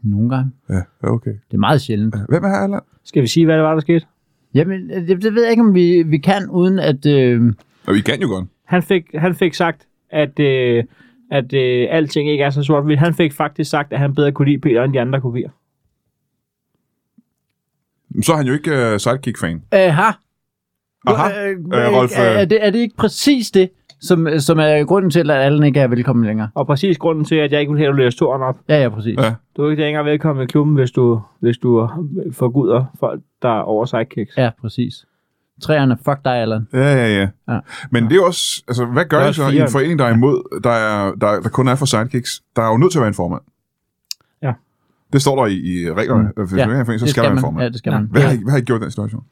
S2: nogle gange.
S1: Ja, okay.
S2: Det er meget sjældent.
S1: Hvem er Allan?
S3: Skal vi sige, hvad det var, der skete?
S2: Jamen, øh, det, det ved jeg ikke, om vi, vi kan, uden at... Øh,
S1: Og I kan jo godt.
S3: Han fik, han fik sagt, at, øh, at øh, alting ikke er så sort Han fik faktisk sagt, at han bedre kunne lide Peter, end de andre kunne lide.
S1: Så er han jo ikke uh, sidekick-fan.
S2: aha!
S1: Aha,
S2: Øh,
S1: øh, Rolf,
S2: Er,
S1: øh.
S2: er, det, er det ikke præcis det, som, øh, som er grunden til, at alle ikke er velkommen længere?
S3: Og præcis grunden til, at jeg ikke ville have, at du læser toren op.
S2: Ja, ja, præcis.
S1: Ja.
S3: Du er ikke længere velkommen i klubben, hvis du, hvis du forguder folk, der er over sidekicks.
S2: Ja, præcis. Træerne, fuck dig, Allan.
S1: Ja, ja, ja.
S2: Ja.
S1: Men det er jo også... Altså, hvad
S3: Der
S1: gør
S3: er
S1: I så
S3: også
S1: i en
S3: fireren.
S1: forening, der er imod, der, er, der, der kun er for sidekicks? Der er jo nødt til at være en formand.
S3: Ja.
S1: Det står der i, i reglerne. Mm. Hvis ja.
S2: Ja,
S1: du er en forening, så skal der være en
S2: man. Ja,
S1: formand.
S2: det skal man.
S1: Hvad har, I, hvad har I gjort i den situation?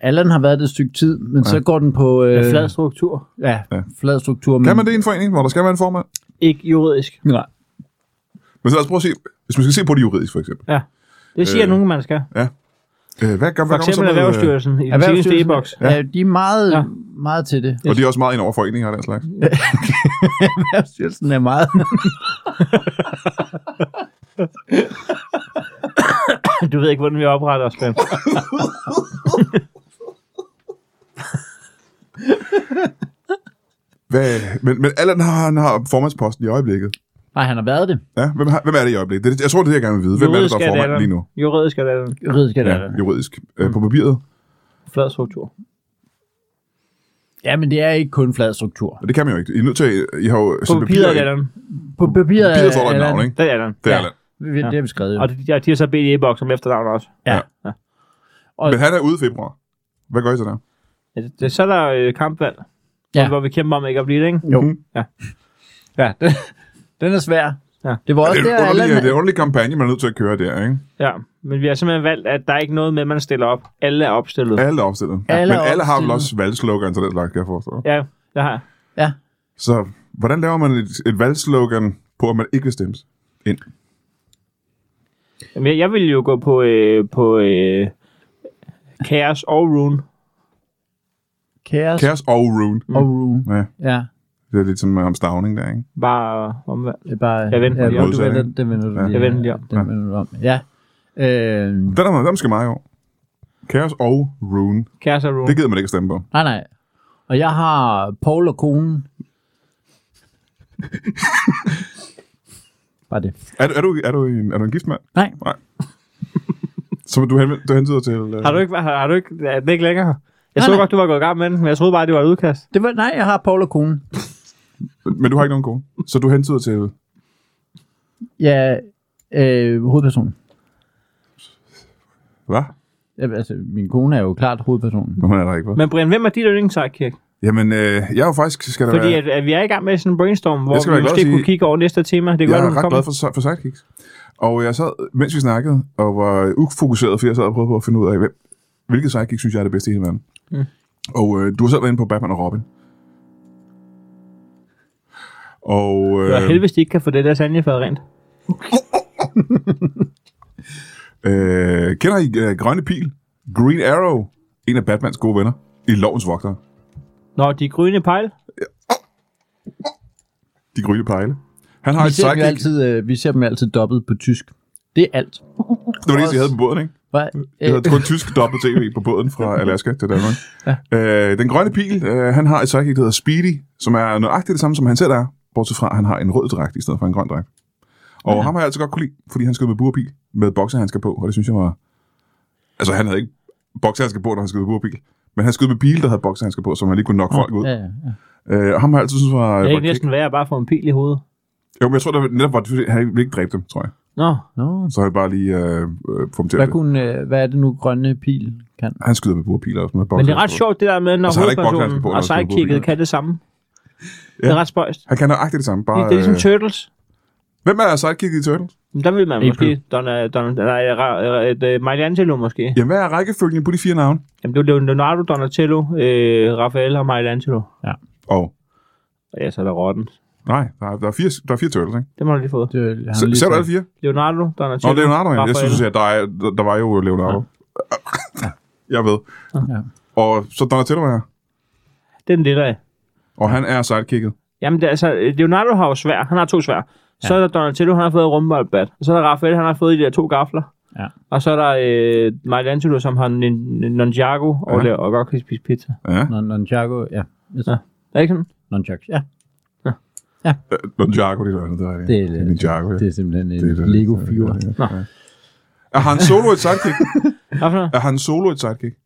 S2: Allan har været det et stykke tid, men ja. så går den på... Øh,
S3: Øh. Flad struktur.
S2: Ja,
S1: Ja.
S2: flad struktur.
S1: Kan man det i en forening, hvor der skal være en formand?
S3: Ikke juridisk.
S2: Nej.
S1: Men så lad os prøve at se... Hvis man skal se på det juridisk, for eksempel.
S3: Ja. Det siger
S1: Øh.
S3: øh. nogen, man skal.
S1: Øh, hvad gør,
S3: For
S1: hvad gør man så
S3: eksempel
S1: med... øh,
S3: Erhvervsstyrelsen i den seneste
S2: Erhvervsstyrelsen,
S3: e-boks.
S2: ja. de er meget,
S3: Ja.
S2: ja. meget til det.
S1: Og de er også meget ind over foreninger og den slags.
S2: Erhvervsstyrelsen er meget...
S3: Du ved ikke, hvordan vi opretter os, Ben.
S1: Hvad, men, men Allan har, han har formandsposten i øjeblikket.
S2: Nej, han har været det.
S1: Ja, hvem, har, hvem er det i øjeblikket? Det, er det- jeg tror, det er det, jeg gerne vil vide. Hvem er det,
S3: Juridisk
S1: der er formand
S3: Allan.
S1: lige nu?
S3: Juridisk er det Allan.
S2: Juridisk er det.
S1: Ja,
S2: Ja.
S1: juridisk. Øh, på papiret.
S3: flad struktur.
S2: ja, men det er ikke kun flad struktur.
S1: Og det kan man jo ikke. I er nødt til... I har jo...
S3: På
S1: sætte
S3: papiret er det
S1: ind.
S3: Allan.
S2: På papiret
S1: Papiret står der et
S2: Allan-
S1: navn, ikke?
S3: Det er Allan.
S1: Det er
S2: Ja.
S1: Allan.
S2: Vi- Det har vi skrevet. jo.
S3: Og de, de har så bedt e-boks om efternavn også.
S2: Ja.
S1: Men han er ude i februar. Hvad gør I så der?
S3: Ja, det- det- Så er der øh, kampvalg,
S2: Ja.
S3: ja. hvor vi kæmper om ikke at blive det, ikke?
S2: Jo.
S1: Mhm.
S3: Ja.
S2: ja den, den er svær.
S3: Ja.
S2: Det var
S1: Det
S2: også
S1: er, en
S2: der,
S1: underlig, det er
S2: Allan...
S1: en underlig kampagne, man er nødt til at køre der, ikke?
S3: Ja, men vi har simpelthen valgt, at der er ikke noget med, at man stiller op. Alle er opstillet. Ja,
S1: Alle er opstillet.
S2: Alle
S1: Men
S2: er
S1: alle har vel
S2: opstillet.
S1: også valgslogan til den slags, kan jeg forstå.
S3: ja det har jeg.
S2: Ja.
S1: Så hvordan laver man et, et valgslogan på, at man ikke vil stemmes? Ind.
S3: Jamen, jeg, jeg ville jo gå på, øh, på øh, Chaos og Rune.
S2: Kaos
S1: Kæres og Rune.
S2: og Rune.
S1: Ja,
S2: Ja.
S1: det er lidt som øh, om stavning der, ikke?
S3: Bare omvendt.
S2: Det er bare...
S3: Jeg venter
S2: ja,
S3: lige
S1: om.
S2: du venter, den vender du
S1: Ja.
S2: lige.
S3: Jeg vender lige om.
S2: Den vender du om. Ja. Øh,
S1: Den er, den skal meget over. Kæres og Rune.
S3: Chaos og Rune.
S1: Det gider man ikke at stemme på.
S2: nej, nej. Og jeg har Paul og konen. bare det.
S1: Er, du- er, du, er, du en, er du en gift mand?
S2: Nej.
S1: Nej. Så du, henvend, du hentyder til... Uh,
S3: Har du ikke... Har, har du ikke er det ikke længere? Jeg
S2: Nej,
S3: så
S2: nej.
S3: godt, du var gået i gang med den, men jeg troede bare, det var et udkast.
S2: Det var, nej, jeg har Paul og konen.
S1: Men du har ikke nogen kone? Så du hentyder til...
S2: Ja, øh, hovedpersonen.
S1: Hvad?
S2: Ja, altså, min kone er jo klart hovedpersonen.
S1: Nå, hun er der ikke, hvad?
S3: Men Brian, hvem er dit yndlingssejkirk?
S1: Jamen, øh, jeg er jo faktisk... Skal der
S3: Fordi
S1: være,
S3: at, at, vi er i gang med sådan en brainstorm, hvor
S1: Jeg skal være
S3: vi
S1: glad
S3: måske
S1: at sige-
S3: kunne kigge over næste tema. Det kan
S1: jeg
S3: godt,
S1: er
S3: at du
S1: ret
S3: kommer.
S1: glad for, for sidekicks. Og jeg sad, mens vi snakkede, og var ufokuseret, fordi jeg sad og prøvede på at finde ud af, hvem, hvilket sidekick synes jeg er det bedste i hele verden.
S3: Mm.
S1: Og øh, du har selv været inde på Batman og Robin. Og,
S3: Det var
S1: øh,
S3: helvede, de ikke kan få det der sanjefadet rent.
S1: øh, kender I øh, Grønne Pil? Green Arrow, en af Batmans gode venner, i Lovens Vogtere.
S3: Nå, de grønne pejl.
S1: De grønne pejle. Han har
S2: Vi
S1: et
S2: ser, dem jo
S1: sidekick. Altid.
S2: altid, øh, vi ser dem jo altid dobbelt på tysk. Det er alt.
S1: Det var det, eneste, jeg havde på båden, ikke?
S2: Hva?
S1: Det
S2: Øh,
S1: hedder kun tysk dobbelt tv på båden fra Alaska til Danmark. Ja. Øh, den grønne pil, øh, han har et sidekick, der hedder Speedy, som er nøjagtigt det samme, som han selv er, bortset fra, at han har en rød dragt i stedet for en grøn dragt. Og ja. ham har jeg altid godt kunne lide, fordi han skød med burpil, med boksehandsker på, og det synes jeg var... Altså, han havde ikke boksehandsker på, når han skød med burpil. Men han skød med bil, der havde boksehandsker på, så man lige kunne nok folk ud.
S2: ja, ja.
S1: Øh, og ham har jeg altid synes var...
S3: Det er
S1: var
S3: ikke næsten værre at bare få en pil i hovedet.
S1: kæk. Jo, men jeg tror, der netop var det, fordi han ville ikke dræbe dem, tror jeg.
S3: Nå,
S2: Nå.
S1: Så har jeg bare lige øh, øh, få dem til
S2: Hvad,
S1: at...
S2: kunne, øh, hvad er det nu, grønne pil kan?
S1: Han skyder med burpil også med
S3: men det er ret
S1: boksehandsker på.
S3: sjovt det der med, når
S1: Og så har der ikke boksehandsker
S3: hovedpersonen
S1: på, når
S3: og
S1: der er skrevet
S3: sidekicket
S1: hovedpil.
S3: kan det samme. Det er ret spøjst.
S1: Han kan nøjagtigt det samme, bare...
S3: Det, det er ligesom
S1: øh,
S3: Turtles.
S1: Hvem er sidekick i Turtles?
S3: Men Der vil man
S2: April.
S3: måske... Donald, Donald, nej, Ra- Ra- et, øh, Michelangelo måske.
S1: Jamen, hvad er rækkefølgen på de fire navne?
S3: Jamen, det er jo Leonardo, Donatello, øh, Raphael og Michelangelo.
S1: Og
S3: Og ja, så er der Rotten.
S1: nej, der er, der er, fire, der er fire Turtles, ikke?
S3: Det har du lige fået.
S2: Det, er- han har
S1: Se,
S2: lige
S1: ser du
S2: sagt-
S1: alle fire?
S3: Leonardo,
S1: Nå,
S3: Donatello,
S1: Leonardo, ja. Jeg
S3: Raphael.
S1: synes, at der, er, der, der var jo Leonardo. jeg ved.
S2: Ja.
S1: Og så Donatello er her.
S3: Det er den lidt af.
S1: Og han er sidekicket.
S3: Jamen, det er, altså, Leonardo har jo svær. Han har to svær. Så er der Donatello, han har fået rumboldbat. Og så er der Raphael, han har fået de der to gafler.
S2: Ja.
S3: Og så er der øh, Michelangelo, som har nin- nin- Nonjago og,
S1: Ja.
S3: laver, og godt kan spise pizza.
S1: Ja.
S2: Nå, Nonjago, ja.
S3: Er det ikke sådan?
S2: Nonjago, ja.
S1: Øh, Ninjago, det er noget andet, der er det.
S2: Det er-
S1: Det er Ninjago, ja.
S2: Det er simpelthen en
S1: Det er det.
S2: Lego-figur.
S1: Ja, ja, ja. Er han solo et sidekick?
S3: Hvad for noget?
S1: Er han solo et sidekick?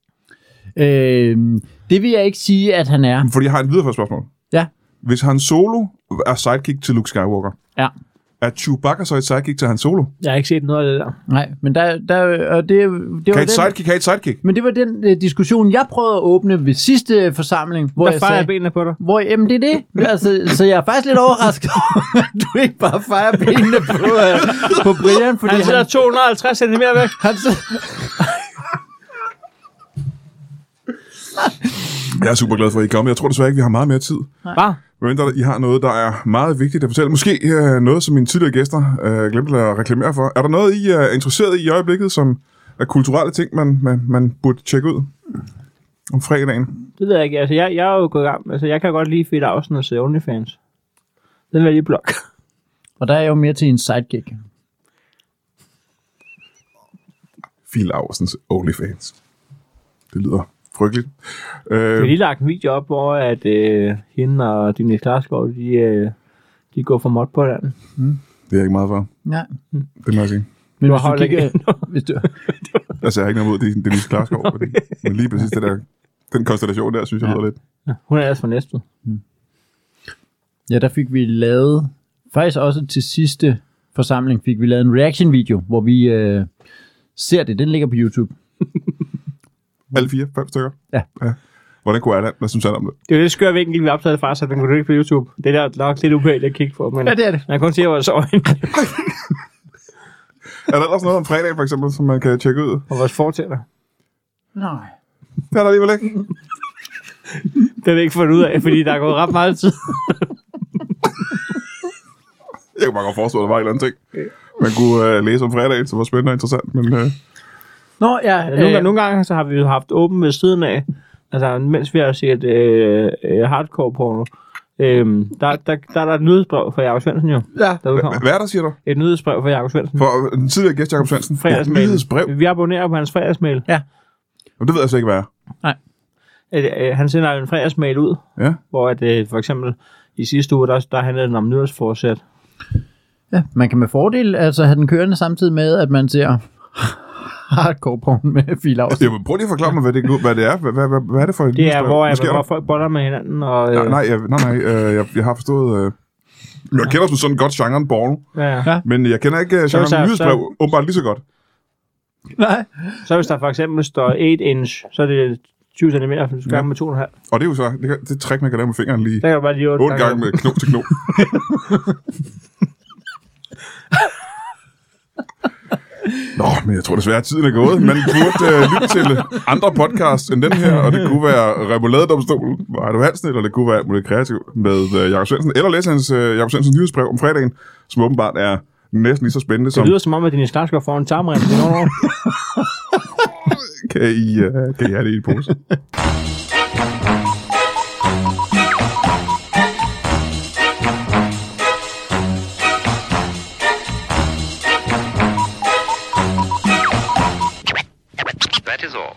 S2: Øh, det vil jeg ikke sige, at han er.
S1: Fordi jeg har et videre spørgsmål.
S2: Ja.
S1: Hvis han solo er sidekick til Luke Skywalker,
S2: Ja.
S1: er Chewbacca så et sidekick til han solo?
S3: Jeg har ikke set noget af det der.
S2: Nej, men der, der og det, det var
S1: Kan et
S2: den,
S1: sidekick have et sidekick?
S2: men det var den øh, diskussion, jeg prøvede at åbne ved sidste øh, forsamling, hvor
S3: Hvor der
S2: jeg
S3: fejrer
S2: sagde,
S3: jeg benene på dig.
S2: hvor, jamen det er det. Altså, så jeg er faktisk lidt overrasket over, at du ikke bare fejrer benene på, øh, på Brian, fordi
S3: Han
S2: han,
S3: sidder 250 cm væk.
S2: han, sidder-
S1: Jeg er super glad for, at I er kommet. Jeg tror desværre ikke, vi har meget mere tid.
S3: Hvad?
S1: Men der, I har noget, der er meget vigtigt at fortælle. Måske øh, noget, som mine tidligere gæster øh, glemte at reklamere for. Er der noget, I øh, er interesseret i i øjeblikket, som er kulturelle ting, man, man, man burde tjekke ud om fredagen?
S3: Det ved jeg ikke. Altså, jeg, jeg er jo gået i gang. Altså, jeg kan godt lide Fede Ausen og se OnlyFans. Den vil jeg lige blokke.
S2: og der er jeg jo mere til en sidekick.
S1: Phil Auersens OnlyFans. Det lyder frygteligt.
S3: Jeg har
S1: Øh,
S3: lige lagt en video op, hvor at, øh, hende og Dimit Klarskov, de, øh, de går for mod på hinanden.
S1: det er jeg ikke meget for.
S2: Nej.
S1: Det må jeg sige.
S2: Men
S3: Du
S2: hvis du
S3: holder ikke
S2: kigger, hvis du,
S1: Altså, jeg har ikke noget mod det, det er lige klarskov. fordi- Men lige præcis det der, den konstellation der, synes jeg
S2: Ja.
S1: lyder lidt.
S3: Hun er ellers fra Næstved.
S2: ja, der fik vi lavet, faktisk også til sidste forsamling, fik vi lavet en reaction-video, hvor vi øh, ser det. Den ligger på YouTube.
S1: Alle fire, fem stykker.
S2: Ja.
S1: ja. Hvordan kunne jeg Hvad synes han om det?
S3: Det er jo lidt skør vinkel, vi optaget fra, så den kunne du ikke på YouTube. Det er da nok lidt ubehageligt at kigge på, men
S2: er det.
S3: man kan kun se, hvor jeg sov hende,
S1: Er der ellers noget om fredag, for eksempel, som man kan tjekke ud?
S3: og vores fortæller.
S2: Nej.
S1: Det er der alligevel ikke.
S3: Det har vi ikke fundet ud af, fordi der er gået ret meget tid.
S1: Jeg kunne bare godt forestille, at der var en eller anden ting, man kunne øh, læse om fredagen, som var spændende og interessant. Men øh,
S2: Nå, ja. øh,
S3: Ja, nogle, gange, nogle gange så har vi jo haft åben ved siden af, altså mens vi har set øh, øh, hardcore porno, øh, der, der, der er der et nyhedsbrev fra Jakob Svendsen jo,
S2: ja.
S3: der
S1: hva-
S3: udkommer.
S1: hvad er der, siger du?
S3: Et nyhedsbrev fra Jakob Svendsen.
S1: For øh, den tidligere gæst, Jacob Svendsen,
S3: Fredagsmail.
S1: nyhedsbrev.
S3: Vi abonnerer på hans fredagsmail.
S1: Jamen, det ved jeg slet ikke, hvad er.
S3: At, øh, han sender en fredagsmail ud,
S1: Ja.
S3: hvor at, øh, for eksempel i sidste uge, der, der handlede den om nyhedsforsæt.
S2: Ja, man kan med fordel altså have den kørende samtidig med, at man ser hardcore porn med filavs.
S1: Jamen, prøv lige at forklare mig, hvad det, hvad det er. Hvad, hvad, hvad, hvad er det for et
S3: Det er,
S1: nyhedsbrev?
S3: hvor,
S1: Hvad
S3: jeg,
S1: sker
S3: hvor
S1: der?
S3: folk boller med hinanden. Og, øh,
S1: Ja, nej, jeg, nej, nej, øh, jeg, jeg har forstået... Øh, Jeg kender som sådan godt genren porno,
S3: Ja.
S1: men jeg kender ikke øh,
S3: hvis der-
S1: genren nyhedsbrev
S3: så-
S1: åbenbart lige så godt.
S2: Nej.
S3: Så hvis der for eksempel står 8 inch, så er det 20 cm, for du skal
S1: Ja.
S3: gange med 2,5. Der
S1: Og det er jo så det, kan- det trick, man kan lave med fingeren lige
S3: kan du bare lige 8
S1: 8 gange med knop til knop. Nå, men jeg tror desværre, at tiden er gået. Man burde øh, lytte til andre podcasts end den her, og det kunne være Remouladedomstolen med Ejdo Hansen, eller det kunne være alt muligt kreativt med øh, Jakob Svendsen, eller læse hans øh, Jakob Svendsens nyhedsbrev om fredagen, som åbenbart er næsten lige så spændende
S3: Det
S1: som...
S3: lyder som om, at din slagskår får en tarmrem. Det er nogen år.
S1: Kan I, øh, kan I have det i en pose?
S7: That is all.